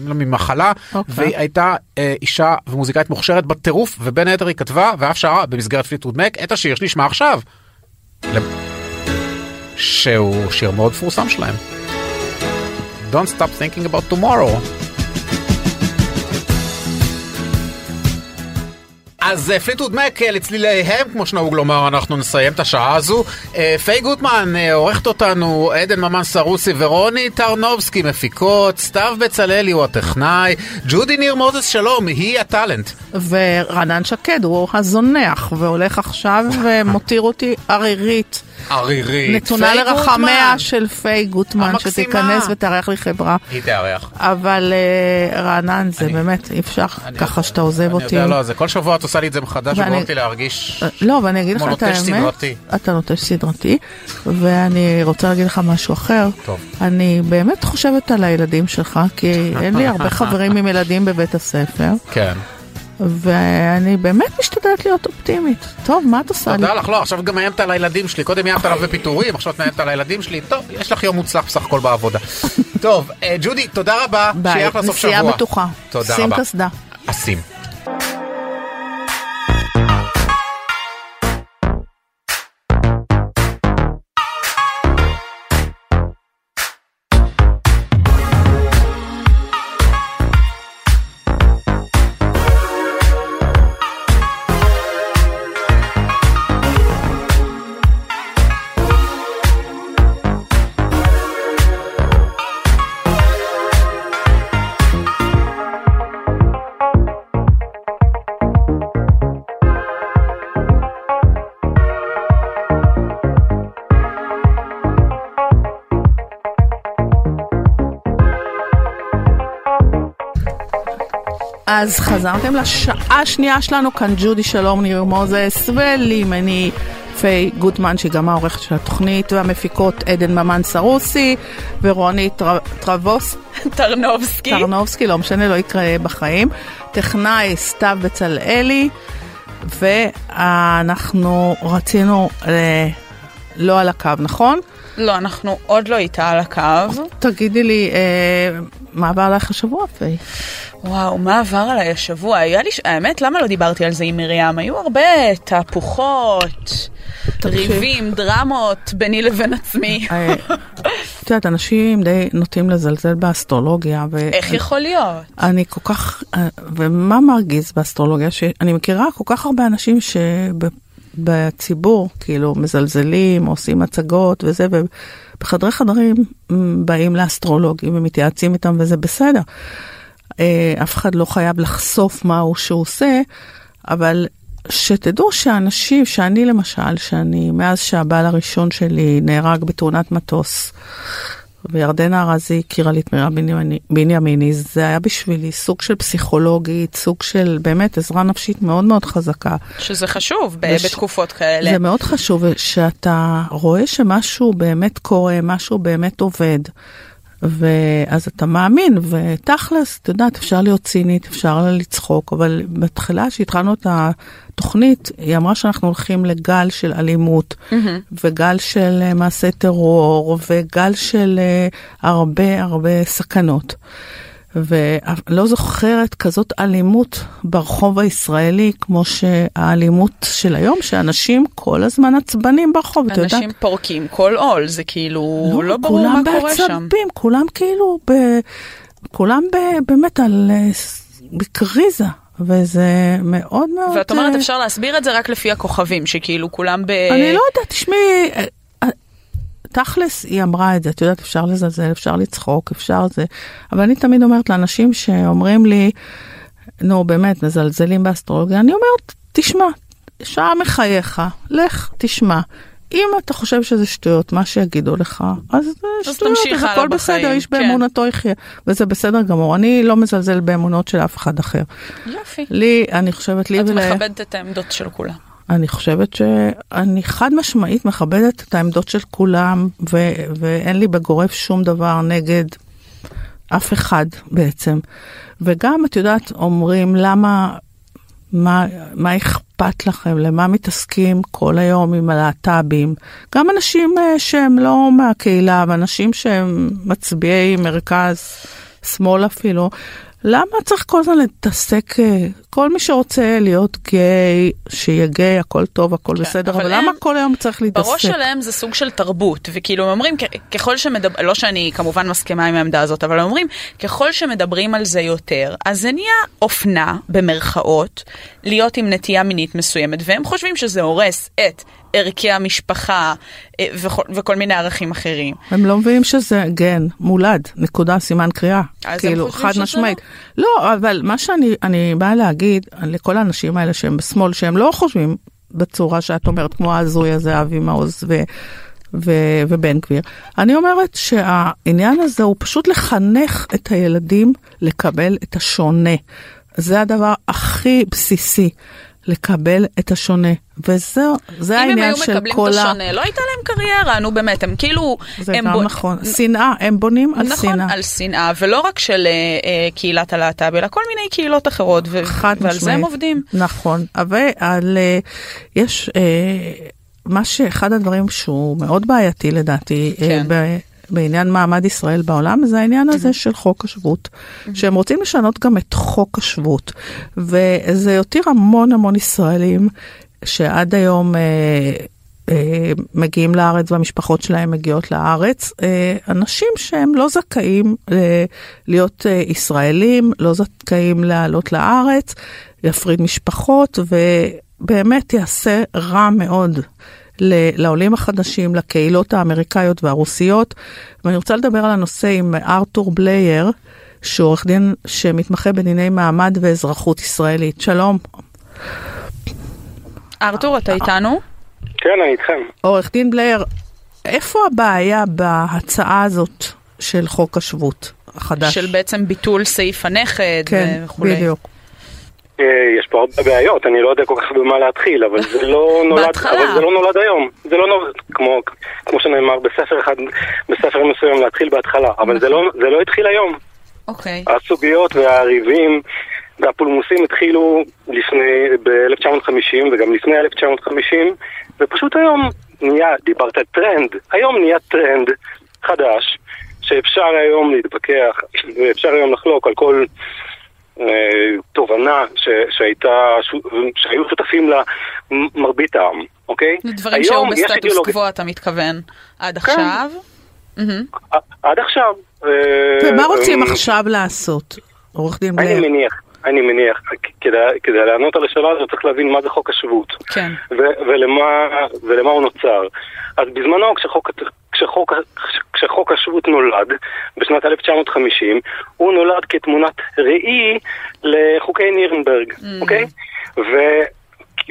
Speaker 3: לא ממחלה,
Speaker 2: אוקיי.
Speaker 3: והיא הייתה אה, אישה ומוזיקאית מוכשרת בטירוף, ובין היתר היא כתבה ואף שרה במסגרת פליטרוד מק את השיר שנשמע עכשיו. למ- שהוא שיר מאוד מפורסם שלהם. Don't stop thinking about tomorrow. אז פליטוד מק אה, לצליליהם, כמו שנהוג לומר, אנחנו נסיים את השעה הזו. אה, פיי גוטמן אה, עורכת אותנו, עדן ממן סרוסי ורוני טרנובסקי מפיקות, סתיו בצללי הוא הטכנאי, ג'ודי ניר מוזס שלום, היא הטאלנט.
Speaker 2: ורענן שקד הוא הזונח, והולך עכשיו ומותיר אותי ערירית.
Speaker 3: ערירית.
Speaker 2: נתונה
Speaker 3: פיי
Speaker 2: לרחמיה
Speaker 3: גוטמן.
Speaker 2: של פיי גוטמן,
Speaker 3: המקסימה.
Speaker 2: שתיכנס ותארח לי חברה.
Speaker 3: היא תארח.
Speaker 2: אבל אה, רענן, זה באמת, אי אפשר
Speaker 3: אני
Speaker 2: ככה
Speaker 3: יודע,
Speaker 2: שאתה עוזב
Speaker 3: אני
Speaker 2: אותי.
Speaker 3: יודע, לא, זה כל שבוע את עושה לי את זה מחדש,
Speaker 2: ואני-
Speaker 3: וגורם אותי להרגיש...
Speaker 2: אה, לא, ואני אגיד לך
Speaker 3: כמו
Speaker 2: את האמת,
Speaker 3: נוטש סדרתי.
Speaker 2: אתה נוטש סדרתי, ואני רוצה להגיד לך משהו אחר.
Speaker 3: טוב.
Speaker 2: אני באמת חושבת על הילדים שלך, כי אין לי הרבה חברים עם ילדים בבית הספר,
Speaker 3: כן.
Speaker 2: אה, ואני באמת משתדלת להיות אופטימית. טוב, מה את עושה לי?
Speaker 3: תודה לך, לא, עכשיו גם מאיימת על הילדים שלי. קודם איימת עליו בפיטורים, עכשיו את מאיימת על הילדים שלי. טוב, יש לך יום מוצלח בסך הכל בעבודה. טוב, אה, ג'ודי, תודה רבה.
Speaker 2: ביי,
Speaker 3: שיהיה אחלה סוף שבוע.
Speaker 2: נסיעה בטוחה.
Speaker 3: תודה
Speaker 2: שים
Speaker 3: רבה. אה,
Speaker 2: קסדה.
Speaker 3: אשים.
Speaker 2: אז חזרתם לשעה השנייה שלנו, כאן ג'ודי שלום, ניר מוזס ולימני פיי גוטמן, שהיא גם העורכת של התוכנית, והמפיקות עדן ממן סרוסי ורוני טר... טרבוס,
Speaker 8: טרנובסקי.
Speaker 2: טרנובסקי, לא משנה, לא יקרה בחיים, טכנאי סתיו בצלאלי, ואנחנו רצינו אה, לא על הקו, נכון?
Speaker 8: לא, אנחנו עוד לא איתה על הקו.
Speaker 2: תגידי לי, אה, מה עבר לך השבוע, פיי?
Speaker 8: וואו, מה עבר עליי השבוע? היה לי... ש- האמת, למה לא דיברתי על זה עם מרים? היו הרבה תהפוכות,
Speaker 2: תמשיך.
Speaker 8: ריבים, דרמות ביני לבין עצמי.
Speaker 2: אה, את יודעת, אנשים די נוטים לזלזל באסטרולוגיה,
Speaker 8: איך יכול להיות?
Speaker 2: ואני כל כך, אה, ומה מרגיז באסטרולוגיה? שאני מכירה כל כך הרבה אנשים שבציבור, כאילו, מזלזלים, עושים הצגות וזה, ובחדרי חדרים מ, באים לאסטרולוגים ומתייעצים איתם, וזה בסדר. אה, אף אחד לא חייב לחשוף מהו שהוא עושה, אבל שתדעו שאנשים, שאני למשל, שאני, מאז שהבעל הראשון שלי נהרג בתאונת מטוס, וירדנה ארזי הכירה לי את מרים בנימיני- בנימיני, זה היה בשבילי סוג של פסיכולוגית, סוג של באמת עזרה נפשית מאוד מאוד חזקה.
Speaker 8: שזה חשוב ב-
Speaker 2: יש-
Speaker 8: בתקופות כאלה.
Speaker 2: זה מאוד חשוב שאתה רואה שמשהו באמת קורה, משהו באמת עובד. ואז אתה מאמין, ותכלס, את יודעת, אפשר להיות צינית, אפשר לצחוק, אבל בתחילה כשהתחלנו את התוכנית, היא אמרה שאנחנו הולכים לגל של אלימות, וגל של אה, מעשי טרור, וגל של אה, הרבה הרבה סכנות. ולא זוכרת כזאת אלימות ברחוב הישראלי כמו שהאלימות של היום, שאנשים כל הזמן עצבנים ברחוב, את יודעת?
Speaker 8: אנשים פורקים כל עול, זה כאילו לא ברור מה
Speaker 2: כולם
Speaker 8: קורה שם.
Speaker 2: בעצבים, כולם כאילו, ב... כולם ב... באמת על... אה, ס- בקריזה, וזה מאוד מאוד...
Speaker 8: ואת אומרת,
Speaker 2: אה,
Speaker 8: אפשר להסביר את זה רק לפי הכוכבים, שכאילו כולם ב...
Speaker 2: אני לא יודעת, תשמעי, אה, אה, תכלס היא אמרה את זה, את יודעת, אפשר לזלזל, אפשר לצחוק, אפשר זה, אבל אני תמיד אומרת לאנשים שאומרים לי, נו באמת, מזלזלים באסטרולוגיה, אני אומרת, תשמע, שעה מחייך, לך, תשמע. אם אתה חושב שזה שטויות, מה שיגידו לך, אז זה
Speaker 8: אז
Speaker 2: שטויות,
Speaker 8: תמשיך
Speaker 2: אז
Speaker 8: הלאה
Speaker 2: הכל בסדר,
Speaker 8: בחיים,
Speaker 2: איש
Speaker 8: כן.
Speaker 2: באמונתו יחיה, וזה בסדר גמור. אני לא מזלזל באמונות של אף אחד אחר.
Speaker 8: יופי.
Speaker 2: לי, אני חושבת, לי
Speaker 8: את
Speaker 2: ול...
Speaker 8: מכבדת את העמדות של כולם.
Speaker 2: אני חושבת שאני חד משמעית מכבדת את העמדות של כולם, ו- ואין לי בגורף שום דבר נגד אף אחד בעצם. וגם, את יודעת, אומרים למה, מה, מה אכפת לכם, למה מתעסקים כל היום עם הלהט"בים. גם אנשים אה, שהם לא מהקהילה, ואנשים שהם מצביעי מרכז, שמאל אפילו, למה צריך כל הזמן להתעסק, אה, כל מי שרוצה להיות גיי, שיהיה גיי, הכל טוב, הכל בסדר,
Speaker 8: כן, אבל
Speaker 2: אבל
Speaker 8: הם-
Speaker 2: למה כל היום צריך להתעסק?
Speaker 8: בראש שלהם זה סוג של תרבות, וכאילו הם אומרים, כ- ככל שמדבר, לא שאני כמובן מסכימה עם העמדה הזאת, אבל הם אומרים, ככל שמדברים על זה יותר, אז זה נהיה אופנה, במרכאות, להיות עם נטייה מינית מסוימת, והם חושבים שזה הורס את ערכי המשפחה אה, וכל, וכל מיני ערכים אחרים.
Speaker 2: הם לא מבינים שזה גן מולד, נקודה, סימן קריאה.
Speaker 8: אז הם
Speaker 2: כאילו,
Speaker 8: חושבים
Speaker 2: חד
Speaker 8: שזה
Speaker 2: משמעית. לא, אבל מה שאני אני באה להגיד לכל האנשים האלה שהם בשמאל, שהם לא חושבים בצורה שאת אומרת, כמו ההזוי הזה, אבי מעוז ו, ו, ובן גביר, אני אומרת שהעניין הזה הוא פשוט לחנך את הילדים לקבל את השונה. זה הדבר הכי בסיסי. לקבל את השונה, וזה זה
Speaker 8: אם הם
Speaker 2: העניין
Speaker 8: היו
Speaker 2: של
Speaker 8: מקבלים
Speaker 2: כל
Speaker 8: את
Speaker 2: ה...
Speaker 8: השונה, לא הייתה להם קריירה, נו באמת, הם כאילו...
Speaker 2: זה
Speaker 8: הם
Speaker 2: גם
Speaker 8: בו-
Speaker 2: נכון, שנאה, הם בונים על
Speaker 8: נכון,
Speaker 2: שנאה.
Speaker 8: על שנאה, ולא רק של אה, אה, קהילת הלהט"ב, אלא כל מיני קהילות אחרות, ו-
Speaker 2: חד
Speaker 8: ועל זה הם עובדים.
Speaker 2: נכון, אבל אה, יש, אה, מה שאחד הדברים שהוא מאוד בעייתי לדעתי, אה,
Speaker 8: כן.
Speaker 2: ב- בעניין מעמד ישראל בעולם, זה העניין הזה של חוק השבות. שהם רוצים לשנות גם את חוק השבות, וזה יותיר המון המון ישראלים שעד היום... אה, אה, מגיעים לארץ והמשפחות שלהם מגיעות לארץ, אה, אנשים שהם לא זכאים אה, להיות אה, ישראלים, לא זכאים לעלות לארץ, יפריד משפחות ובאמת יעשה רע מאוד. ל- לעולים החדשים, לקהילות האמריקאיות והרוסיות. ואני רוצה לדבר על הנושא עם ארתור בלייר, שהוא עורך דין שמתמחה בדיני מעמד ואזרחות ישראלית. שלום,
Speaker 8: ארתור, אתה איתנו?
Speaker 9: כן, אני איתכם.
Speaker 2: עורך דין בלייר, איפה הבעיה בהצעה הזאת של חוק השבות החדש?
Speaker 8: של בעצם ביטול סעיף הנכד
Speaker 2: כן,
Speaker 8: וכולי.
Speaker 2: בדיוק.
Speaker 9: אה, יש פה הרבה בעיות, אני לא יודע כל כך במה להתחיל, אבל זה לא נולד,
Speaker 8: בהתחלה.
Speaker 9: אבל זה לא נולד היום. זה לא נולד, כמו, כמו שנאמר בספר אחד, בספר מסוים להתחיל בהתחלה, אבל זה לא, זה לא התחיל היום.
Speaker 8: נכון. אוקיי.
Speaker 9: הסוגיות והריבים והפולמוסים התחילו לפני, ב-1950 וגם לפני 1950, ופשוט היום נהיה, דיברת על טרנד, היום נהיה טרנד חדש, שאפשר היום להתווכח, ואפשר היום לחלוק על כל אה, תובנה ש, שהייתה, ש- שהיו שותפים לה מ- מרבית העם, אוקיי?
Speaker 8: דברים
Speaker 9: היום
Speaker 8: שהיו
Speaker 9: יש
Speaker 8: בסטטוס
Speaker 9: אידיאולוגיה. כן.
Speaker 8: קוו, אתה מתכוון, עד עכשיו. מהמם.
Speaker 9: עד עכשיו. אה,
Speaker 2: ומה רוצים
Speaker 9: אה,
Speaker 2: עכשיו לעשות, עורך דין בלייר?
Speaker 9: אני מניח, אני מניח, כ- כדי, כדי לענות על השאלה הזאת צריך להבין מה זה חוק השבות
Speaker 8: כן.
Speaker 9: ו- ולמה, ולמה הוא נוצר. אז בזמנו כשחוק, כשחוק, כשחוק השבות נולד, בשנת 1950, הוא נולד כתמונת ראי לחוקי נירנברג, אוקיי?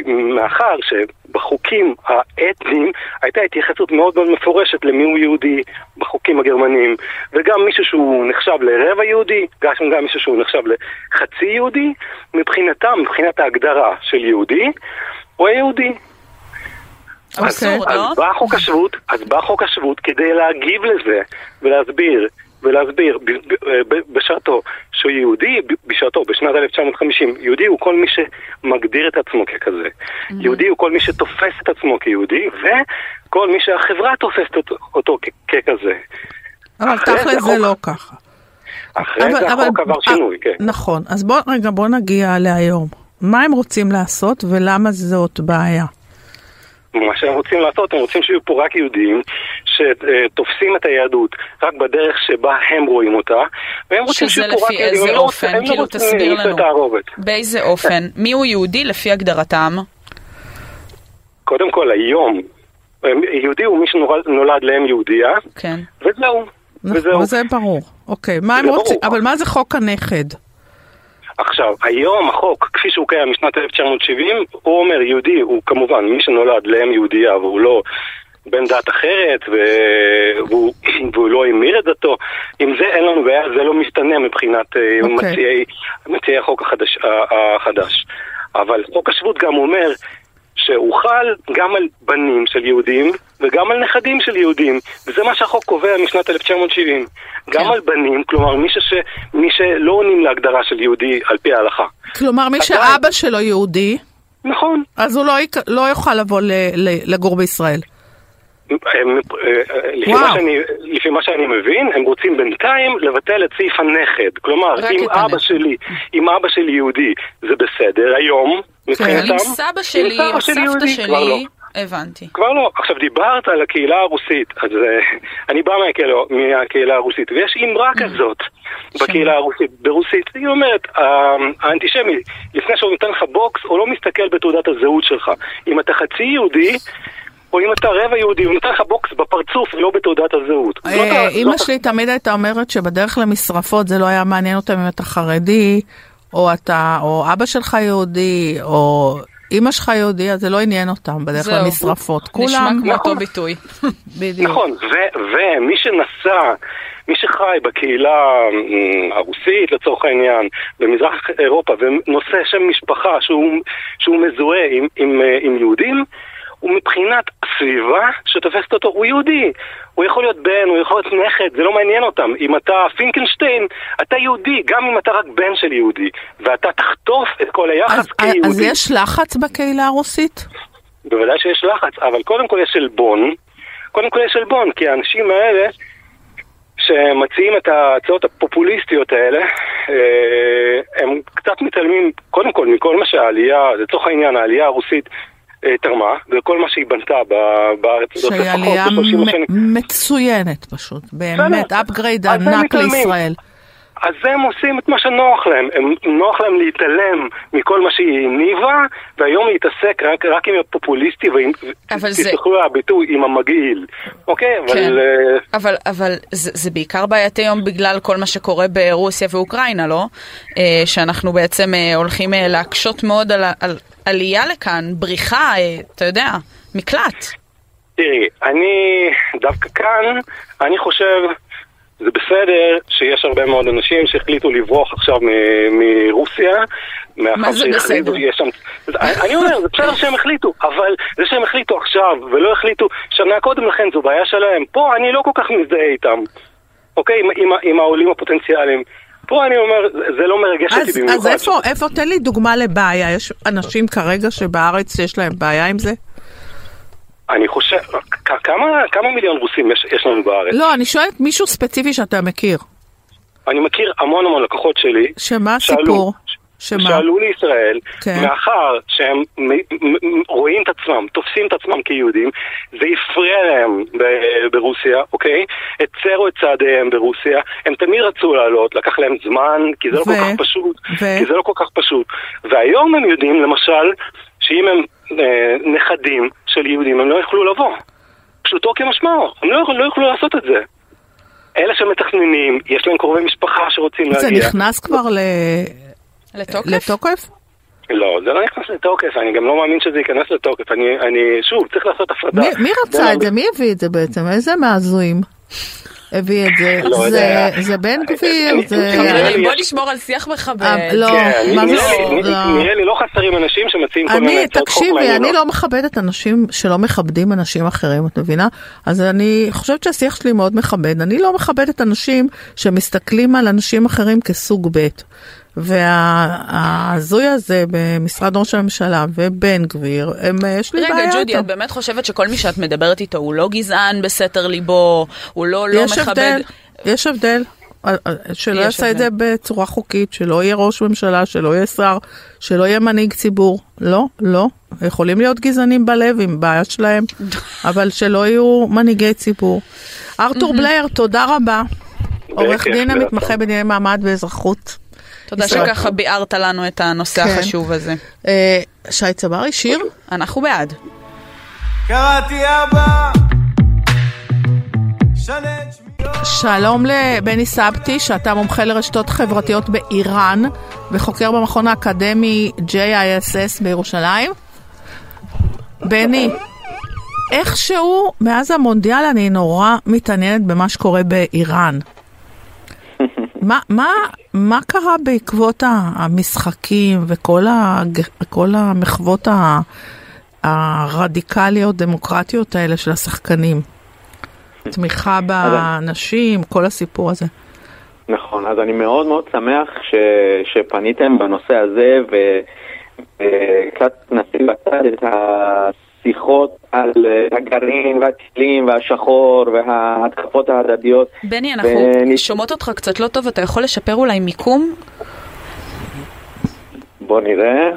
Speaker 9: ומאחר שבחוקים האתניים הייתה התייחסות מאוד מאוד מפורשת למי הוא יהודי בחוקים הגרמנים, וגם מישהו שהוא נחשב לרבע יהודי, גם גם מישהו שהוא נחשב לחצי יהודי, מבחינתם, מבחינת ההגדרה של יהודי, הוא היהודי.
Speaker 8: אבסורד,
Speaker 9: אז
Speaker 8: לא?
Speaker 9: בא חוק השבות, אז בא חוק השבות כדי להגיב לזה ולהסביר, ולהסביר ב- ב- ב- בשעתו שהוא יהודי, ב- בשעתו, בשנת 1950, יהודי הוא כל מי שמגדיר את עצמו ככזה. יהודי הוא כל מי שתופס את עצמו כיהודי, וכל מי שהחברה תופסת אותו- אותו כ- ככזה.
Speaker 2: אבל
Speaker 9: אחרי זה
Speaker 2: תכל'ס זה
Speaker 9: החוק-
Speaker 2: לא ככה.
Speaker 9: אחרי זה החוק עבר
Speaker 2: אה,
Speaker 9: שינוי, כן.
Speaker 2: נכון, אז בוא רגע, בוא נגיע להיום. מה הם רוצים לעשות ולמה זאת בעיה?
Speaker 9: מה שהם רוצים לעשות, הם רוצים שיהיו פה רק יהודים שתופסים את היהדות רק בדרך שבה הם רואים אותה, והם רוצים
Speaker 8: שזה
Speaker 9: שיהיו פה רק
Speaker 8: לפי
Speaker 9: יהודים.
Speaker 8: איזה
Speaker 9: הם לא רוצים-
Speaker 8: אופן,
Speaker 9: הם לא
Speaker 8: כאילו
Speaker 9: רוצים
Speaker 8: תסביר
Speaker 9: למצוא
Speaker 8: לנו.
Speaker 9: את הערובת.
Speaker 8: באיזה
Speaker 9: כן.
Speaker 8: אופן? מיהו יהודי לפי הגדרתם?
Speaker 9: קודם כל, היום, הם- יהודי הוא מי שנולד לאם יהודייה,
Speaker 8: כן.
Speaker 9: וזהו.
Speaker 2: נכון,
Speaker 9: וזהו.
Speaker 2: זה ברור. אוקיי, מה
Speaker 9: זה
Speaker 2: הם
Speaker 9: ברור.
Speaker 2: רוצים, אבל מה זה חוק הנכד?
Speaker 9: עכשיו, היום החוק, כפי שהוא קיים משנת 1970, הוא אומר יהודי, הוא כמובן מי שנולד לאם יהודייה והוא לא בן דת אחרת ו- והוא, והוא לא המיר את דתו, עם זה אין לנו בעיה, זה לא משתנה מבחינת okay.
Speaker 2: אוקיי.
Speaker 9: מציעי, מציעי החוק החדש, ה- החדש. אבל חוק השבות גם אומר שהוא חל גם על בנים של יהודים וגם על נכדים של יהודים, וזה מה שהחוק קובע משנת 1970. גם על בנים, כלומר מי, שש, מי שלא עונים להגדרה של יהודי על פי ההלכה.
Speaker 2: כלומר, מי שאבא שלו יהודי,
Speaker 9: נכון,
Speaker 2: אז הוא לא, יק- לא יוכל לבוא ל- ל- לגור בישראל.
Speaker 9: הם, אה, אה, לפי, מה שאני, לפי מה שאני מבין, הם רוצים בינתיים לבטל את סעיף הנכד. כלומר,
Speaker 8: רק
Speaker 9: אם
Speaker 8: את
Speaker 9: אבא
Speaker 8: הנכד.
Speaker 9: שלי, אם אבא שלי יהודי, זה בסדר היום,
Speaker 8: כן.
Speaker 9: מבחינתם.
Speaker 8: אם סבא שלי
Speaker 9: סבא
Speaker 8: או
Speaker 9: שלי
Speaker 8: סבתא
Speaker 9: יהודי, כבר לא.
Speaker 8: שלי, הבנתי.
Speaker 9: כבר לא. עכשיו, דיברת על הקהילה הרוסית, אז אה, אני בא מהקהילה, מהקהילה הרוסית, ויש אמרה כזאת בקהילה הרוסית, ברוסית. היא אומרת, "ה- האנטישמי, לפני שהוא נותן לך בוקס, הוא לא מסתכל בתעודת הזהות שלך. אם אתה חצי יהודי... או אם אתה רבע יהודי, הוא נותן לך בוקס בפרצוף ולא בתעודת הזהות. לא
Speaker 2: אה,
Speaker 9: ת-
Speaker 2: אימא
Speaker 9: לא ת-
Speaker 2: שלי תמיד הייתה אומרת שבדרך למשרפות זה לא היה מעניין אותם אם אתה חרדי, או אתה, או אבא שלך יהודי, או אימא שלך יהודי, אז זה לא עניין אותם בדרך
Speaker 8: זהו.
Speaker 2: למשרפות.
Speaker 8: נשמע
Speaker 2: כולם,
Speaker 8: כמו אותו
Speaker 9: נכון.
Speaker 8: ביטוי.
Speaker 2: בדיוק.
Speaker 9: נכון, ו- ומי שנסע, מי שחי בקהילה אמ, הרוסית לצורך העניין, במזרח אירופה, ונושא שם משפחה שהוא, שהוא מזוהה עם, עם, אה, עם יהודים, הוא מבחינת הסביבה שתופסת אותו, הוא יהודי. הוא יכול להיות בן, הוא יכול להיות נכד, זה לא מעניין אותם. אם אתה פינקלשטיין, אתה יהודי, גם אם אתה רק בן של יהודי. ואתה תחטוף את כל היחס
Speaker 2: אה, אז, אז-
Speaker 9: כיהודי.
Speaker 2: אז יש לחץ בקהילה הרוסית?
Speaker 9: בוודאי שיש לחץ, אבל קודם כל יש עלבון. קודם כל יש עלבון, כי האנשים האלה שמציעים את ההצעות הפופוליסטיות האלה, אה, הם קצת מתעלמים, קודם כל, מכל מה שהעלייה, לצורך העניין, העלייה הרוסית אה, תרמה, וכל מה שהיא בנתה ב- בארץ הזאת,
Speaker 2: שהיא
Speaker 9: לפחות
Speaker 2: עלייה
Speaker 9: ב-30
Speaker 2: מ-
Speaker 9: השנים.
Speaker 2: מצוינת פשוט, באמת,
Speaker 9: בסדר.
Speaker 2: upgrade
Speaker 9: אז הם
Speaker 2: ענק
Speaker 9: מתעלמים.
Speaker 2: לישראל.
Speaker 9: אז הם עושים את מה שנוח להם, הם, נוח להם להתעלם מכל מה שהיא הניבה, והיום להתעסק רק, רק עם הפופוליסטי ועם,
Speaker 8: אבל זה-
Speaker 9: תסלחו על הביטוי, עם המגעיל, אוקיי? אבל...
Speaker 8: כן.
Speaker 9: אה,
Speaker 8: אבל, אבל זה, זה בעיקר בעייתי היום בגלל כל מה שקורה ברוסיה ואוקראינה, לא? אה, שאנחנו בעצם אה, הולכים אה, להקשות מאוד על, ה- על עלייה לכאן, בריחה, אה, אתה יודע, מקלט.
Speaker 9: תראי, אני דווקא כאן, אני חושב, זה בסדר שיש הרבה מאוד אנשים שהחליטו לברוח עכשיו מ- מרוסיה. מאחר
Speaker 8: מה זה
Speaker 9: שהחליטו
Speaker 8: בסדר?
Speaker 9: שיש שם... אני אני אומר, זה בסדר שהם החליטו, אבל זה שהם החליטו עכשיו ולא החליטו שנה קודם לכן זו בעיה שלהם. פה אני לא כל כך מזדהה איתם, אוקיי? עם, עם, ה- עם העולים הפוטנציאליים. פה אני אומר, זה- זה לא מרגש אותי
Speaker 2: אז,
Speaker 9: במיוחד.
Speaker 2: אז איפה, איפה, תן לי דוגמה לבעיה, יש אנשים כרגע שבארץ יש להם בעיה עם זה?
Speaker 9: אני חושב, כ- כמה, כמה מיליון רוסים יש, יש לנו בארץ?
Speaker 2: לא, אני שואלת מישהו ספציפי שאתה מכיר,
Speaker 9: אני מכיר המון המון לקוחות שלי
Speaker 2: שמה
Speaker 9: שאלו.
Speaker 2: הסיפור? שמה?
Speaker 9: שעלו לישראל,
Speaker 2: כן.
Speaker 9: כן. מאחר שהם מ- מ- מ- רואים את עצמם, תופסים את עצמם כיהודים, זה הפריע להם ב- ברוסיה, אוקיי? הצרו את צעדיהם ברוסיה, הם תמיד רצו לעלות, לקח להם זמן, כי זה לא
Speaker 2: ו-
Speaker 9: כל כך פשוט,
Speaker 2: ו-
Speaker 9: כי זה לא כל כך פשוט. והיום הם יודעים, למשל, שאם הם אה, נכדים של יהודים, הם לא יוכלו לבוא. פשוטו כמשמעו, הם לא, יוכלו- לא יוכלו לעשות את זה. אלה שמתכננים, יש להם קרובי משפחה שרוצים
Speaker 2: זה
Speaker 9: להגיע.
Speaker 2: נכנס כבר ל...
Speaker 8: לתוקף?
Speaker 2: לתוקף?
Speaker 9: לא, זה לא נכנס לתוקף, אני גם לא מאמין שזה ייכנס לתוקף. אני, אני שוב, צריך לעשות הפרדה.
Speaker 2: מי, מי
Speaker 9: בין
Speaker 2: רצה את זה? מי הביא את זה בעצם? איזה מהזויים הביא את זה?
Speaker 9: לא
Speaker 2: זה,
Speaker 9: יודע.
Speaker 2: זה בן גביר?
Speaker 9: אני-
Speaker 2: כן, זה...
Speaker 9: אני-
Speaker 8: חברים,
Speaker 9: יש-
Speaker 8: בוא נשמור על שיח מכבד.
Speaker 2: אה, לא,
Speaker 9: כן,
Speaker 2: מה זה?
Speaker 9: נראה לי-
Speaker 2: לא.
Speaker 9: נראה לי לא חסרים אנשים שמציעים כל מיני
Speaker 2: אני,
Speaker 9: הצעות חוק
Speaker 2: תקשיבי, אני
Speaker 9: מעניינות.
Speaker 2: לא מכבדת אנשים שלא מכבדים אנשים אחרים, את מבינה? אז אני חושבת שהשיח שלי מאוד מכבד. אני לא מכבדת אנשים שמסתכלים על אנשים אחרים כסוג ב'. וההזוי הזה במשרד ראש הממשלה ובן גביר, הם, אה, יש לי בעיה
Speaker 8: רגע,
Speaker 2: איתו.
Speaker 8: ג'ודי, את באמת חושבת שכל מי שאת מדברת איתו הוא לא גזען בסתר ליבו, הוא לא לא
Speaker 2: יש
Speaker 8: מכבד...
Speaker 2: הבדל, יש הבדל. אה, אה, שלא
Speaker 8: יש
Speaker 2: יעשה את זה
Speaker 8: הבדל.
Speaker 2: בצורה חוקית, שלא יהיה ראש ממשלה, שלא יהיה שר, שלא יהיה מנהיג ציבור. לא, לא. יכולים להיות גזענים בלב עם בעיה שלהם, אבל שלא יהיו מנהיגי ציבור. ארתור בלייר, תודה רבה. עורך דין
Speaker 9: בהחלט.
Speaker 2: המתמחה בענייני מעמד ואזרחות.
Speaker 8: תודה
Speaker 2: ישראל.
Speaker 8: שככה ביארת לנו את הנושא
Speaker 2: כן.
Speaker 8: החשוב הזה.
Speaker 2: אה, שי צברי, שיר?
Speaker 8: אנחנו בעד.
Speaker 4: קראתי אבא, שנה את שמי.
Speaker 2: שלום לבני סבתי, שאתה מומחה לרשתות חברתיות באיראן וחוקר במכון האקדמי JISS בירושלים. בני, איכשהו מאז המונדיאל אני נורא מתעניינת במה שקורה באיראן. מה, מה, מה קרה בעקבות ה- המשחקים וכל הג- כל המחוות ה- הרדיקליות דמוקרטיות האלה של השחקנים? תמיכה
Speaker 10: אוקיי.
Speaker 2: בנשים, כל הסיפור הזה.
Speaker 10: אה, נכון, אז אני מאוד מאוד שמח ש, שפניתם בנושא הזה וקצת נשים בצד את השיח, שיחות על אה, הגרעין והטילים והשחור וההתקפות ההדדיות.
Speaker 8: בני, אנחנו
Speaker 10: ואני-
Speaker 8: שומעות אותך קצת לא טוב, אתה יכול לשפר אולי מיקום?
Speaker 10: בוא נראה.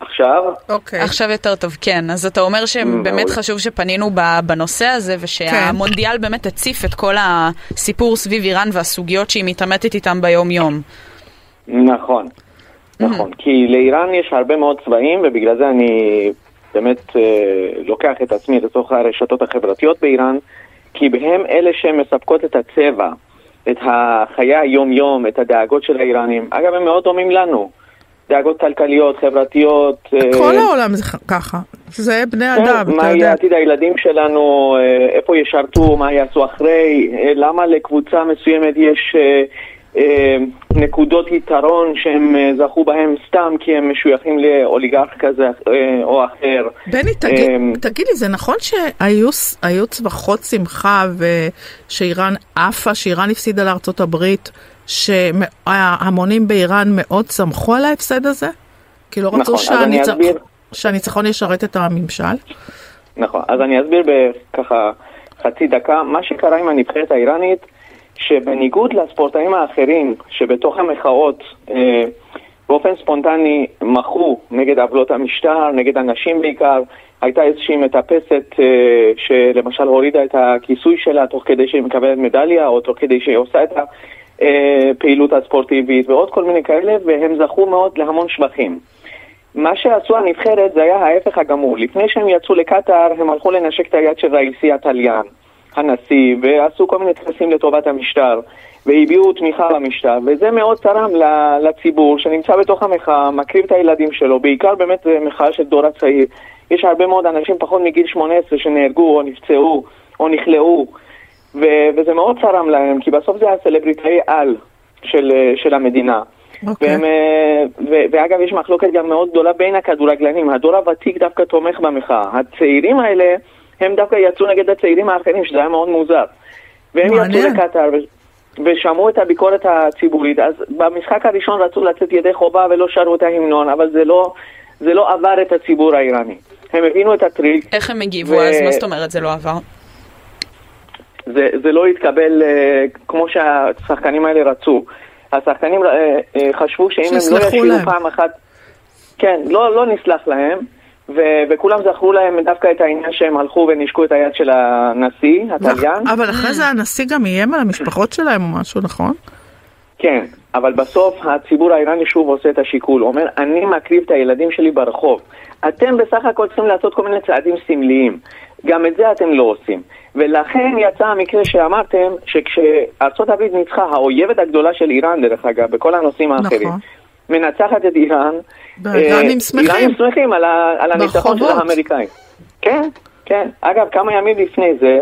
Speaker 10: עכשיו?
Speaker 8: אוקיי. עכשיו יותר טוב, כן. אז אתה אומר שבאמת
Speaker 10: מעולה.
Speaker 8: חשוב שפנינו ב- בנושא הזה, ושהמונדיאל באמת הציף את כל הסיפור סביב איראן והסוגיות שהיא מתעמתת איתם ביום-יום.
Speaker 10: נכון, נכון. כי לאיראן יש הרבה מאוד צבעים, ובגלל זה אני באמת אה, לוקח את עצמי לתוך הרשתות החברתיות באיראן, כי בהם אלה שמספקות את הצבע, את החיי היום-יום, את הדאגות של האיראנים. אגב, הם מאוד דומים לנו. דאגות כלכליות, חברתיות. אה,
Speaker 2: כל העולם זה ח- ככה, זה בני
Speaker 10: כן,
Speaker 2: אדם,
Speaker 10: מה
Speaker 2: אתה
Speaker 10: יהיה
Speaker 2: יודע.
Speaker 10: עתיד הילדים שלנו, אה, איפה ישרתו, מה יעשו אחרי, אה, למה לקבוצה מסוימת יש אה, אה, נקודות יתרון שהם אה, זכו בהם סתם כי הם משויכים לאוליגרח כזה אה, או אחר.
Speaker 2: בני, תגיד,
Speaker 10: אמ,
Speaker 2: תגיד לי, זה נכון שהיו ס- היו צווחות שמחה ושאיראן עפה, שאיראן הפסידה לארצות הברית, שההמונים באיראן מאוד שמחו על ההפסד הזה? כי לא
Speaker 10: נכון,
Speaker 2: רצו
Speaker 10: אז אני
Speaker 2: שהניצ-
Speaker 10: אסביר.
Speaker 2: שהניצחון ישרת את הממשל?
Speaker 10: נכון, אז אני אסביר בככה חצי דקה. מה שקרה עם הנבחרת האיראנית, שבניגוד לספורטאים האחרים שבתוך המחאות אה, באופן ספונטני מחו נגד עוולות המשטר, נגד הנשים בעיקר, הייתה איזושהי מטפסת אה, שלמשל הורידה את הכיסוי שלה תוך כדי שהיא מקבלת מדליה או תוך כדי שהיא עושה את אה, הפעילות הספורטיבית ועוד כל מיני כאלה והם זכו מאוד להמון שבחים. מה שעשו הנבחרת זה היה ההפך הגמור. לפני שהם יצאו לקטאר, הם הלכו לנשק את היד של ראיסי הטליין, הנשיא, ועשו כל מיני טקסים לטובת המשטר, והביעו תמיכה במשטר, וזה מאוד תרם ל- לציבור שנמצא בתוך המחאה, מקריב את הילדים שלו, בעיקר באמת זה מחאה של דור הצעיר. יש הרבה מאוד אנשים פחות מגיל 18 שנהרגו או נפצעו או נכלאו, ו- וזה מאוד תרם להם, כי בסוף זה הסלבריטאי על של, של המדינה.
Speaker 2: אוקיי.
Speaker 10: והם, אה, ו- ואגב, יש מחלוקת גם מאוד גדולה בין הכדורגלנים. הדור הוותיק דווקא תומך במחאה. הצעירים האלה, הם דווקא יצאו נגד הצעירים האחרים, שזה היה מאוד מוזר. והם יצאו לקטאר ו- ושמעו את הביקורת הציבורית. אז במשחק הראשון רצו לצאת ידי חובה ולא שרו את ההמנון, אבל זה לא, זה לא עבר את הציבור האיראני. הם הבינו את הטריק.
Speaker 8: איך הם הגיבו
Speaker 10: ו-
Speaker 8: אז? מה זאת אומרת זה לא עבר?
Speaker 10: זה, זה לא התקבל אה, כמו שהשחקנים האלה רצו. השחקנים אה, אה, חשבו שאם הם לא
Speaker 2: שיסלחו
Speaker 10: ישאירו
Speaker 2: להם.
Speaker 10: פעם אחת... כן, לא, לא נסלח להם, ו, וכולם זכרו להם דווקא את העניין שהם הלכו ונשקו את היד של הנשיא, הטליין.
Speaker 2: נכון, אבל אחרי זה הנשיא גם איים על המשפחות שלהם או משהו, נכון?
Speaker 10: כן, אבל בסוף הציבור האיראני שוב עושה את השיקול. אומר, אני מקריב את הילדים שלי ברחוב. אתם בסך הכל צריכים לעשות כל מיני צעדים סמליים. גם את זה אתם לא עושים. ולכן יצא המקרה שאמרתם, שכשארצות הברית ניצחה, האויבת הגדולה של איראן, דרך אגב, בכל הנושאים האחרים,
Speaker 2: נכון.
Speaker 10: מנצחת את איראן,
Speaker 2: באיראנים
Speaker 10: אה,
Speaker 2: שמחים.
Speaker 10: איראנים שמחים על, ה- על הניצחון של
Speaker 2: ברחובות.
Speaker 10: האמריקאים. כן, כן. אגב, כמה ימים לפני זה,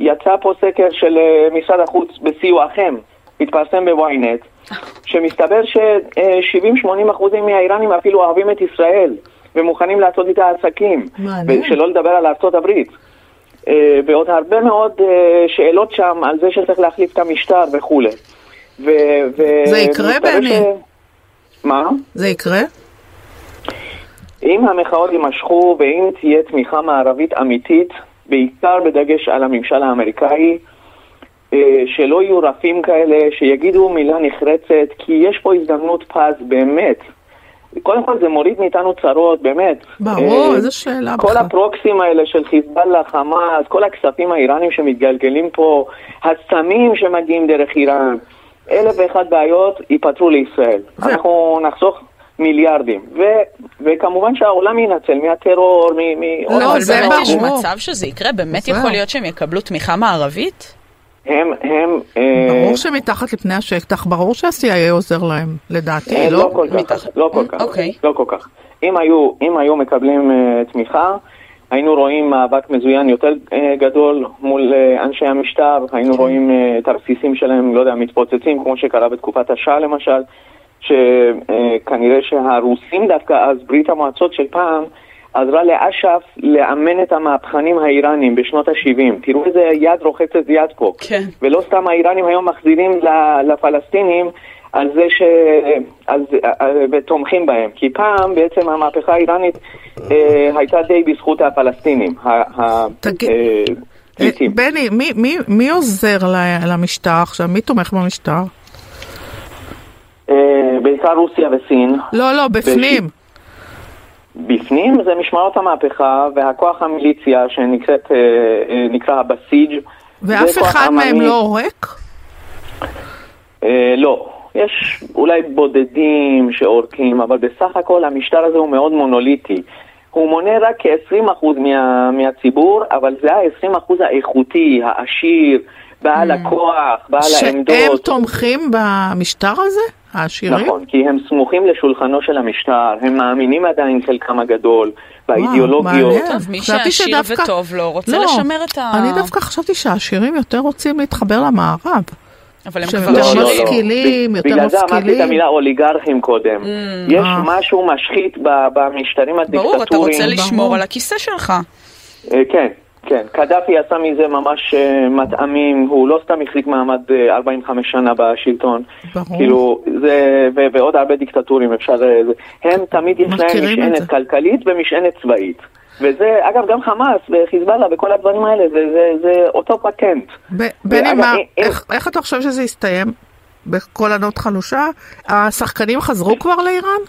Speaker 10: יצא פה סקר של אה, משרד החוץ בסיועכם, התפרסם ב-ynet, שמסתבר ש-70-80% מהאיראנים אפילו אוהבים את ישראל, ומוכנים לעשות איתה עסקים,
Speaker 2: מעניין.
Speaker 10: ושלא לדבר על ארצות הברית. אה, ועוד הרבה מאוד אה, שאלות שם על זה שצריך להחליף את המשטר וכולי. ו- ו-
Speaker 2: זה יקרה,
Speaker 10: מסתבר
Speaker 2: בני?
Speaker 10: מה?
Speaker 2: זה יקרה?
Speaker 10: אם המחאות יימשכו ואם תהיה תמיכה מערבית אמיתית, בעיקר בדגש על הממשל האמריקאי, אה, שלא יהיו רפים כאלה, שיגידו מילה נחרצת, כי יש פה הזדמנות פז באמת. קודם כל זה מוריד מאיתנו צרות, באמת.
Speaker 2: ברור,
Speaker 10: אה,
Speaker 2: איזו שאלה
Speaker 10: כל
Speaker 2: בכלל.
Speaker 10: הפרוקסים האלה של חיזבאללה, חמאס, כל הכספים האיראנים שמתגלגלים פה, הסמים שמגיעים דרך איראן, אלף ואחת בעיות ייפתרו לישראל. אנחנו נחסוך מיליארדים. ו- וכמובן שהעולם יינצל מהטרור, מ... מ-
Speaker 8: אבל
Speaker 10: עוד- אה,
Speaker 8: באמת יש לא, מצב שזה יקרה? באמת יכול להיות שהם יקבלו תמיכה מערבית?
Speaker 10: הם, הם... אה,
Speaker 2: ברור שמתחת לפני השטח, ברור שה-CIA עוזר להם, לדעתי,
Speaker 10: אה,
Speaker 2: לא?
Speaker 10: לא כל כך, לא כל כך,
Speaker 2: אוקיי.
Speaker 10: לא כל כך. אם היו, אם היו מקבלים אה, תמיכה, היינו רואים מאבק מזוין יותר אה, גדול מול אה, אנשי המשטר, היינו רואים אה, את הרסיסים שלהם, לא יודע, מתפוצצים, כמו שקרה בתקופת השאה למשל, שכנראה שהרוסים דווקא אז, ברית המועצות של פעם, עזרה לאש"ף לאמן את המהפכנים האיראנים בשנות ה-70. תראו איזה יד רוחצת יד פה.
Speaker 8: כן.
Speaker 10: ולא סתם האיראנים היום מחזירים ל- לפלסטינים על זה ש... אז, אה, ותומכים בהם. כי פעם בעצם המהפכה האיראנית אה, הייתה די בזכות הפלסטינים. ה- ה-
Speaker 2: תגיד-
Speaker 10: אה, פליטים.
Speaker 2: בני, מי- מי- מי עוזר ל- למשטר עכשיו? מי תומך במשטר?
Speaker 10: אה, בעיקר רוסיה וסין.
Speaker 2: לא, לא, בפנים.
Speaker 10: בפנים זה משמעות המהפכה והכוח המיליציה שנקראת, אה, אה, נקרא הבסיג'
Speaker 2: ואף
Speaker 10: זה כוח
Speaker 2: אחד מהם
Speaker 10: עממי.
Speaker 2: לא ריק?
Speaker 10: אה, לא. יש אולי בודדים שעורקים, אבל בסך הכל המשטר הזה הוא מאוד מונוליטי. הוא מונה רק כ-20% מה, מהציבור, אבל זה ה-20% האיכותי, העשיר, בעל הכוח, בעל העמדות.
Speaker 2: Mm. שהם תומכים במשטר הזה? העשירים?
Speaker 10: נכון, כי הם סמוכים לשולחנו של המשטר, הם מאמינים עדיין חלקם הגדול באידיאולוגיות.
Speaker 2: מעניין.
Speaker 8: טוב, מי
Speaker 2: חשבתי
Speaker 8: שעשיר
Speaker 2: שדווקא-
Speaker 8: וטוב לו רוצה
Speaker 2: לא,
Speaker 8: לשמר את ה...
Speaker 2: אני דווקא חשבתי שהעשירים יותר רוצים להתחבר למערב.
Speaker 8: אבל הם
Speaker 2: שהם
Speaker 8: כבר
Speaker 2: לא,
Speaker 8: עשירים.
Speaker 2: לא, לא. משכילים,
Speaker 10: ב-
Speaker 2: יותר אה.
Speaker 10: בגלל זה אמרתי את
Speaker 2: משכילים.
Speaker 10: המילה אוליגרכים קודם. יש משהו משחית ב- במשטרים הדיקטטוריים.
Speaker 8: Mm. ברור, אתה רוצה לשמור על הכיסא שלך.
Speaker 10: אה, כן, כן. קדאפי עשה מזה ממש אה, מטעמים, הוא לא סתם החזיק מעמד אה, 45 שנה בשלטון.
Speaker 2: ברור.
Speaker 10: כאילו, זה, ו- ועוד הרבה דיקטטורים אפשר... אה, זה- הם תמיד יש להם
Speaker 2: מכירים את זה.
Speaker 10: משענת כלכלית ומשענת צבאית. וזה, אגב, גם חמאס וחיזבאללה וכל הדברים האלה, זה, זה, זה אותו פטנט.
Speaker 2: ב- בני,
Speaker 10: ואגב, אה,
Speaker 2: מה-
Speaker 10: אם- אם-
Speaker 2: איך- איך אתה חושב שזה יסתיים? בקול ענות חלושה? השחקנים
Speaker 10: אה.
Speaker 2: חזרו כבר לאיראן?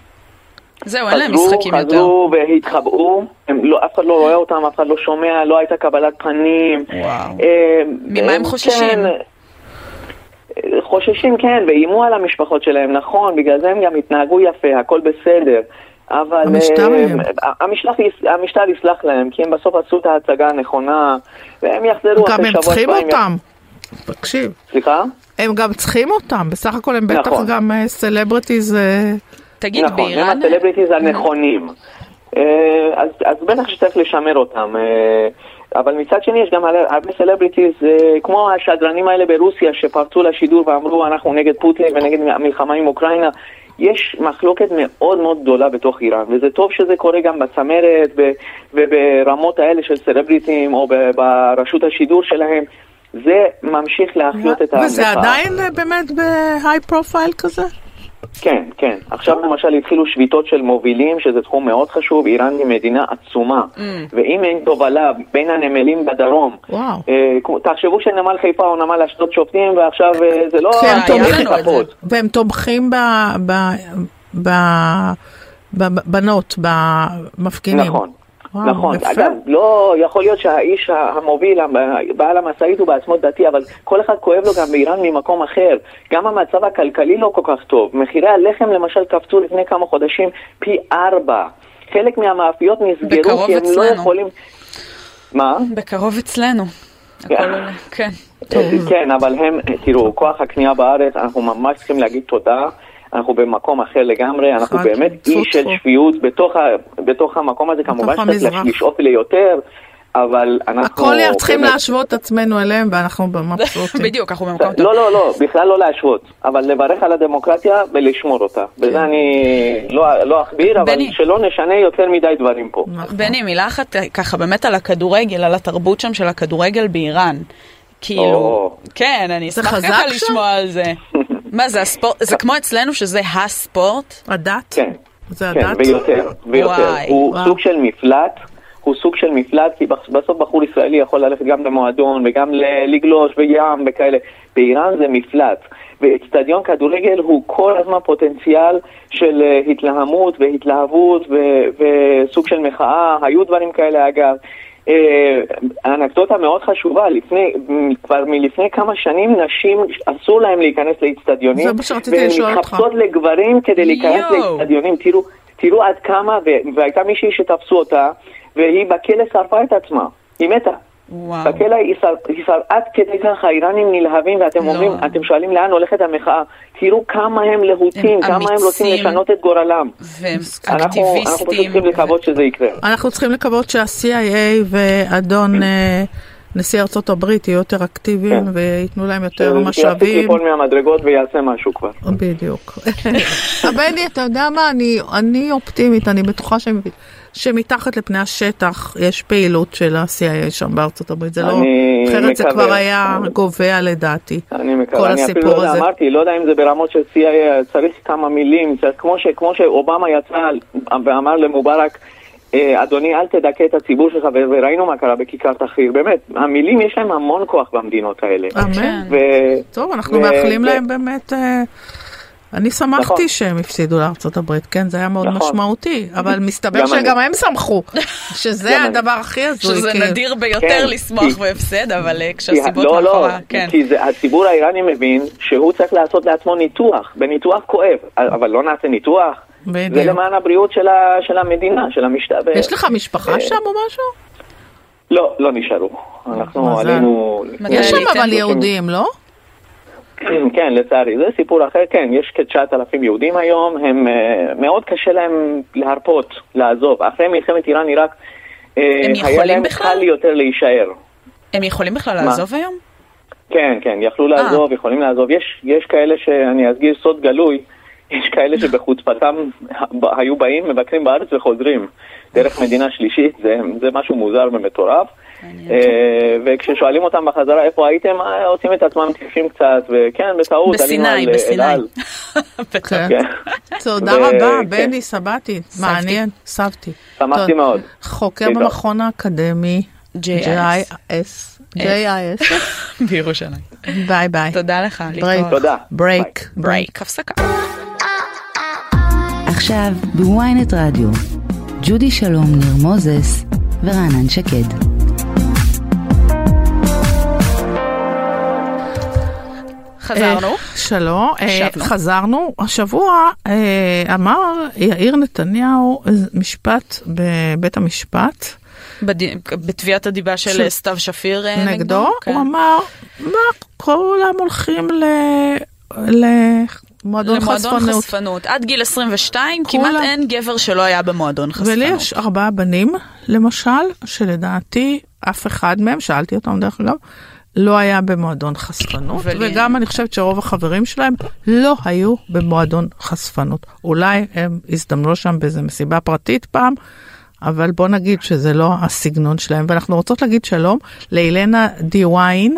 Speaker 8: זהו, אין להם
Speaker 10: חזרו,
Speaker 8: משחקים יותר.
Speaker 10: חזרו והתחבאו, הם לא, אף אחד לא רואה אותם, אף אחד לא שומע, לא הייתה קבלת פנים. אה,
Speaker 8: וואו.
Speaker 10: ממה הם חוששים? חוששים, כן, ואיימו על המשפחות שלהם, נכון, בגלל זה הם גם התנהגו יפה, הכל בסדר. אבל
Speaker 2: המשטר
Speaker 10: אה,
Speaker 2: הם.
Speaker 10: המשטר, יס- המשטר יסלח להם, כי הם בסוף עשו את ההצגה הנכונה, והם יחזרו
Speaker 2: גם
Speaker 10: אחרי
Speaker 2: הם
Speaker 10: שבוע
Speaker 2: צריכים
Speaker 10: שבועיים.
Speaker 2: אותם. תקשיב.
Speaker 10: סליחה?
Speaker 2: הם גם צריכים אותם, בסך הכל הם בטח
Speaker 10: נכון.
Speaker 2: גם אה, סלבריטיז.
Speaker 8: תגיד,
Speaker 10: נכון, נכון, הם הסלבריטיז הנכונים. אה, אז, אז בטח שצריך לשמר אותם. אה, אבל מצד שני יש גם הרבה- הרבה סלבריטיז, אה, כמו השדרנים האלה ברוסיה שפרצו לשידור ואמרו אנחנו נגד פוטין ונגד המלחמה עם אוקראינה. יש מחלוקת מאוד מאוד גדולה בתוך איראן, וזה טוב שזה קורה גם בצמרת ו- וברמות האלה של סלבריטים או ב- ברשות השידור שלהם. זה ממשיך להחיות את המחאה.
Speaker 2: וזה עדיין אה, באמת בהיי פרופייל כזה?
Speaker 10: כן, כן. עכשיו למשל התחילו שביתות של מובילים, שזה תחום מאוד חשוב. איראן היא מדינה עצומה,
Speaker 8: Mm.
Speaker 10: ואם אין תובלה בין הנמלים בדרום,
Speaker 2: וואו.
Speaker 10: אה, כמו- תחשבו שנמל חיפה או נמל אשדוד שופטים, ועכשיו אה, זה לא...
Speaker 2: כן,
Speaker 10: אה,
Speaker 2: תומכים.
Speaker 10: אין כבוד.
Speaker 2: והם תומכים ב... ב... ב... בבנות, במפגינים.
Speaker 10: נכון.
Speaker 2: וואו,
Speaker 10: נכון,
Speaker 2: יפה.
Speaker 10: אגב, לא יכול להיות שהאיש ה- המוביל, המ- בעל המשאית הוא בעצמו דתי, אבל כל אחד כואב לו גם באיראן ממקום אחר. גם המצב הכלכלי לא כל כך טוב. מחירי הלחם למשל קפצו לפני כמה חודשים פי ארבע. חלק מהמאפיות נסגרו
Speaker 8: בקרוב
Speaker 10: כי הם לא
Speaker 8: אצלנו.
Speaker 10: יכולים... מה?
Speaker 8: בקרוב אצלנו. הכל עולה, כן.
Speaker 10: כן, אבל הם, תראו, כוח הקנייה בארץ, אנחנו ממש צריכים להגיד תודה. אנחנו במקום אחר לגמרי, אנחנו
Speaker 2: חג,
Speaker 10: באמת אי של
Speaker 2: צפו.
Speaker 10: שפיות בתוך, ה, בתוך המקום הזה, כמובן שצריך
Speaker 2: המזרח.
Speaker 10: לשאוף ליותר, אבל אנחנו...
Speaker 2: כל יום צריכים
Speaker 10: באמת-
Speaker 2: להשוות את עצמנו אליהם, ואנחנו מבסוטים.
Speaker 8: בדיוק, אנחנו במקום טוב.
Speaker 10: לא, לא, לא, בכלל לא להשוות, אבל לברך על הדמוקרטיה ולשמור אותה.
Speaker 2: כן.
Speaker 10: בזה אני לא, לא אכביר, אבל
Speaker 8: בני.
Speaker 10: שלא נשנה יותר מדי דברים פה.
Speaker 2: נכון.
Speaker 8: בני, מילה אחת אה, ככה באמת על הכדורגל, על התרבות שם של הכדורגל באיראן. כאילו,
Speaker 10: או.
Speaker 8: כן, אני
Speaker 2: זה
Speaker 8: אשמח
Speaker 2: חזק
Speaker 8: ככה
Speaker 2: שם?
Speaker 8: לשמוע על זה. מה זה הספורט? זה כמו אצלנו שזה הספורט?
Speaker 2: הדת?
Speaker 10: כן.
Speaker 2: זה
Speaker 10: כן,
Speaker 2: הדת?
Speaker 10: ויותר, ויותר.
Speaker 8: וואי,
Speaker 10: הוא
Speaker 2: וואו.
Speaker 10: סוג של מפלט, הוא סוג של מפלט, כי בח- בסוף בחור ישראלי יכול ללכת גם למועדון וגם ל- לגלוש וים וכאלה. באיראן זה מפלט. ואצטדיון כדורגל הוא כל הזמן פוטנציאל של אה, התלהמות והתלהבות ו- וסוג של מחאה, היו דברים כאלה אגב. אה, אנקדוטה מאוד חשובה, לפני, מ- כבר מלפני כמה שנים נשים אסור להן להיכנס לאיצטדיונים,
Speaker 2: זה מה שרציתי
Speaker 10: והן
Speaker 2: לשאול אותך.
Speaker 10: מתחפשות לגברים כדי להיכנס
Speaker 8: יואו.
Speaker 10: לאיצטדיונים, תראו, תראו עד כמה, ו- והייתה מישהי שתפסו אותה, והיא בכלא שרפה את עצמה, היא מתה.
Speaker 8: וואו.
Speaker 10: בכלא היא שר- היא שר- עד כדי כך האיראנים נלהבים ואתם
Speaker 8: לא.
Speaker 10: אומרים, אתם שואלים לאן הולכת המחאה, תראו כמה הם להוטים,
Speaker 8: הם
Speaker 10: כמה הם רוצים
Speaker 8: אמיצים.
Speaker 10: לשנות את גורלם.
Speaker 8: והם
Speaker 10: אנחנו אנחנו פשוט
Speaker 8: אקטיביסטים.
Speaker 10: צריכים לקוות שזה יקרה.
Speaker 2: אנחנו צריכים לקוות שה-CIA ואדון אה, נשיא ארצות הברית יהיו יותר אקטיביים
Speaker 10: כן.
Speaker 2: וייתנו להם יותר
Speaker 10: שיפסיק
Speaker 2: משאבים.
Speaker 10: ליפול מהמדרגות ויעשה משהו כבר.
Speaker 2: בדיוק. בני, אתה יודע מה, אני, אני אופטימית, אני בטוחה שהם שמתחת לפני השטח יש פעילות של ה-CIA שם בארצות הברית, זה לא...
Speaker 10: אני
Speaker 2: אחרת זה
Speaker 10: מקווה.
Speaker 2: כבר היה גובע לדעתי.
Speaker 10: אני
Speaker 2: כל
Speaker 10: מקווה, אני אפילו
Speaker 2: הסיפור
Speaker 10: לא יודע,
Speaker 2: הזה.
Speaker 10: אמרתי, לא יודע אם זה ברמות של CIA, צריך כמה מילים, צריך- כמו, ש, כמו שאובמה יצא ואמר למובארק, "אה, אדוני, אל תדכא את הציבור שלך, ו- וראינו מה קרה בכיכר תחריר, באמת, המילים יש להם המון כוח במדינות האלה.
Speaker 2: אמן.
Speaker 10: ו-
Speaker 2: טוב, אנחנו
Speaker 10: ו-
Speaker 2: מאחלים
Speaker 10: ו-
Speaker 2: להם באמת... אה, אני
Speaker 10: נכון.
Speaker 2: שמחתי שהם הפסידו לארצות הברית, כן? זה היה מאוד
Speaker 10: נכון.
Speaker 2: משמעותי, אבל מסתבר
Speaker 10: גם
Speaker 2: שגם
Speaker 10: אני.
Speaker 2: הם שמחו, שזה
Speaker 10: גם אני.
Speaker 2: הדבר הכי הזוי.
Speaker 8: שזה
Speaker 2: כאילו.
Speaker 8: נדיר ביותר
Speaker 10: כן,
Speaker 8: לשמוח
Speaker 10: כי-
Speaker 8: בהפסד, אבל אה,
Speaker 10: כי-
Speaker 8: כשהסיבות
Speaker 10: לא, לא,
Speaker 8: מאחורה, כן.
Speaker 10: כי זה, הציבור האיראני מבין שהוא צריך לעשות לעצמו ניתוח, בניתוח כואב, אבל לא נעשה ניתוח. זה לא
Speaker 2: בדיוק.
Speaker 10: למען הבריאות של, ה, של המדינה, של המשטר.
Speaker 2: יש לך משפחה
Speaker 10: אה,
Speaker 2: שם או משהו?
Speaker 10: לא, לא נשארו. אנחנו
Speaker 2: מזל.
Speaker 10: עלינו... לפני-
Speaker 2: יש שם אבל יהודים, לא?
Speaker 10: כן, לצערי. זה סיפור אחר, כן, יש כ-9,000 יהודים היום, הם אה, מאוד קשה להם להרפות, לעזוב. אחרי מלחמת איראן-עיראק, אה,
Speaker 8: הם
Speaker 10: היה
Speaker 8: יכולים
Speaker 10: להם
Speaker 8: בכלל?
Speaker 10: קל יותר להישאר.
Speaker 8: הם יכולים בכלל
Speaker 10: מה?
Speaker 8: לעזוב היום?
Speaker 10: כן, כן, יכלו
Speaker 8: אה.
Speaker 10: לעזוב, יכולים לעזוב. יש, יש כאלה שאני אסגיר סוד גלוי, יש כאלה שבחוצפתם היו באים, מבקרים בארץ וחוזרים
Speaker 8: נכון.
Speaker 10: דרך מדינה שלישית, זה, זה משהו מוזר ומטורף. אה, וכששואלים אותם בחזרה איפה הייתם, אה, עושים את עצמם טיפשים קצת, וכן, בטעות, עלינו
Speaker 8: בסיני,
Speaker 10: על, אה,
Speaker 8: בסיני.
Speaker 10: אל על.
Speaker 2: כן.
Speaker 10: כן.
Speaker 2: תודה
Speaker 10: ו-
Speaker 2: רבה,
Speaker 10: כן.
Speaker 2: בני סבתי. מעניין, סבתי.
Speaker 10: שמחתי
Speaker 2: תודה.
Speaker 10: מאוד.
Speaker 2: חוקר
Speaker 10: תודה.
Speaker 2: במכון האקדמי JIS. JIS.
Speaker 8: בירושלים.
Speaker 2: ביי ביי.
Speaker 8: תודה לך.
Speaker 2: ברייק.
Speaker 8: להתראות.
Speaker 2: ברייק.
Speaker 8: ברייק. הפסקה.
Speaker 6: עכשיו בוויינט רדיו, ג'ודי שלום, ניר מוזס ורענן שקד.
Speaker 8: חזרנו.
Speaker 2: אה, שלום, אה,
Speaker 8: שבנו.
Speaker 2: חזרנו. השבוע אה, אמר יאיר נתניהו איזה משפט בבית המשפט
Speaker 8: בד- בתביעת הדיבה
Speaker 2: של-
Speaker 8: של אה, סתיו שפיר אה,
Speaker 2: נגדו,
Speaker 8: כן.
Speaker 2: הוא אמר, מה, כולם הולכים ל- למועדון
Speaker 8: למועדון
Speaker 2: חשפנות.
Speaker 8: חשפנות. עד גיל 22
Speaker 2: כולם.
Speaker 8: כמעט אין גבר שלא היה במועדון חשפנות.
Speaker 2: ולי יש ארבעה בנים, למשל, שלדעתי אף אחד מהם, שאלתי אותם דרך אגב, לא היה במועדון חשפנות,
Speaker 8: ולי-
Speaker 2: וגם אני חושבת שרוב החברים שלהם לא היו במועדון חשפנות. אולי הם הזדמנו שם באיזה מסיבה פרטית פעם, אבל בוא נגיד שזה לא הסגנון שלהם. ואנחנו רוצות להגיד שלום לאילנה דיוויין,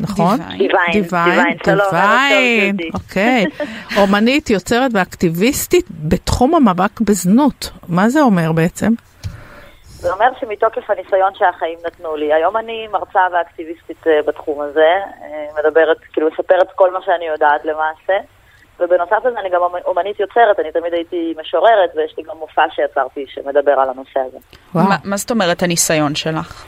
Speaker 2: נכון?
Speaker 11: דיוויין, דיוויין, שלום, ערב טוב,
Speaker 2: דיוויין,
Speaker 11: ג'ודי.
Speaker 2: אוקיי. אומנית, יוצרת ואקטיביסטית בתחום המאבק בזנות. מה זה אומר בעצם?
Speaker 11: זה אומר שמתוקף הניסיון שהחיים נתנו לי. היום אני מרצה ואקטיביסטית אה, בתחום הזה, אה, מדברת, כאילו מספרת כל מה שאני יודעת למעשה, ובנוסף לזה אני גם אומ- אומנית יוצרת, אני תמיד הייתי משוררת, ויש לי גם מופע שיצרתי שמדבר על הנושא הזה.
Speaker 8: מה- מה זאת אומרת הניסיון שלך?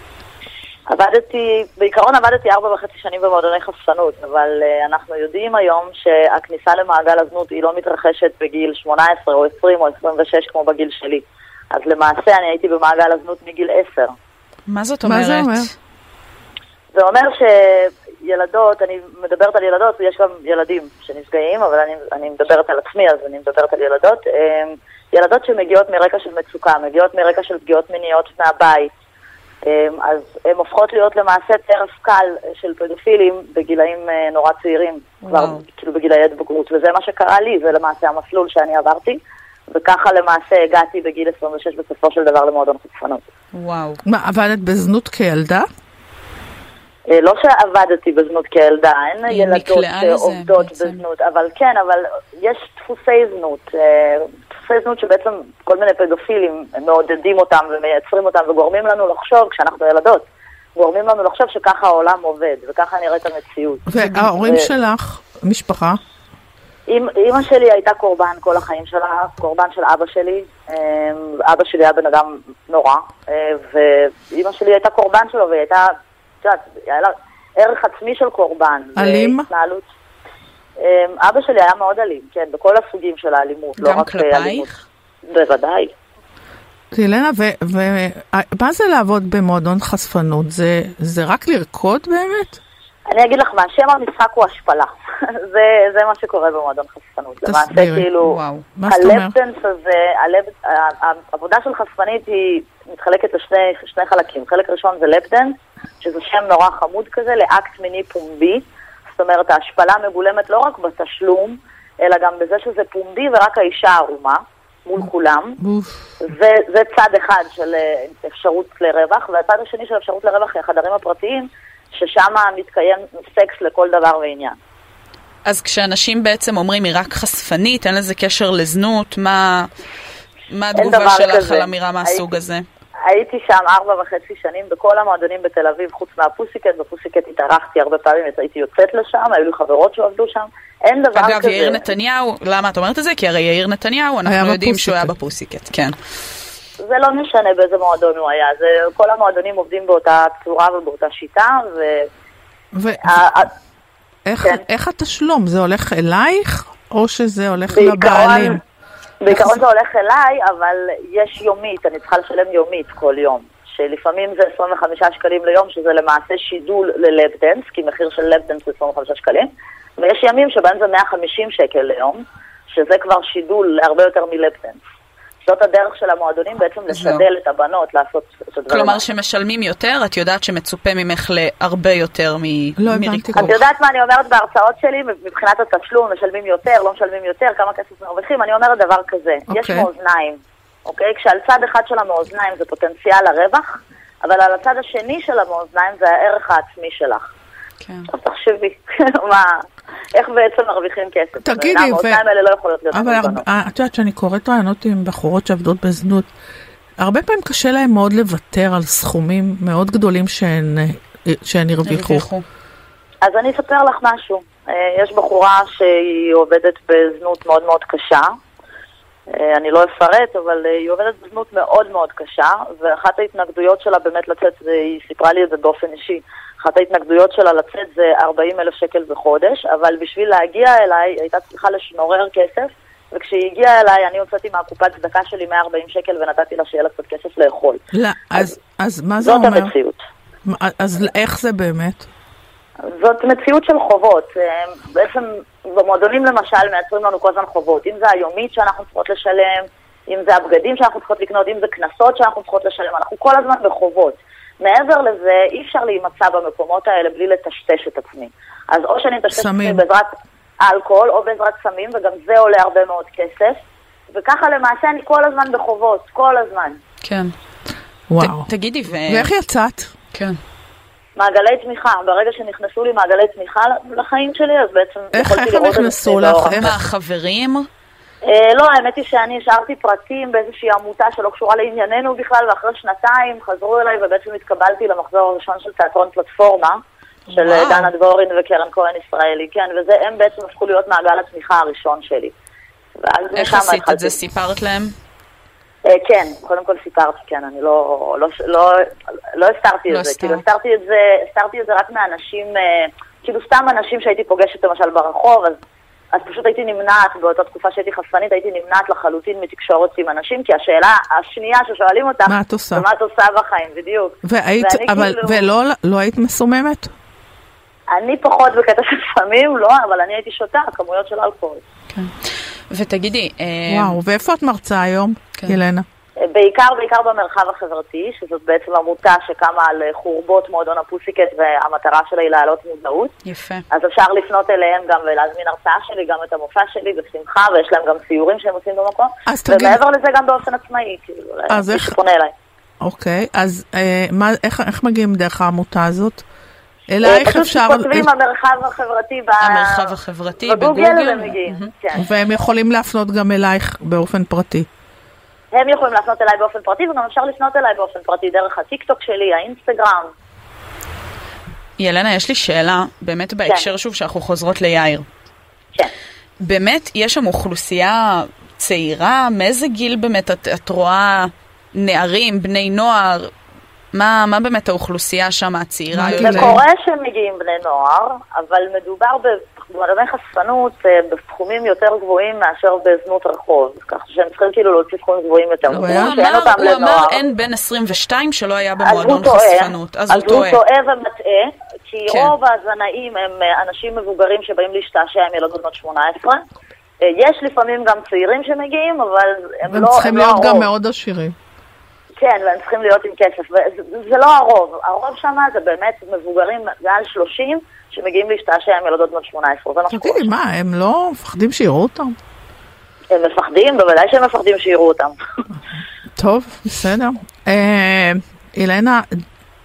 Speaker 11: עבדתי, בעיקרון עבדתי ארבע וחצי שנים במועדוני חשפנות, אבל אה, אנחנו יודעים היום שהכניסה למעגל הזנות היא לא מתרחשת בגיל 18 או 20 או 26 כמו בגיל שלי. אז למעשה אני הייתי במעגל הזנות מגיל 10.
Speaker 8: מה זאת
Speaker 2: מה
Speaker 8: אומרת?
Speaker 2: זה אומר?
Speaker 11: זה אומר שילדות, אני מדברת על ילדות, ויש גם ילדים שנפגעים, אבל אני, אני מדברת על עצמי, אז אני מדברת על ילדות. אמ, ילדות שמגיעות מרקע של מצוקה, מגיעות מרקע של פגיעות מיניות מהבית, אמ, אז הן הופכות להיות למעשה טרף קל של פדופילים בגילאים אה, נורא צעירים, כבר
Speaker 8: וואו.
Speaker 11: כאילו בגילאי התבגרות, וזה מה שקרה לי, זה למעשה המסלול שאני עברתי, וככה למעשה הגעתי בגיל 26 בסופו של דבר למועדון חצפנות.
Speaker 8: וואו.
Speaker 2: מה, עבדת בזנות כילדה?
Speaker 11: אה, לא שעבדתי בזנות כילדה, אין
Speaker 8: היא
Speaker 11: ילדות
Speaker 8: נקלעה לזה
Speaker 11: שעובדות בזנות, אבל כן, אבל יש דפוסי זנות, אה, דפוסי זנות שבעצם כל מיני פדופילים מעודדים אותם ומייצרים אותם וגורמים לנו לחשוב, כשאנחנו ילדות, גורמים לנו לחשוב שככה העולם עובד וככה נראית המציאות.
Speaker 2: וההורים
Speaker 11: ו-
Speaker 2: שלך, משפחה?
Speaker 11: אמ- אימא שלי הייתה קורבן כל החיים שלה, קורבן של אבא שלי. אמ, אבא שלי היה בן אדם נורא, אה, ואימא שלי הייתה קורבן שלו, והיא הייתה, את יודעת, היה לה ערך עצמי של קורבן.
Speaker 2: אלים?
Speaker 11: והתנהלות. אמ, אבא שלי היה מאוד אלים, כן, בכל הסוגים של האלימות, לא
Speaker 8: גם
Speaker 11: רק
Speaker 8: כלפייך?
Speaker 11: אלימות. בוודאי.
Speaker 2: אילנה, ומה זה לעבוד במועדון חשפנות? זה- זה רק לרקוד באמת?
Speaker 11: אני אגיד לך מה, שם המשחק הוא השפלה. זה, זה מה שקורה במועדון חשפנות. למעשה,
Speaker 2: תסבירי.
Speaker 11: כאילו,
Speaker 2: וואו. מה זאת אומרת?
Speaker 11: הלפטנס הזה, הלב, ה- ה- העבודה של חשפנית היא מתחלקת לשני שני חלקים. חלק ראשון זה לפטנס, שזה שם נורא חמוד כזה, לאקט מיני פומבי. זאת אומרת, ההשפלה מגולמת לא רק בתשלום, אלא גם בזה שזה פומבי ורק האישה ערומה. מול כולם.
Speaker 2: אוף.
Speaker 11: זה, זה צד אחד של אה, אפשרות לרווח, והצד השני של אפשרות לרווח היא החדרים הפרטיים, ששם מתקיים סקס לכל דבר ועניין.
Speaker 8: אז כשאנשים בעצם אומרים היא רק חשפנית, אין לזה קשר לזנות, מה, מה
Speaker 11: אין
Speaker 8: התגובה
Speaker 11: דבר
Speaker 8: שלך
Speaker 11: כזה.
Speaker 8: על אמירה מהסוג
Speaker 11: הייתי-
Speaker 8: הזה?
Speaker 11: הייתי שם ארבע וחצי שנים בכל המועדונים בתל אביב, חוץ מהפוסיקט, בפוסיקט התארחתי הרבה פעמים, הייתי יוצאת לשם, היו לי חברות שעבדו שם, אין דבר
Speaker 8: אגב,
Speaker 11: כזה.
Speaker 8: יאיר נתניהו, למה את אומרת את זה? כי הרי יאיר נתניהו,
Speaker 11: היה
Speaker 8: אנחנו יודעים שהוא היה
Speaker 11: בפוסיקט.
Speaker 8: בפוסיקט, כן.
Speaker 11: זה לא משנה באיזה מועדון הוא היה, זה, כל המועדונים עובדים באותה צורה ובאותה שיטה, ו...
Speaker 2: ואיך
Speaker 11: כן.
Speaker 2: איך התשלום? זה הולך אלייך, או שזה הולך
Speaker 11: בעיקרון-
Speaker 2: לבעלים?
Speaker 11: בעיקרון זה הולך אליי, אבל יש יומית, אני צריכה לשלם יומית כל יום. שלפעמים זה 25 שקלים ליום, שזה למעשה שידול ללפדנס, כי מחיר של לפדנס זה 25 שקלים. ויש ימים שבהם זה 150 שקל ליום, שזה כבר שידול הרבה יותר מלפדנס. זאת הדרך של המועדונים בעצם
Speaker 8: לא.
Speaker 11: לשדל את הבנות לעשות את הדברים.
Speaker 8: כלומר,
Speaker 11: האלה.
Speaker 8: שמשלמים יותר, את יודעת שמצופה ממך להרבה יותר מ-
Speaker 2: לא
Speaker 8: מריכוך.
Speaker 11: את יודעת מה אני אומרת בהרצאות שלי? מבחינת התשלום, משלמים יותר, לא משלמים יותר, כמה כסף מרוויחים, אני אומרת דבר כזה, okay. יש
Speaker 8: אוקיי.
Speaker 11: מאזניים, אוקיי? כשעל צד אחד של המאזניים זה פוטנציאל הרווח, אבל על הצד השני של המאזניים זה הערך העצמי שלך.
Speaker 8: כן.
Speaker 11: עכשיו תחשבי, מה, איך בעצם מרוויחים כסף?
Speaker 2: תגידי,
Speaker 11: ולמה
Speaker 2: ו-
Speaker 11: המאזניים האלה לא יכולות להיות
Speaker 2: אבל
Speaker 11: מבנות.
Speaker 2: הרבה- אה, את יודעת שאני קוראת רעיונות עם בחורות שעבדות בזנות, הרבה פעמים קשה להן מאוד לוותר על סכומים מאוד גדולים שהן אה, שהן הרוויחו.
Speaker 11: אז אני אספר לך משהו. אה, יש בחורה שהיא עובדת בזנות מאוד מאוד קשה. אה, אני לא אפרט, אבל אה, היא עובדת בזנות מאוד מאוד קשה, ואחת ההתנגדויות שלה באמת לצאת, זה- היא סיפרה לי את זה באופן אישי, אחת ההתנגדויות שלה לצאת זה 40 אלף שקל בחודש, אבל בשביל להגיע אליי היא הייתה צריכה לשנורר כסף, וכשהיא הגיעה אליי אני הוצאתי מהקופת צדקה שלי 140 שקל ונתתי לה שיהיה לה קצת כסף לאכול.
Speaker 2: לא, אז- אז מה זה
Speaker 11: זאת
Speaker 2: אומר?
Speaker 11: המציאות.
Speaker 2: מה- אז איך זה באמת?
Speaker 11: זאת מציאות של חובות. אה, בעצם במועדונים למשל מייצרים לנו כל הזמן חובות. אם זה היומית שאנחנו צריכות לשלם, אם זה הבגדים שאנחנו צריכות לקנות, אם זה קנסות שאנחנו צריכות לשלם, אנחנו כל הזמן בחובות. מעבר לזה, אי אפשר להימצא במקומות האלה בלי לטשטש את עצמי. אז או שאני מטשטש את עצמי
Speaker 2: סמים.
Speaker 11: בעזרת אלכוהול או בעזרת סמים, וגם זה עולה הרבה מאוד כסף. וככה למעשה אני כל הזמן בחובות, כל הזמן.
Speaker 8: כן.
Speaker 2: וואו.
Speaker 8: תגידי, ו...
Speaker 2: ואיך יצאת?
Speaker 8: כן.
Speaker 11: מעגלי תמיכה, ברגע שנכנסו לי מעגלי תמיכה לחיים שלי, אז בעצם יכולתי
Speaker 2: איך הם
Speaker 11: לראות את לא-
Speaker 2: נכנסו
Speaker 11: עצמי
Speaker 2: לך?
Speaker 11: באור.
Speaker 2: איך?
Speaker 8: מה, חברים?
Speaker 11: אה, לא, האמת היא שאני השארתי פרטים באיזושהי עמותה שלא קשורה לענייננו בכלל, ואחרי שנתיים חזרו אליי ובעצם התקבלתי למחזור הראשון של תיאטרון פלטפורמה, של
Speaker 8: וואו.
Speaker 11: אה, דנה דבורין וקרן כהן ישראלי, כן, וזה, הם בעצם הפכו להיות מעגל התמיכה הראשון שלי. ואז
Speaker 8: איך
Speaker 11: משם
Speaker 8: עשית את
Speaker 11: התחלתי.
Speaker 8: זה? סיפרת להם?
Speaker 11: אה, כן, קודם כל סיפרתי, כן, אני לא, לא, לא, לא הסתרתי
Speaker 8: לא
Speaker 11: את זה,
Speaker 8: הסתרת.
Speaker 11: כאילו הסתרתי את זה, הסתרתי את זה רק מאנשים, אה, כאילו סתם אנשים שהייתי פוגשת למשל ברחוב, אז, אז פשוט הייתי נמנעת, באותה תקופה שהייתי חשפנית, הייתי נמנעת לחלוטין מתקשורת עם אנשים, כי השאלה השנייה ששואלים אותך,
Speaker 2: מה את עושה?
Speaker 11: ומה את עושה בחיים, בדיוק.
Speaker 2: והיית,
Speaker 11: ואני
Speaker 2: אבל,
Speaker 11: כאילו-
Speaker 2: ולא לא היית מסוממת?
Speaker 11: אני פחות בקטע של סמים, לא, אבל אני הייתי שותה כמויות של אלכוהול.
Speaker 8: ותגידי, אה, כן.
Speaker 2: וואו, ואיפה את מרצה היום, ילנה?
Speaker 11: בעיקר, בעיקר במרחב החברתי, שזאת בעצם עמותה שקמה על אה, חורבות מועדון הפוסיקט והמטרה שלה היא להעלות מודעות.
Speaker 8: יפה.
Speaker 11: אז אפשר לפנות אליהם גם ולהזמין הרצאה שלי, גם את המופע שלי, בשמחה, ויש להם גם סיורים שהם עושים במקום.
Speaker 2: אז תגיד-
Speaker 11: ומעבר לזה גם באופן עצמאי, כאילו,
Speaker 2: אז
Speaker 11: מי
Speaker 2: איך-
Speaker 11: שפונה אליי.
Speaker 2: אוקיי, אז אה, מה, איך, איך מגיעים דרך העמותה הזאת?
Speaker 11: אה,
Speaker 2: אלייך
Speaker 11: פשוט
Speaker 2: אפשר...
Speaker 11: כותבים המרחב החברתי ב...
Speaker 8: המרחב החברתי
Speaker 11: בגוגל
Speaker 8: בגוגל.
Speaker 11: הם מגיעים, כן.
Speaker 2: והם יכולים להפנות גם אלייך באופן פרטי.
Speaker 11: הם יכולים לפנות אליי באופן פרטי, וגם אפשר לפנות אליי באופן פרטי דרך הטיקטוק שלי, האינסטגרם.
Speaker 8: ילנה, יש לי שאלה, באמת בהקשר שוב שאנחנו חוזרות ליאיר.
Speaker 11: כן.
Speaker 8: באמת, יש שם אוכלוסייה צעירה? מאיזה גיל באמת את, את רואה נערים, בני נוער? מה, מה באמת האוכלוסייה שם הצעירה?
Speaker 11: זה קורה שמגיעים בני נוער, אבל מדובר במועדוני חשפנות אה, בסכומים יותר גבוהים מאשר בזנות רחוב, כך שהם צריכים כאילו להוציא סכומים גבוהים יותר.
Speaker 8: לא, הוא
Speaker 11: סכומים
Speaker 8: אמר,
Speaker 11: שאין אותם
Speaker 8: הוא אמר
Speaker 11: לנוער.
Speaker 8: אין בן 22 שלא היה
Speaker 11: אז הוא
Speaker 8: במועדון
Speaker 11: טועה.
Speaker 8: חשפנות. אז הוא טועה.
Speaker 11: אז הוא טועה ומטעה, כי
Speaker 8: כן.
Speaker 11: רוב הזנאים הם אה, אנשים מבוגרים שבאים להשתעשע עם ילדות בנות 18. אה, יש לפעמים גם צעירים שמגיעים, אבל הם
Speaker 2: הם
Speaker 11: לא
Speaker 2: צריכים
Speaker 11: הם לא
Speaker 2: להיות גם
Speaker 11: הרוב.
Speaker 2: מאוד עשירים.
Speaker 11: כן, והם צריכים להיות עם כסף. וזה- זה לא הרוב. הרוב שם זה באמת מבוגרים מעל 30 נכון. שמגיעים להשתעשע עם ילדות בנות 18. זה מה שקורה.
Speaker 2: תגידי, מה, הם לא מפחדים שיראו אותם?
Speaker 11: הם מפחדים, בוודאי שהם מפחדים שיראו אותם.
Speaker 2: טוב, בסדר. אה, אילנה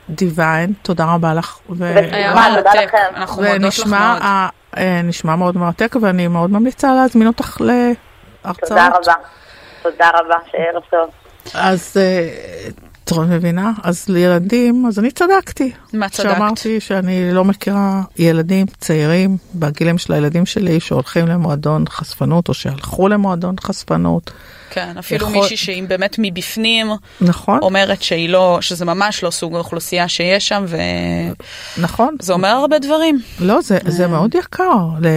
Speaker 2: דיוויין, תודה רבה לך. ו-
Speaker 11: בשמחה,
Speaker 2: וואלה,
Speaker 11: תודה לכם. אנחנו מודות לך
Speaker 2: ונשמע,
Speaker 11: מאוד.
Speaker 2: אה, אה, נשמע מאוד מרתק, ואני מאוד ממליצה להזמין אותך להרצאות.
Speaker 11: תודה רבה. תודה רבה, שערב טוב.
Speaker 2: אז אה, את מבינה? אז לילדים, אז אני צדקתי.
Speaker 8: מה צדקת?
Speaker 2: שאמרתי שאני לא מכירה ילדים צעירים בגילים של הילדים שלי שהולכים למועדון חשפנות או שהלכו למועדון חשפנות.
Speaker 8: כן, אפילו
Speaker 2: יכול-
Speaker 8: מישהי שהיא באמת מבפנים,
Speaker 2: נכון.
Speaker 8: אומרת שהיא לא, שזה ממש לא סוג האוכלוסייה שיש שם, ו...
Speaker 2: נכון.
Speaker 8: זה אומר הרבה דברים. אה.
Speaker 2: לא, זה, זה מאוד יקר. ל...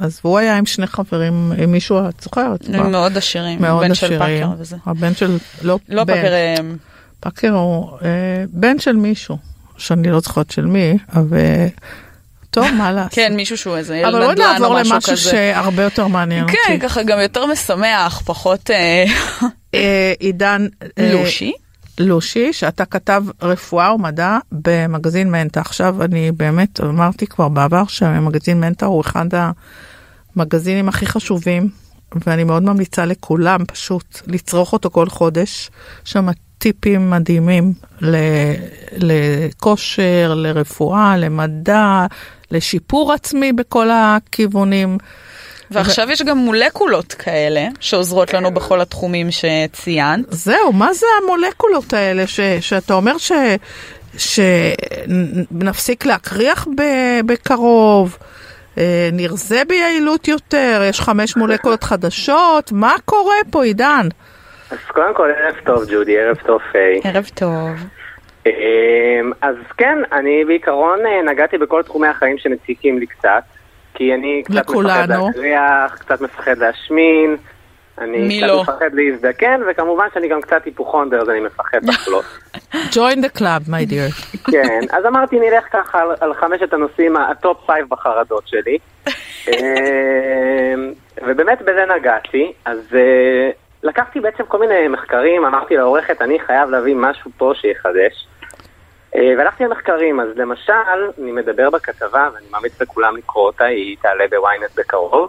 Speaker 2: אז הוא היה עם שני חברים, עם מישהו, את זוכרת?
Speaker 8: הם
Speaker 2: מה?
Speaker 8: מאוד עשירים,
Speaker 2: אה, מאוד
Speaker 8: הבן של
Speaker 2: עשירים.
Speaker 8: פאקר וזה.
Speaker 2: הבן של, לא,
Speaker 8: לא
Speaker 2: בן.
Speaker 8: פאקר, אמ,
Speaker 2: פאקר הוא אה, בן של מישהו, שאני לא זוכרת של מי, אבל טוב, מה לעשות.
Speaker 8: כן, מישהו שהוא איזה ילד
Speaker 2: אבל בואי
Speaker 8: נדל"ן או
Speaker 2: נעבור
Speaker 8: משהו
Speaker 2: למשהו
Speaker 8: כזה.
Speaker 2: שהרבה יותר מעניין אותי.
Speaker 8: כן, ככה גם יותר משמח, פחות... אה,
Speaker 2: אה, עידן... אה,
Speaker 8: לושי?
Speaker 2: לושי, שאתה כתב רפואה ומדע במגזין מנטה. עכשיו, אני באמת אמרתי כבר בעבר שמגזין מנטה הוא אחד המגזינים הכי חשובים, ואני מאוד ממליצה לכולם פשוט לצרוך אותו כל חודש. יש שם טיפים מדהימים ל- לכושר, לרפואה, למדע, לשיפור עצמי בכל הכיוונים.
Speaker 8: ועכשיו יש גם מולקולות כאלה שעוזרות לנו בכל התחומים שציינת.
Speaker 2: זהו, מה זה המולקולות האלה ש, שאתה אומר ש, שנפסיק להקריח ב, בקרוב, אה, נרזה ביעילות יותר, יש חמש מולקולות חדשות, מה קורה פה עידן?
Speaker 12: אז קודם כל ערב טוב ג'ודי, ערב טוב פיי.
Speaker 8: ערב טוב.
Speaker 12: אמ, אז כן, אני בעיקרון אה, נגעתי בכל תחומי החיים שמציקים לי קצת, כי אני קצת מפחד
Speaker 2: לכולנו.
Speaker 12: להקריח, קצת מפחד להשמין, אני
Speaker 2: מי
Speaker 12: קצת
Speaker 2: לא?
Speaker 12: מפחד להזדקן, וכמובן שאני גם קצת היפוכונדר, אז אני מפחד לחלות.
Speaker 2: join the club, my dear.
Speaker 12: כן, אז אמרתי נלך ככה על, על חמשת הנושאים, הטופ פייב בחרדות שלי. אמ, ובאמת בזה נגעתי, אז אה, לקחתי בעצם כל מיני מחקרים, אמרתי לעורכת, אני חייב להביא משהו פה שיחדש. אה, והלכתי למחקרים, אז למשל, אני מדבר בכתבה, ואני ממליץ לכולם לקרוא אותה, היא תעלה בוויינט בקרוב,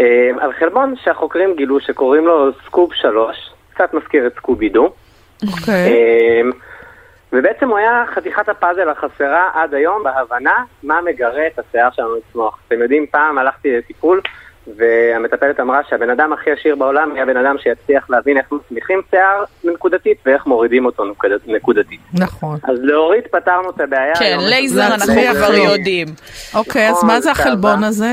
Speaker 12: אה, על חלבון שהחוקרים גילו שקוראים לו סקוב 3, קצת מזכיר את סקובי דו.
Speaker 8: אוקיי.
Speaker 2: אוקיי.
Speaker 8: אה,
Speaker 12: אמ, ובעצם הוא היה חתיכת הפאזל החסרה עד היום בהבנה מה מגרה את השיער שלנו לצמוח. אתם יודעים, פעם הלכתי לטיפול והמטפלת אמרה שהבן אדם הכי עשיר בעולם יהיה הבן אדם שיצליח להבין איך מצמיחים שיער נקודתית ואיך מורידים אותו נקוד- נקודתית.
Speaker 2: נכון.
Speaker 12: אז להוריד פתרנו את הבעיה.
Speaker 8: כן,
Speaker 12: היום.
Speaker 8: לייזר אנחנו
Speaker 12: להצמיח
Speaker 8: כבר
Speaker 12: לו.
Speaker 8: יודעים.
Speaker 2: אוקיי, אז
Speaker 12: נכון,
Speaker 2: מה
Speaker 12: סבא.
Speaker 2: זה החלבון הזה?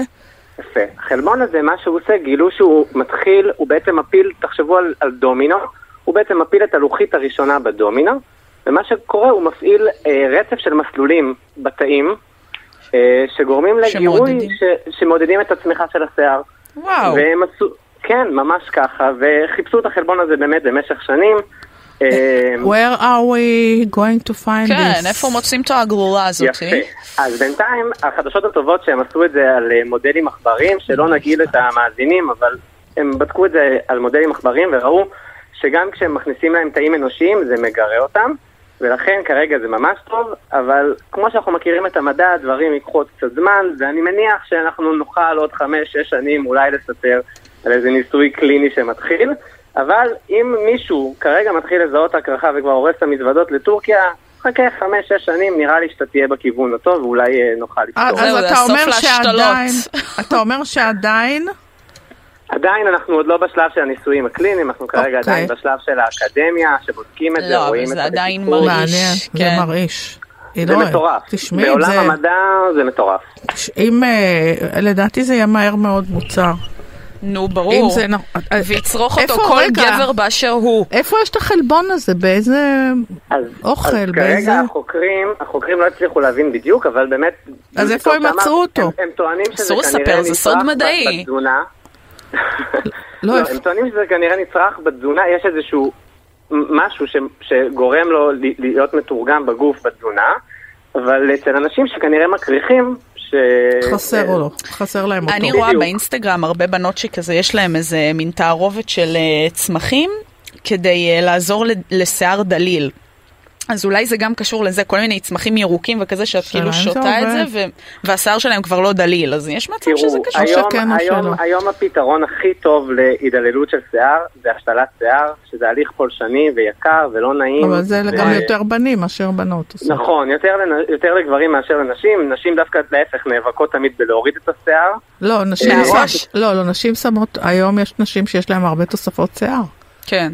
Speaker 12: יפה. החלבון הזה, מה שהוא עושה, גילו שהוא מתחיל, הוא בעצם מפיל, תחשבו על, על דומינו, הוא בעצם מפיל את הלוחית הראשונה בדומינו, ומה שקורה, הוא מפעיל אה, רצף של מסלולים בתאים, אה, שגורמים לגירוי,
Speaker 13: שמעודדים.
Speaker 12: ש, שמעודדים את הצמיחה של השיער.
Speaker 2: וואו.
Speaker 12: והם עשו, כן, ממש ככה, וחיפשו את החלבון הזה באמת במשך שנים. אה,
Speaker 2: Where are we going to find
Speaker 8: כן,
Speaker 2: this? אה,
Speaker 8: איפה מוצאים את הגרורה הזאת?
Speaker 12: יפה. אז בינתיים, החדשות הטובות שהם עשו את זה על אה, מודלים עכברים, שלא נגעיל את המאזינים, אבל הם בדקו את זה על מודלים עכברים וראו שגם כשהם מכניסים להם תאים אנושיים, זה מגרה אותם, ולכן כרגע זה ממש טוב, אבל כמו שאנחנו מכירים את המדע, הדברים ייקחו עוד קצת זמן, ואני מניח שאנחנו נוכל עוד חמש-שש שנים אולי לספר על איזה ניסוי קליני שמתחיל. אבל אם מישהו כרגע מתחיל לזהות הקרחה וכבר הורס את המזוודות לטורקיה, חכה חמש-שש שנים, נראה לי שאתה תהיה בכיוון הטוב ואולי אה, נוכל לפתור.
Speaker 2: אז אתה אומר שעדיין, אתה אומר שעדיין,
Speaker 12: עדיין אנחנו עוד לא בשלב של הניסויים הקליניים, אנחנו כרגע
Speaker 2: אוקיי.
Speaker 12: עדיין בשלב של האקדמיה, שבודקים את זה,
Speaker 8: לא, אבל
Speaker 12: רואים את
Speaker 8: זה עדיין כן.
Speaker 12: הבטיחות.
Speaker 2: מעניין, זה מרעיש.
Speaker 12: זה
Speaker 2: אלוהים,
Speaker 12: מטורף.
Speaker 2: תשמעי,
Speaker 12: בעולם
Speaker 2: זה-
Speaker 12: המדע זה מטורף.
Speaker 2: אם, אה, לדעתי זה יהיה מהר מאוד מוצר.
Speaker 8: נו,
Speaker 2: אם
Speaker 8: ברור.
Speaker 2: זה נ- אה,
Speaker 8: ויצרוך אותו
Speaker 2: איפה
Speaker 8: כל
Speaker 2: רגע?
Speaker 8: גבר באשר הוא.
Speaker 2: איפה יש את החלבון הזה? באיזה
Speaker 12: אז
Speaker 2: אוכל? באיזה...
Speaker 12: כרגע החוקרים, החוקרים לא הצליחו להבין בדיוק, אבל באמת...
Speaker 2: אז איפה
Speaker 12: בסוף
Speaker 2: הם
Speaker 12: אמר-
Speaker 2: עצרו אותו?
Speaker 12: הם- הם טוענים שזה
Speaker 2: אסור
Speaker 12: כנראה
Speaker 2: לספר, זה סוד
Speaker 12: נצרך
Speaker 2: מדעי.
Speaker 12: בתזונה.
Speaker 2: לא,
Speaker 12: לא, הם טוענים שזה כנראה נצרך בתזונה, יש איזשהו משהו ש- שגורם לו ל- להיות מתורגם בגוף בתזונה, אבל אצל אנשים שכנראה מקריחים, ש...
Speaker 2: חסר או לא? חסר להם אותו.
Speaker 8: אני רואה באינסטגרם הרבה בנות שכזה, יש להם איזה מין תערובת של אה, צמחים כדי אה, לעזור ל- לשיער דליל. אז אולי זה גם קשור לזה, כל מיני צמחים ירוקים וכזה, שאת
Speaker 12: שאלה אם
Speaker 8: כאילו
Speaker 12: זה
Speaker 8: שותה את
Speaker 12: עובד.
Speaker 8: זה, ו- והשיער שלהם כבר לא דליל, אז יש מצב שזה קשור.
Speaker 12: היום, היום, היום הפתרון הכי טוב להידללות של שיער זה השתלת שיער, שזה הליך פולשני ויקר ולא נעים.
Speaker 2: אבל זה
Speaker 12: ו-
Speaker 2: גם יותר בנים מאשר בנות. עושים.
Speaker 12: נכון, יותר, לנ- יותר לגברים מאשר לנשים, נשים דווקא להפך נאבקות תמיד בלהוריד את השיער.
Speaker 2: לא, נשים
Speaker 12: מהראש?
Speaker 2: שם- לא, לא, נשים שמות, היום יש נשים שיש להן הרבה תוספות שיער.
Speaker 8: כן.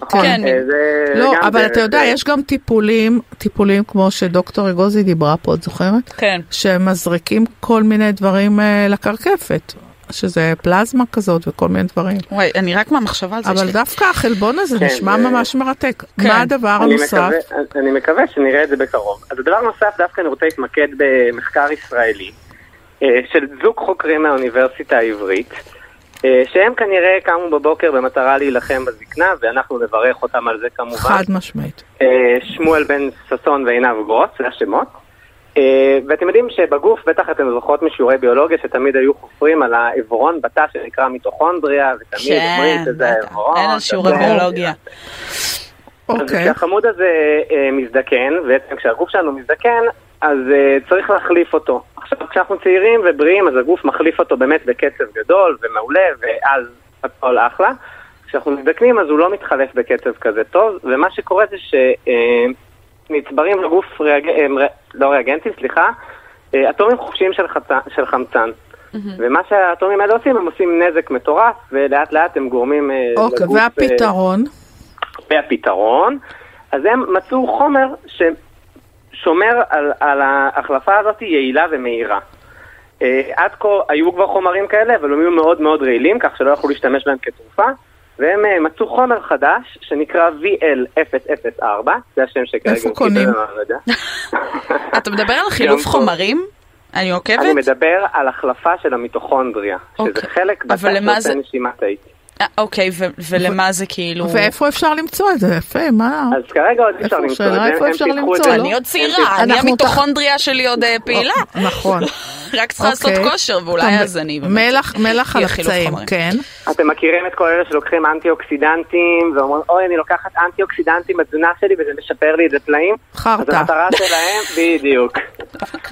Speaker 12: נכון.
Speaker 2: כן.
Speaker 12: אה, זה
Speaker 2: לא,
Speaker 12: גם
Speaker 2: אבל
Speaker 12: זה-
Speaker 2: אתה יודע,
Speaker 12: זה-
Speaker 2: יש גם טיפולים, טיפולים כמו שדוקטור אגוזי דיברה פה, את זוכרת?
Speaker 8: כן.
Speaker 2: שמזריקים כל מיני דברים אה, לקרקפת, שזה פלזמה כזאת וכל מיני דברים.
Speaker 8: וואי, אני רק מהמחשבה על זה.
Speaker 2: אבל
Speaker 8: יש לי-
Speaker 2: דווקא החלבון הזה
Speaker 12: כן,
Speaker 2: נשמע
Speaker 12: זה-
Speaker 2: ממש מרתק.
Speaker 12: כן.
Speaker 2: מה הדבר
Speaker 12: אני
Speaker 2: הנוסף?
Speaker 12: מקווה- אני מקווה שנראה את זה בקרוב. אז הדבר הנוסף, דווקא אני רוצה להתמקד במחקר ישראלי אה, של זוג חוקרים מהאוניברסיטה העברית, אה, שהם כנראה קמו בבוקר במטרה להילחם בזקנה, ואנחנו נברך אותם על זה כמובן.
Speaker 2: חד משמעית.
Speaker 12: אה, שמואל בן ששון ועינב גרוס, זה השמות. אה, ואתם יודעים שבגוף, בטח אתם זוכרות משיעורי ביולוגיה, שתמיד היו חופרים על העברון בתא שנקרא מיטוכונדריה, ותמיד
Speaker 8: כן,
Speaker 12: אומרים שזה העברון.
Speaker 8: אין על שיעורי
Speaker 12: שזה-
Speaker 8: ביולוגיה.
Speaker 2: כן.
Speaker 12: אז כשהחמוד הזה אה, מזדקן, בעצם כשהגוף שלנו מזדקן, אז אה, צריך להחליף אותו. עכשיו, כשאנחנו צעירים ובריאים, אז הגוף מחליף אותו באמת בקצב גדול ומעולה, ואז הכל אחלה. כשאנחנו מזדקנים, אז הוא לא מתחלף בקצב כזה טוב, ומה שקורה זה שנצברים בגוף, ריאג... אה, מר- לא ריאגנטים, סליחה, אה, אטומים חופשיים של, חצ... של חמצן. ומה שהאטומים האלה עושים, הם עושים נזק מטורף, ולאט לאט הם גורמים אה,
Speaker 2: אוקיי,
Speaker 12: לגוף... אה,
Speaker 2: והפתרון?
Speaker 12: והפתרון, אז הם מצאו חומר ששומר על, על ההחלפה הזאת יעילה ומהירה. אה, עד כה היו כבר חומרים כאלה, אבל הם היו מאוד מאוד רעילים, כך שלא יכלו להשתמש בהם כתרופה, והם אה, מצאו חומר חדש שנקרא VL004, זה השם שכרגע...
Speaker 8: איפה
Speaker 12: הוא
Speaker 8: קונים?
Speaker 12: קיבל במעבדה.
Speaker 8: אתה מדבר על חילוף
Speaker 12: טוב.
Speaker 8: חומרים? אני עוקבת? אוקיי.
Speaker 12: אני מדבר על החלפה של המיטוכונדריה, שזה חלק בתא
Speaker 8: אבל למה זה-
Speaker 12: שעושה נשימת האיט.
Speaker 8: אה, אוקיי, ו- ולמה זה כאילו...
Speaker 2: ואיפה אפשר למצוא את זה? יפה, מה?
Speaker 12: אז כרגע עוד אי
Speaker 2: אפשר
Speaker 12: למצוא
Speaker 2: את זה. איפה אפשר למצוא? לא?
Speaker 8: אני עוד צעירה, אני
Speaker 2: אנחנו תח-
Speaker 8: המיטוכונדריה שלי עוד אה, פעילה.
Speaker 2: נכון.
Speaker 8: רק צריכה לעשות
Speaker 2: אוקיי.
Speaker 8: כושר, ואולי
Speaker 2: טוב,
Speaker 8: אז אני... באמת-
Speaker 2: מלח, מלח על
Speaker 8: יהיה חילוף
Speaker 2: הפצעים,
Speaker 8: חומרים.
Speaker 2: כן.
Speaker 12: אתם מכירים את כל אלה שלוקחים אנטי-אוקסידנטים ואומרים, אוי, אני לוקחת אנטי-אוקסידנטים בתזונה שלי וזה משפר לי את הפלאים?
Speaker 2: חרטא.
Speaker 12: אז המטרה שלהם, בדיוק.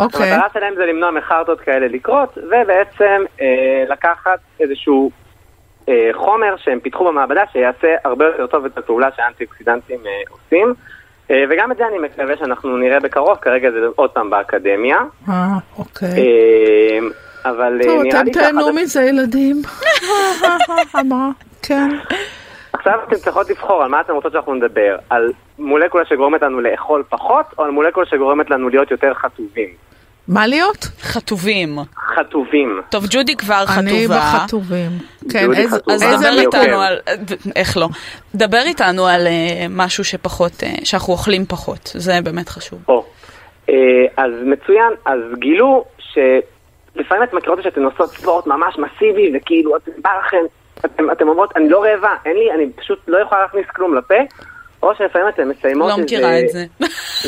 Speaker 2: אוקיי.
Speaker 12: המטרה שלהם זה למנוע מחרטות כאלה לקרות, ובעצם אה, לקחת איזשהו אה, חומר שהם פיתחו במעבדה שיעשה הרבה יותר טוב את הפעולה שהאנטי-אוקסידנטים אה, עושים. אה, וגם את זה אני מקווה שאנחנו נראה בקרוב, כרגע זה עוד פעם באקדמיה.
Speaker 2: אה, אוקיי.
Speaker 12: אה, אבל אה,
Speaker 2: טוב,
Speaker 12: נראה
Speaker 2: אתם
Speaker 12: לי ככה...
Speaker 2: תהנו מזה, ילדים. אמרה, כן.
Speaker 12: עכשיו אתן צריכות לבחור על מה אתן רוצות שאנחנו נדבר, על מולקולה שגורמת לנו לאכול פחות, או על מולקולה שגורמת לנו להיות יותר חטובים.
Speaker 2: מה להיות?
Speaker 8: חטובים.
Speaker 12: חטובים.
Speaker 8: טוב, ג'ודי כבר חטובה.
Speaker 2: אני בחטובים. כן,
Speaker 12: ג'ודי
Speaker 2: איזה-
Speaker 12: חטובה.
Speaker 8: אז
Speaker 2: איזה
Speaker 8: דבר
Speaker 2: מיקום?
Speaker 8: איתנו על, איך לא, דבר איתנו על אה, משהו שפחות, אה, שאנחנו אוכלים פחות, זה באמת חשוב.
Speaker 12: או. אה, אז מצוין, אז גילו שלפעמים אתן מכירות שאתן עושות ספורט ממש מסיבי, וכאילו אתן בא לכן, אתן, אתן אומרות, אני לא רעבה, אין לי, אני פשוט לא יכולה להכניס כלום לפה, או שלפעמים אתן מסיימות
Speaker 8: לא
Speaker 12: איזה-
Speaker 8: מכירה את זה.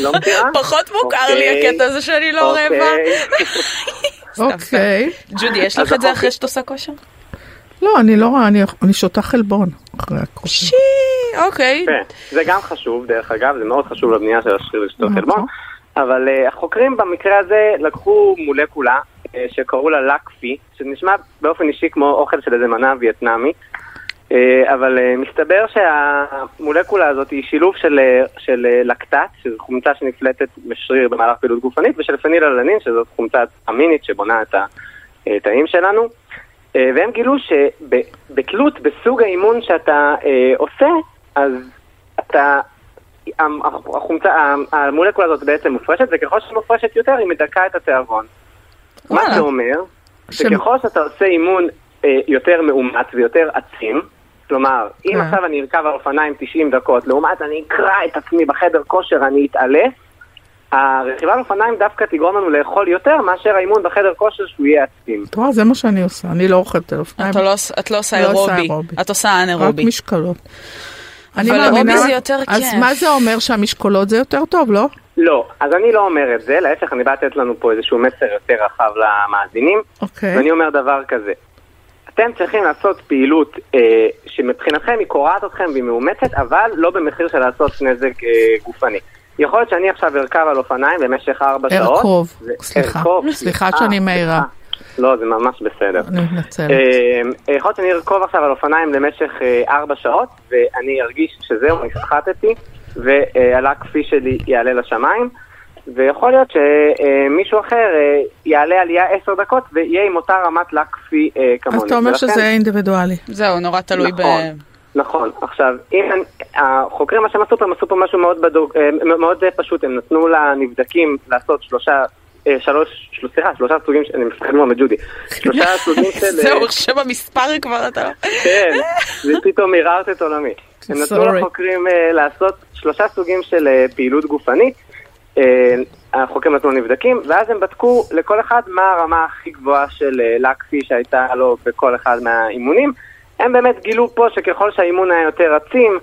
Speaker 12: לא מכירה?
Speaker 8: פחות מוכר לי
Speaker 12: אוקיי.
Speaker 8: הקטע הזה שאני לא
Speaker 12: אוקיי.
Speaker 8: רעבה. אוקיי. ג'ודי, יש לך
Speaker 2: אז
Speaker 8: את זה
Speaker 12: אוקיי.
Speaker 2: החוק-
Speaker 8: אחרי שאת עושה כושר?
Speaker 2: לא, אני לא רואה, אני- אני שותה חלבון. אחרי הכושר.
Speaker 8: אוקיי.
Speaker 12: כן, זה גם חשוב, דרך אגב, זה מאוד חשוב לבנייה של השריר לשתות חלבון, אבל אה, החוקרים במקרה הזה לקחו מולקולה אה, שקראו לה לקפי, שנשמע באופן אישי כמו אוכל של איזה מנה וייטנאמית, אה, אבל אה, מסתבר שהמולקולה הזאת היא שילוב של, אה, של אה, לקטט, שזו חומצה שנפלטת בשריר במהלך פעילות גופנית, ושל פניללנין, שזו חומצה אמינית שבונה את ה- אה, תאים שלנו. אה, והם גילו שבתלות בסוג האימון שאתה אה, עושה, אז אתה, המ- החומצה, המ- המולקולה הזאת בעצם מופרשת, וככל שהיא מופרשת יותר, היא מדכאה את התיאבון. מה זה אומר? שככל שאתה עושה אימון אה, יותר מאומץ ויותר עצים, כלומר, אם
Speaker 13: כן.
Speaker 12: עכשיו אני ארכב על אופניים 90 דקות, לעומת אני אקרע את עצמי בחדר כושר, אני אתעלף, הרכיבה על אופניים דווקא תגרום לנו לאכול יותר מאשר האימון בחדר כושר שהוא יהיה עצים.
Speaker 2: את רואה, זה מה שאני עושה, אני לא אוכלת על אופניים.
Speaker 8: אתה לא עוש- את לא עושה
Speaker 2: לא עושה
Speaker 8: אירובי,
Speaker 2: אירובי.
Speaker 8: את עושה
Speaker 2: רק
Speaker 8: אנאירובי.
Speaker 2: משקלות. אני
Speaker 8: אבל אירובי
Speaker 2: מאמינה-
Speaker 8: זה יותר
Speaker 2: אז
Speaker 8: כיף.
Speaker 2: מה זה אומר שהמשקולות זה יותר טוב, לא?
Speaker 12: לא, אז אני לא אומר את זה, להפך, אני בא לתת לנו פה איזשהו מסר יותר רחב למאזינים,
Speaker 2: אוקיי.
Speaker 12: ואני אומר דבר כזה. אתם צריכים לעשות פעילות אה, שמבחינתכם היא קורעת אתכם והיא מאומצת, אבל לא במחיר של לעשות נזק אה, גופני. יכול להיות שאני עכשיו ארכב על אופניים במשך ארבע שעות.
Speaker 2: ארכוב,
Speaker 12: זה-
Speaker 2: סליחה.
Speaker 12: ארכוב,
Speaker 2: סליחה
Speaker 12: סליחה.
Speaker 2: שאני מעירה.
Speaker 12: לא, זה ממש בסדר.
Speaker 2: אני מתנצלת.
Speaker 12: אה, יכול להיות שאני ארכוב עכשיו על אופניים למשך אה, ארבע שעות, ואני ארגיש שזהו, נסחטתי, והלקפי שלי יעלה לשמיים, ויכול להיות שמישהו אחר אה, יעלה עלייה עשר דקות ויהיה עם אותה רמת לקפי כמוני.
Speaker 2: אז אתה אומר
Speaker 12: נכון, ולכן-
Speaker 2: שזה אינדיבידואלי.
Speaker 8: זהו, נורא תלוי ב...
Speaker 12: נכון. נכון, עכשיו, אם אני- החוקרים, מה שהם עשו פה, הם עשו פה משהו מאוד, בדוק, אה, מאוד אה, פשוט, הם נתנו לנבדקים לעשות שלושה, אה, שלוש, של- סליחה, שלושה סוגים, של- אני מפחד מאוד מג'ודי, שלושה סוגים של... אה,
Speaker 8: זהו, שבמספר כבר אתה...
Speaker 12: כן, זה פתאום הרהרת את עולמי. הם נתנו
Speaker 8: Sorry.
Speaker 12: לחוקרים אה, לעשות שלושה סוגים של אה, פעילות גופנית. אה, החוקרים נתנו נבדקים, ואז הם בדקו לכל אחד מה הרמה הכי גבוהה של אה, לקסי שהייתה לו בכל אחד מהאימונים. הם באמת גילו פה שככל שהאימון היה יותר עצים,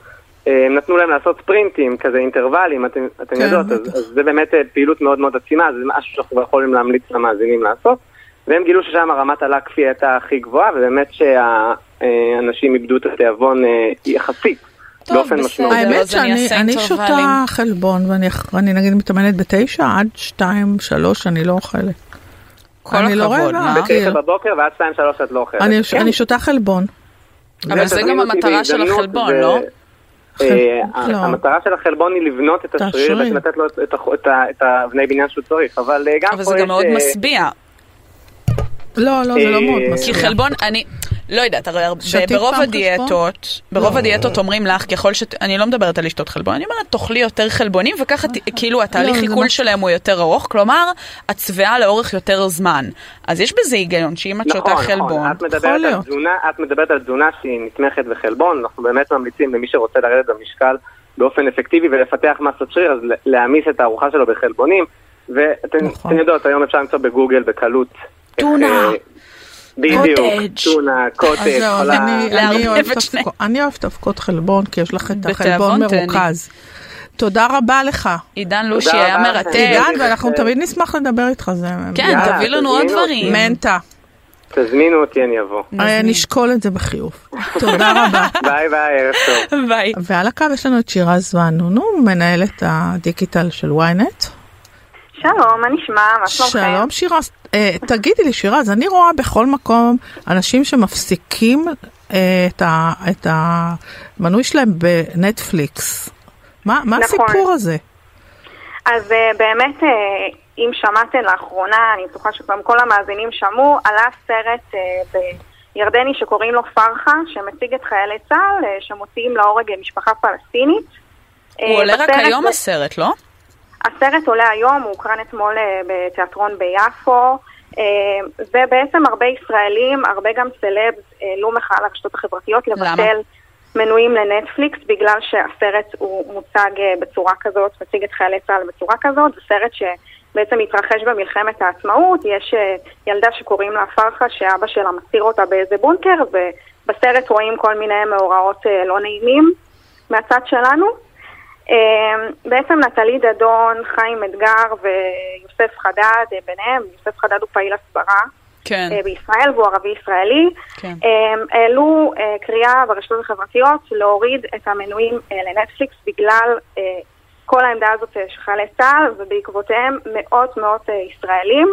Speaker 12: אה, הם נתנו להם לעשות ספרינטים, כזה אינטרוולים, אתם, אתם
Speaker 2: כן,
Speaker 12: יודעות, אז, אז זה באמת אה, פעילות מאוד מאוד עצימה, זה משהו שאנחנו יכולים להמליץ למאזינים לעשות. והם גילו ששם רמת הלקפי הייתה הכי גבוהה, ובאמת שהאנשים איבדו את התיאבון אה, יחסית, באופן
Speaker 8: לא,
Speaker 12: משמעותי.
Speaker 2: האמת שאני אני שותה חלבון, ואני אני נגיד מתאמנת בתשע עד שתיים, שלוש, אני לא אוכלת. אני לא רעבה,
Speaker 12: בתשע
Speaker 2: כאילו.
Speaker 12: בבוקר ועד שתיים שלוש את לא אוכלת.
Speaker 2: אני ש- אני שותה חלבון.
Speaker 8: אבל זה גם המטרה של החלבון, לא?
Speaker 12: אה,
Speaker 2: לא.
Speaker 12: המטרה של החלבון היא לבנות את השריר,
Speaker 2: השריר.
Speaker 12: בעצם לתת לו את- את ה- את ה- את האבני בניין שהוא צריך, אבל אה, גם פה
Speaker 8: אבל
Speaker 12: יש...
Speaker 8: זה גם מאוד
Speaker 12: אה,
Speaker 8: משביע.
Speaker 2: לא,
Speaker 12: לא, זה לא מאוד אה, משביע.
Speaker 8: כי חלבון, אני... לא יודעת, הרי הרבה-
Speaker 2: שתית
Speaker 8: ברוב
Speaker 2: פעם
Speaker 8: הדיאטות,
Speaker 2: חלבון?
Speaker 8: ברוב
Speaker 2: לא.
Speaker 8: הדיאטות אומרים לך, ככל ש... אני לא מדברת על לשתות חלבון, אני אומרת, תאכלי יותר חלבונים, וככה ת- כאילו התהליך
Speaker 2: לא, זה
Speaker 8: עיכול
Speaker 2: מה-
Speaker 8: שלהם הוא יותר ארוך, כלומר, את שבעה לאורך יותר זמן. אז יש בזה היגיון, שאם את שותה
Speaker 12: נכון,
Speaker 8: חלבון,
Speaker 12: נכון, את מדברת, על תזונה, את מדברת על תזונה שהיא נתמכת בחלבון, אנחנו באמת ממליצים למי שרוצה לרדת במשקל באופן אפקטיבי ולפתח מסת שריר, אז ל- להעמיס את הארוחה שלו בחלבונים, ואתן אתן יודעות, היום אפשר למצוא בגוגל בקלות.
Speaker 2: נכון. טונה.
Speaker 12: איך, אה, בדיוק,
Speaker 2: קוטג'.
Speaker 12: טונה,
Speaker 2: אז
Speaker 12: קוטג',
Speaker 2: זהו, אז
Speaker 12: כל ה-
Speaker 2: אני- אני אוהבת אבק- אני אוהבת אבקות חלבון, כי יש לך את החלבון
Speaker 8: בתיאבון תהני.
Speaker 2: מרוכז. תודה רבה לך.
Speaker 8: עידן לושי היה מרתק.
Speaker 2: עידן, ואנחנו
Speaker 12: אה,
Speaker 2: תמיד נשמח לדבר איתך, זה...
Speaker 8: כן,
Speaker 12: יאללה,
Speaker 8: תביא לנו עוד
Speaker 12: תזמינו אותי.
Speaker 8: דברים.
Speaker 2: מנטה.
Speaker 12: תזמינו אותי, אני אבוא.
Speaker 2: אה, נשקול את זה בחיוב. תודה רבה.
Speaker 12: ביי ביי, ערב טוב.
Speaker 8: ביי.
Speaker 2: ועל הקו יש לנו את שירז ואנונו, מנהלת הדיגיטל של ynet.
Speaker 13: שלום, מה נשמע? מה שלומכם?
Speaker 2: שלום שירז, אה, תגידי לי שירז, אני רואה בכל מקום אנשים שמפסיקים אה, את ה- את המנוי שלהם בנטפליקס. מה מה
Speaker 13: נכון.
Speaker 2: הסיפור הזה?
Speaker 13: אז אה, באמת, אה, אם שמעתם לאחרונה, אני בטוחה שגם כל המאזינים שמעו, עלה סרט אה, בירדני שקוראים לו פרחה, שמציג את חיילי צה"ל, אה, שמוציאים להורג אה, משפחה פלסטינית.
Speaker 8: הוא
Speaker 13: אה,
Speaker 8: עולה רק
Speaker 13: בסרט
Speaker 8: היום
Speaker 13: זה-
Speaker 8: הסרט, לא?
Speaker 13: הסרט עולה היום, הוא הוקרן אתמול אה, בתיאטרון ביפו. אה, ובעצם הרבה ישראלים, הרבה גם סלבס, העלו מחאה לרשתות החברתיות לבטל מנויים לנטפליקס, בגלל שהסרט הוא מוצג אה, בצורה כזאת, מציג את חיילי צה"ל בצורה כזאת. זה סרט שבעצם התרחש במלחמת העצמאות. יש אה, ילדה שקוראים לה פרחה, שאבא שלה מסתיר אותה באיזה בונקר, ובסרט רואים כל מיני מאורעות אה, לא נעימים מהצד שלנו. אה, בעצם נטלי דדון, חיים אתגר ויוסף חדד אה, ביניהם, יוסף חדד הוא פעיל הסברה
Speaker 8: כן.
Speaker 13: אה, בישראל והוא ערבי ישראלי,
Speaker 8: כן.
Speaker 13: אה, העלו אה, קריאה ברשתות החברתיות להוריד את המנויים אה, לנטפליקס בגלל אה, כל העמדה הזאת אה, של חיילי צה"ל ובעקבותיהם מאות מאות אה, ישראלים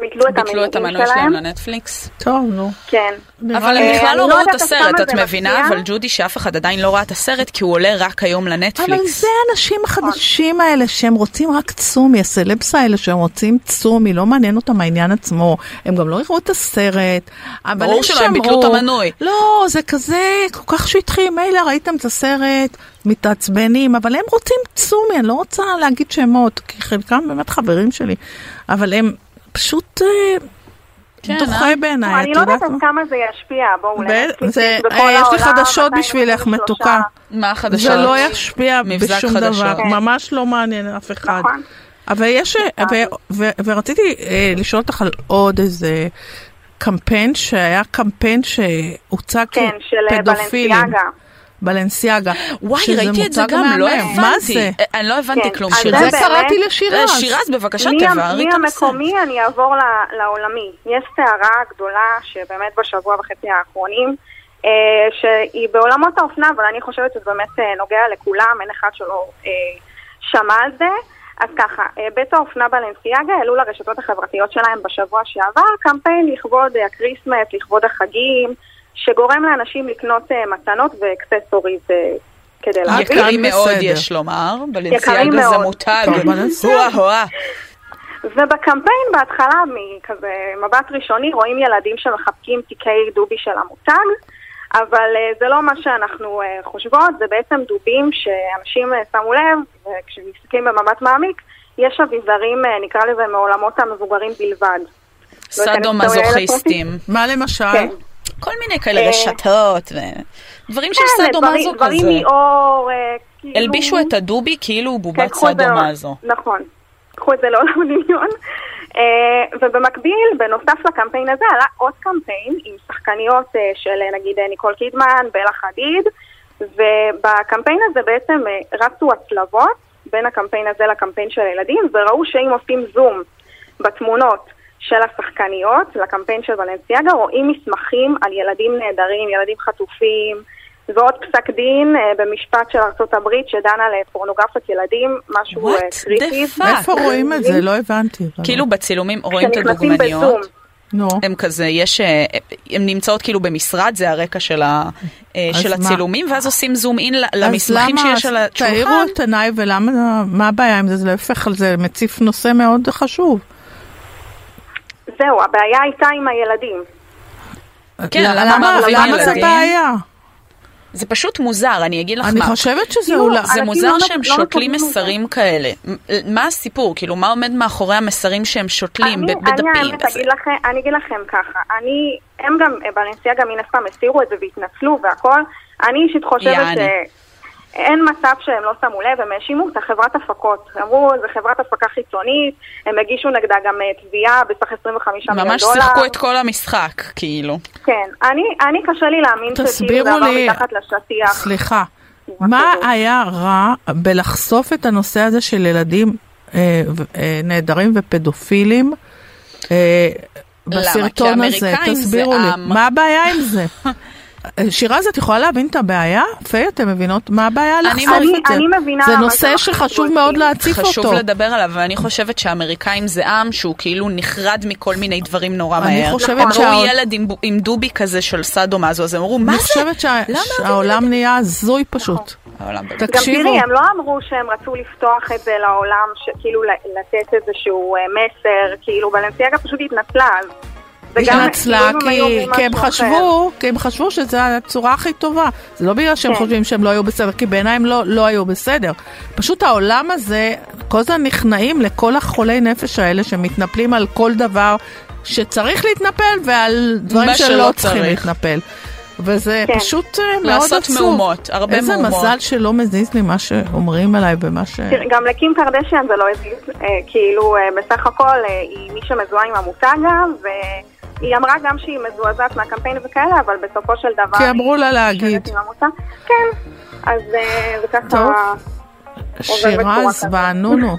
Speaker 13: ביטלו את
Speaker 8: ביטלו
Speaker 13: המנויים
Speaker 8: את המנוי שלהם
Speaker 13: שלהם.
Speaker 8: לנטפליקס.
Speaker 2: טוב, נו.
Speaker 13: כן.
Speaker 8: אבל הם
Speaker 13: אה,
Speaker 8: בכלל
Speaker 13: אני
Speaker 8: לא ראו את
Speaker 13: יודעת עד
Speaker 8: הסרט,
Speaker 13: כמה
Speaker 8: את
Speaker 13: זה
Speaker 8: מבינה?
Speaker 13: מפתיע.
Speaker 8: אבל ג'ודי, שאף אחד עדיין לא ראה את הסרט, כי הוא עולה רק היום
Speaker 2: אבל
Speaker 8: לנטפליקס.
Speaker 2: זה האנשים החדשים האלה שהם רוצים רק צומי, הסלבס האלה שהם רוצים צומי, לא מעניין אותם העניין עצמו. הם גם לא יראו את הסרט. אבל
Speaker 8: ברור
Speaker 2: הם
Speaker 8: שלא, הם
Speaker 2: שמרו-
Speaker 8: ביטלו את המנוי.
Speaker 2: לא, זה כזה, כל כך שטחי, מילא ראיתם את הסרט, מתעצבנים, אבל הם רוצים צומי, אני לא רוצה להגיד שמות, כי חלקם באמת חברים שלי, אבל הם פשוט אה,
Speaker 8: כן,
Speaker 2: דוחה
Speaker 8: אה?
Speaker 2: בעיניי,
Speaker 13: אני
Speaker 2: את
Speaker 13: לא יודעת
Speaker 2: יודעת
Speaker 13: עד
Speaker 2: מה?
Speaker 13: כמה זה ישפיע, בואו,
Speaker 2: כן, אה? ב-
Speaker 13: לנטפליקס
Speaker 2: זה-
Speaker 13: בכל
Speaker 2: אה, יש לי
Speaker 13: העולם,
Speaker 2: חדשות
Speaker 13: עדיין
Speaker 2: בשבילך,
Speaker 13: עשרים ושלושה.
Speaker 2: מתוקה.
Speaker 8: מה החדשות?
Speaker 2: זה לא ישפיע
Speaker 8: מבזק
Speaker 2: בשום
Speaker 8: חדשות.
Speaker 2: דבר,
Speaker 8: כן.
Speaker 2: ממש לא מעניין אף אחד. אבל יש, אה, ו- ו- ורציתי אה, לשאול אותך על עוד איזה קמפיין, שהיה קמפיין שהוצג
Speaker 13: כן, של, אה,
Speaker 2: כפדופילים.
Speaker 13: בלנסיאגה.
Speaker 2: בלנסיאגה.
Speaker 8: וואי,
Speaker 2: שזה
Speaker 8: ראיתי את זה
Speaker 2: מוצג
Speaker 8: גם, לא
Speaker 2: מהמם.
Speaker 8: הבנתי.
Speaker 2: מה זה?
Speaker 8: אה, אני לא הבנתי כלום,
Speaker 13: כן, אז
Speaker 8: שירז.
Speaker 13: באמת-
Speaker 8: אה, שירז, בבקשה,
Speaker 13: מי-
Speaker 8: תבררי את הנושא.
Speaker 13: מהמקומי אני אעבור ל- לעולמי. יש סערה גדולה שבאמת בשבוע וחצי האחרונים, אה, שהיא בעולמות האופנה, אבל אני חושבת שזה באמת אה, נוגע לכולם, אין אחד שלא... אה, שמע על זה. אז ככה, אה, בית האופנה בלנסיאגה העלו לרשתות החברתיות שלהם בשבוע שעבר קמפיין לכבוד אה, הקריסמס, לכבוד החגים, שגורם לאנשים לקנות אה, מתנות ואקססוריז אה, כדי להביא.
Speaker 8: יקרים מאוד, יש לומר.
Speaker 13: יקרים
Speaker 8: בלנסיאגה זה
Speaker 13: מאוד.
Speaker 8: מותג.
Speaker 13: טוב, בלנסיאגה.
Speaker 8: וואה, וואה.
Speaker 13: ובקמפיין בהתחלה, מכזה מבט ראשוני, רואים ילדים שמחבקים תיקי דובי של המותג, אבל אה, זה לא מה שאנחנו אה, חושבות, זה בעצם דובים שאנשים אה, שמו לב, וכשמסתכלים במבט מעמיק, יש אביזרים, אה, נקרא לזה, מעולמות המבוגרים בלבד. לא
Speaker 8: סאדו-מזוכיסטים.
Speaker 2: מה למשל?
Speaker 13: כן.
Speaker 8: כל מיני כאלה
Speaker 13: אה,
Speaker 8: רשתות, ו- דברים של
Speaker 13: כן,
Speaker 8: סאדו-מזו
Speaker 13: דברים-
Speaker 8: כזה.
Speaker 13: דברים מאור, אה, כאילו...
Speaker 8: הלבישו את הדובי כאילו הוא בובת
Speaker 13: קחו את זה
Speaker 8: סאדו-מזו.
Speaker 13: לעולם- נכון, קחו את זה לעולם הדמיון. אה, ובמקביל, בנוסף לקמפיין הזה, עלה עוד קמפיין עם שחקניות אה, של אה, נגיד אה, ניקול קידמן, בלה חדיד, ובקמפיין הזה בעצם אה, רצו הצלבות בין הקמפיין הזה לקמפיין של הילדים, וראו שאם עושים זום בתמונות של השחקניות לקמפיין של ולנסיאגה, רואים מסמכים על ילדים נהדרים, ילדים חטופים, ועוד פסק דין אה, במשפט של ארצות הברית שדן על אה, פורנוגרפיית ילדים, משהו אה, קריטי.
Speaker 2: איפה רואים את זה? לא הבנתי. אבל-
Speaker 8: כאילו בצילומים רואים את
Speaker 13: כשנכנסים
Speaker 8: הדוגמניות.
Speaker 13: בזום.
Speaker 8: הם כזה, יש, הן נמצאות כאילו במשרד, זה הרקע של, ה, אה,
Speaker 2: אז
Speaker 8: של
Speaker 2: מה?
Speaker 8: הצילומים, ואז עושים זום אין ל-
Speaker 2: אז
Speaker 8: למסמכים
Speaker 2: למה-
Speaker 8: שיש על
Speaker 2: אז תאירו
Speaker 8: השולחן.
Speaker 2: את עיניי ולמה, מה הבעיה עם זה? זה להפך, זה מציף נושא מאוד חשוב.
Speaker 8: אה,
Speaker 13: זהו, הבעיה הייתה עם הילדים.
Speaker 8: כן,
Speaker 2: למה-
Speaker 8: למה מערבים
Speaker 2: למה זה
Speaker 8: ילדים?
Speaker 2: בעיה?
Speaker 8: זה פשוט מוזר, אני אגיד לך
Speaker 2: אני
Speaker 8: מה.
Speaker 2: חושבת שזה
Speaker 8: כאילו,
Speaker 2: אולי-
Speaker 8: זה
Speaker 2: אנשים
Speaker 8: מוזר
Speaker 2: לא נ-
Speaker 8: שהם
Speaker 2: לא
Speaker 8: שותלים
Speaker 2: מקבלים את זה.
Speaker 8: מסרים כאלה. מ- מה הסיפור? כאילו, מה עומד מאחורי המסרים שהם שותלים
Speaker 13: אני,
Speaker 8: ב- בדפים?
Speaker 13: אני האמת אגיד לכם, אני אגיד לכם ככה, אני, הם גם, בלנסיאגה מן הסתם הסירו את זה והתנצלו והכל, אני אישית חושבת
Speaker 8: יעני.
Speaker 13: ש... אין מצב שהם לא שמו לב, הם האשימו את החברת הפקות. אמרו, זו חברת הפקה חיצונית, הם הגישו נגדה גם אה, תביעה בסך 25 מיליון דולר.
Speaker 8: ממש שיחקו את כל המשחק, כאילו.
Speaker 13: כן, אני, אני קשה לי להאמין שכאילו זה
Speaker 2: תסבירו
Speaker 13: עבר
Speaker 2: לי-
Speaker 13: מתחת לשטיח.
Speaker 2: סליחה, מה היה רע בלחשוף את הנושא הזה של ילדים אה, ו- אה, נעדרים ופדופילים אה,
Speaker 8: למה?
Speaker 2: בסרטון
Speaker 8: כי
Speaker 2: הזה?
Speaker 8: האמריקאים זה
Speaker 2: תסבירו לי,
Speaker 8: עם.
Speaker 2: מה הבעיה עם זה? אה, שירז, את יכולה להבין את הבעיה? פיי, אתם מבינות מה הבעיה
Speaker 8: אני
Speaker 2: לחשוף
Speaker 8: מבין-
Speaker 2: את זה?
Speaker 8: אני מבינה
Speaker 2: זה
Speaker 8: מה
Speaker 2: נושא
Speaker 8: שאנחנו
Speaker 2: שחשוב מאוד להציף אותו.
Speaker 8: חשוב לדבר עליו, ואני חושבת שהאמריקאים זה עם שהוא כאילו נחרד מכל מיני דברים נורא
Speaker 2: אני
Speaker 8: מהר.
Speaker 2: חושבת
Speaker 8: נכון. ראו
Speaker 2: שה-
Speaker 8: ילד עם בו- עם דובי כזה של סאדו מאזו, אז הם אמרו, מה
Speaker 2: אני
Speaker 8: זה? לא-
Speaker 2: חושבת שה- שהעולם נהיה הזוי פשוט.
Speaker 8: נכון. העולם באמת.
Speaker 13: גם
Speaker 2: תקשיבו.
Speaker 13: תראי, הם לא אמרו שהם רצו לפתוח את זה לעולם, ש- כאילו ל- לתת איזשהו אה, מסר, כאילו בלנסיאגה פשוט התנצלה. אז זה גם-
Speaker 2: התנצלה
Speaker 13: כאילו, אם היו
Speaker 2: כי,
Speaker 13: אומרים
Speaker 2: כי הם
Speaker 13: משהו
Speaker 2: חשבו, כי הם חשבו שזו הצורה הכי טובה. זה לא בגלל שהם
Speaker 13: כן.
Speaker 2: חושבים שהם לא היו בסדר, כי בעיניי הם לא, לא היו בסדר. פשוט העולם הזה, כל הזמן נכנעים לכל החולי נפש האלה שמתנפלים על כל דבר שצריך להתנפל ועל דברים
Speaker 8: מה
Speaker 2: שלא
Speaker 8: שלא
Speaker 2: צריכים
Speaker 8: צריך.
Speaker 2: להתנפל. וזה
Speaker 8: כן.
Speaker 2: פשוט אה, מאוד עצוב.
Speaker 8: לעשות מהומות, הרבה
Speaker 2: איזה
Speaker 8: מהומות.
Speaker 2: איזה מזל שלא מזיז לי מה שאומרים עליי ומה ש...
Speaker 13: תראי, גם לקים קרדשיאן זה לא הזיז, אה, כאילו אה, בסך הכל אה, היא מי שמזוהה עם עמותה גם, והיא אמרה גם שהיא מזועזעת מהקמפיין וכאלה, אבל בסופו של דבר...
Speaker 2: כי אמרו לה
Speaker 13: היא
Speaker 2: להגיד.
Speaker 13: מזוהה עם עמותה. כן, אז אה, זה
Speaker 2: טוב.
Speaker 13: ככה... בצורה
Speaker 2: שירז
Speaker 13: כזאת.
Speaker 2: וענונו.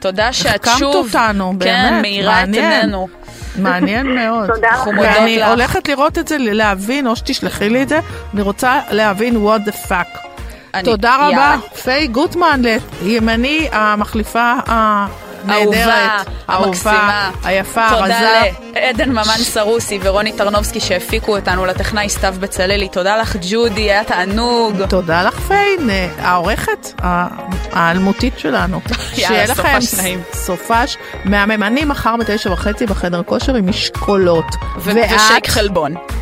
Speaker 8: תודה שאת
Speaker 2: החכמת
Speaker 8: שוב...
Speaker 2: אותנו,
Speaker 8: כן,
Speaker 2: באמת,
Speaker 8: מאירה את
Speaker 2: מעניין.
Speaker 8: עינינו.
Speaker 2: מעניין מאוד.
Speaker 8: תודה לך. אנחנו מודות
Speaker 2: ואני
Speaker 8: לך.
Speaker 2: הולכת לראות את זה, להבין, או שתשלחי לי את זה, אני רוצה להבין what the fuck.
Speaker 8: אני-
Speaker 2: תודה רבה,
Speaker 8: יאללה.
Speaker 2: פיי גוטמן, לימני המחליפה
Speaker 8: האהובה,
Speaker 2: הנהדרת,
Speaker 8: המקסימה,
Speaker 2: היפה,
Speaker 8: תודה
Speaker 2: הרזה.
Speaker 8: לעדן ממן סרוסי ורוני טרנובסקי שהפיקו אותנו, לטכנאי סתיו בצללי, תודה לך ג'ודי, היה תענוג.
Speaker 2: תודה לך פיין, אה, העורכת ה- האלמותית שלנו. שיהיה
Speaker 8: סופש
Speaker 2: לכם
Speaker 8: נעים.
Speaker 2: ס- סופש מהמם. אני מחר בתשע וחצי בחדר כושר עם משקולות.
Speaker 8: ו- ושייק חלבון.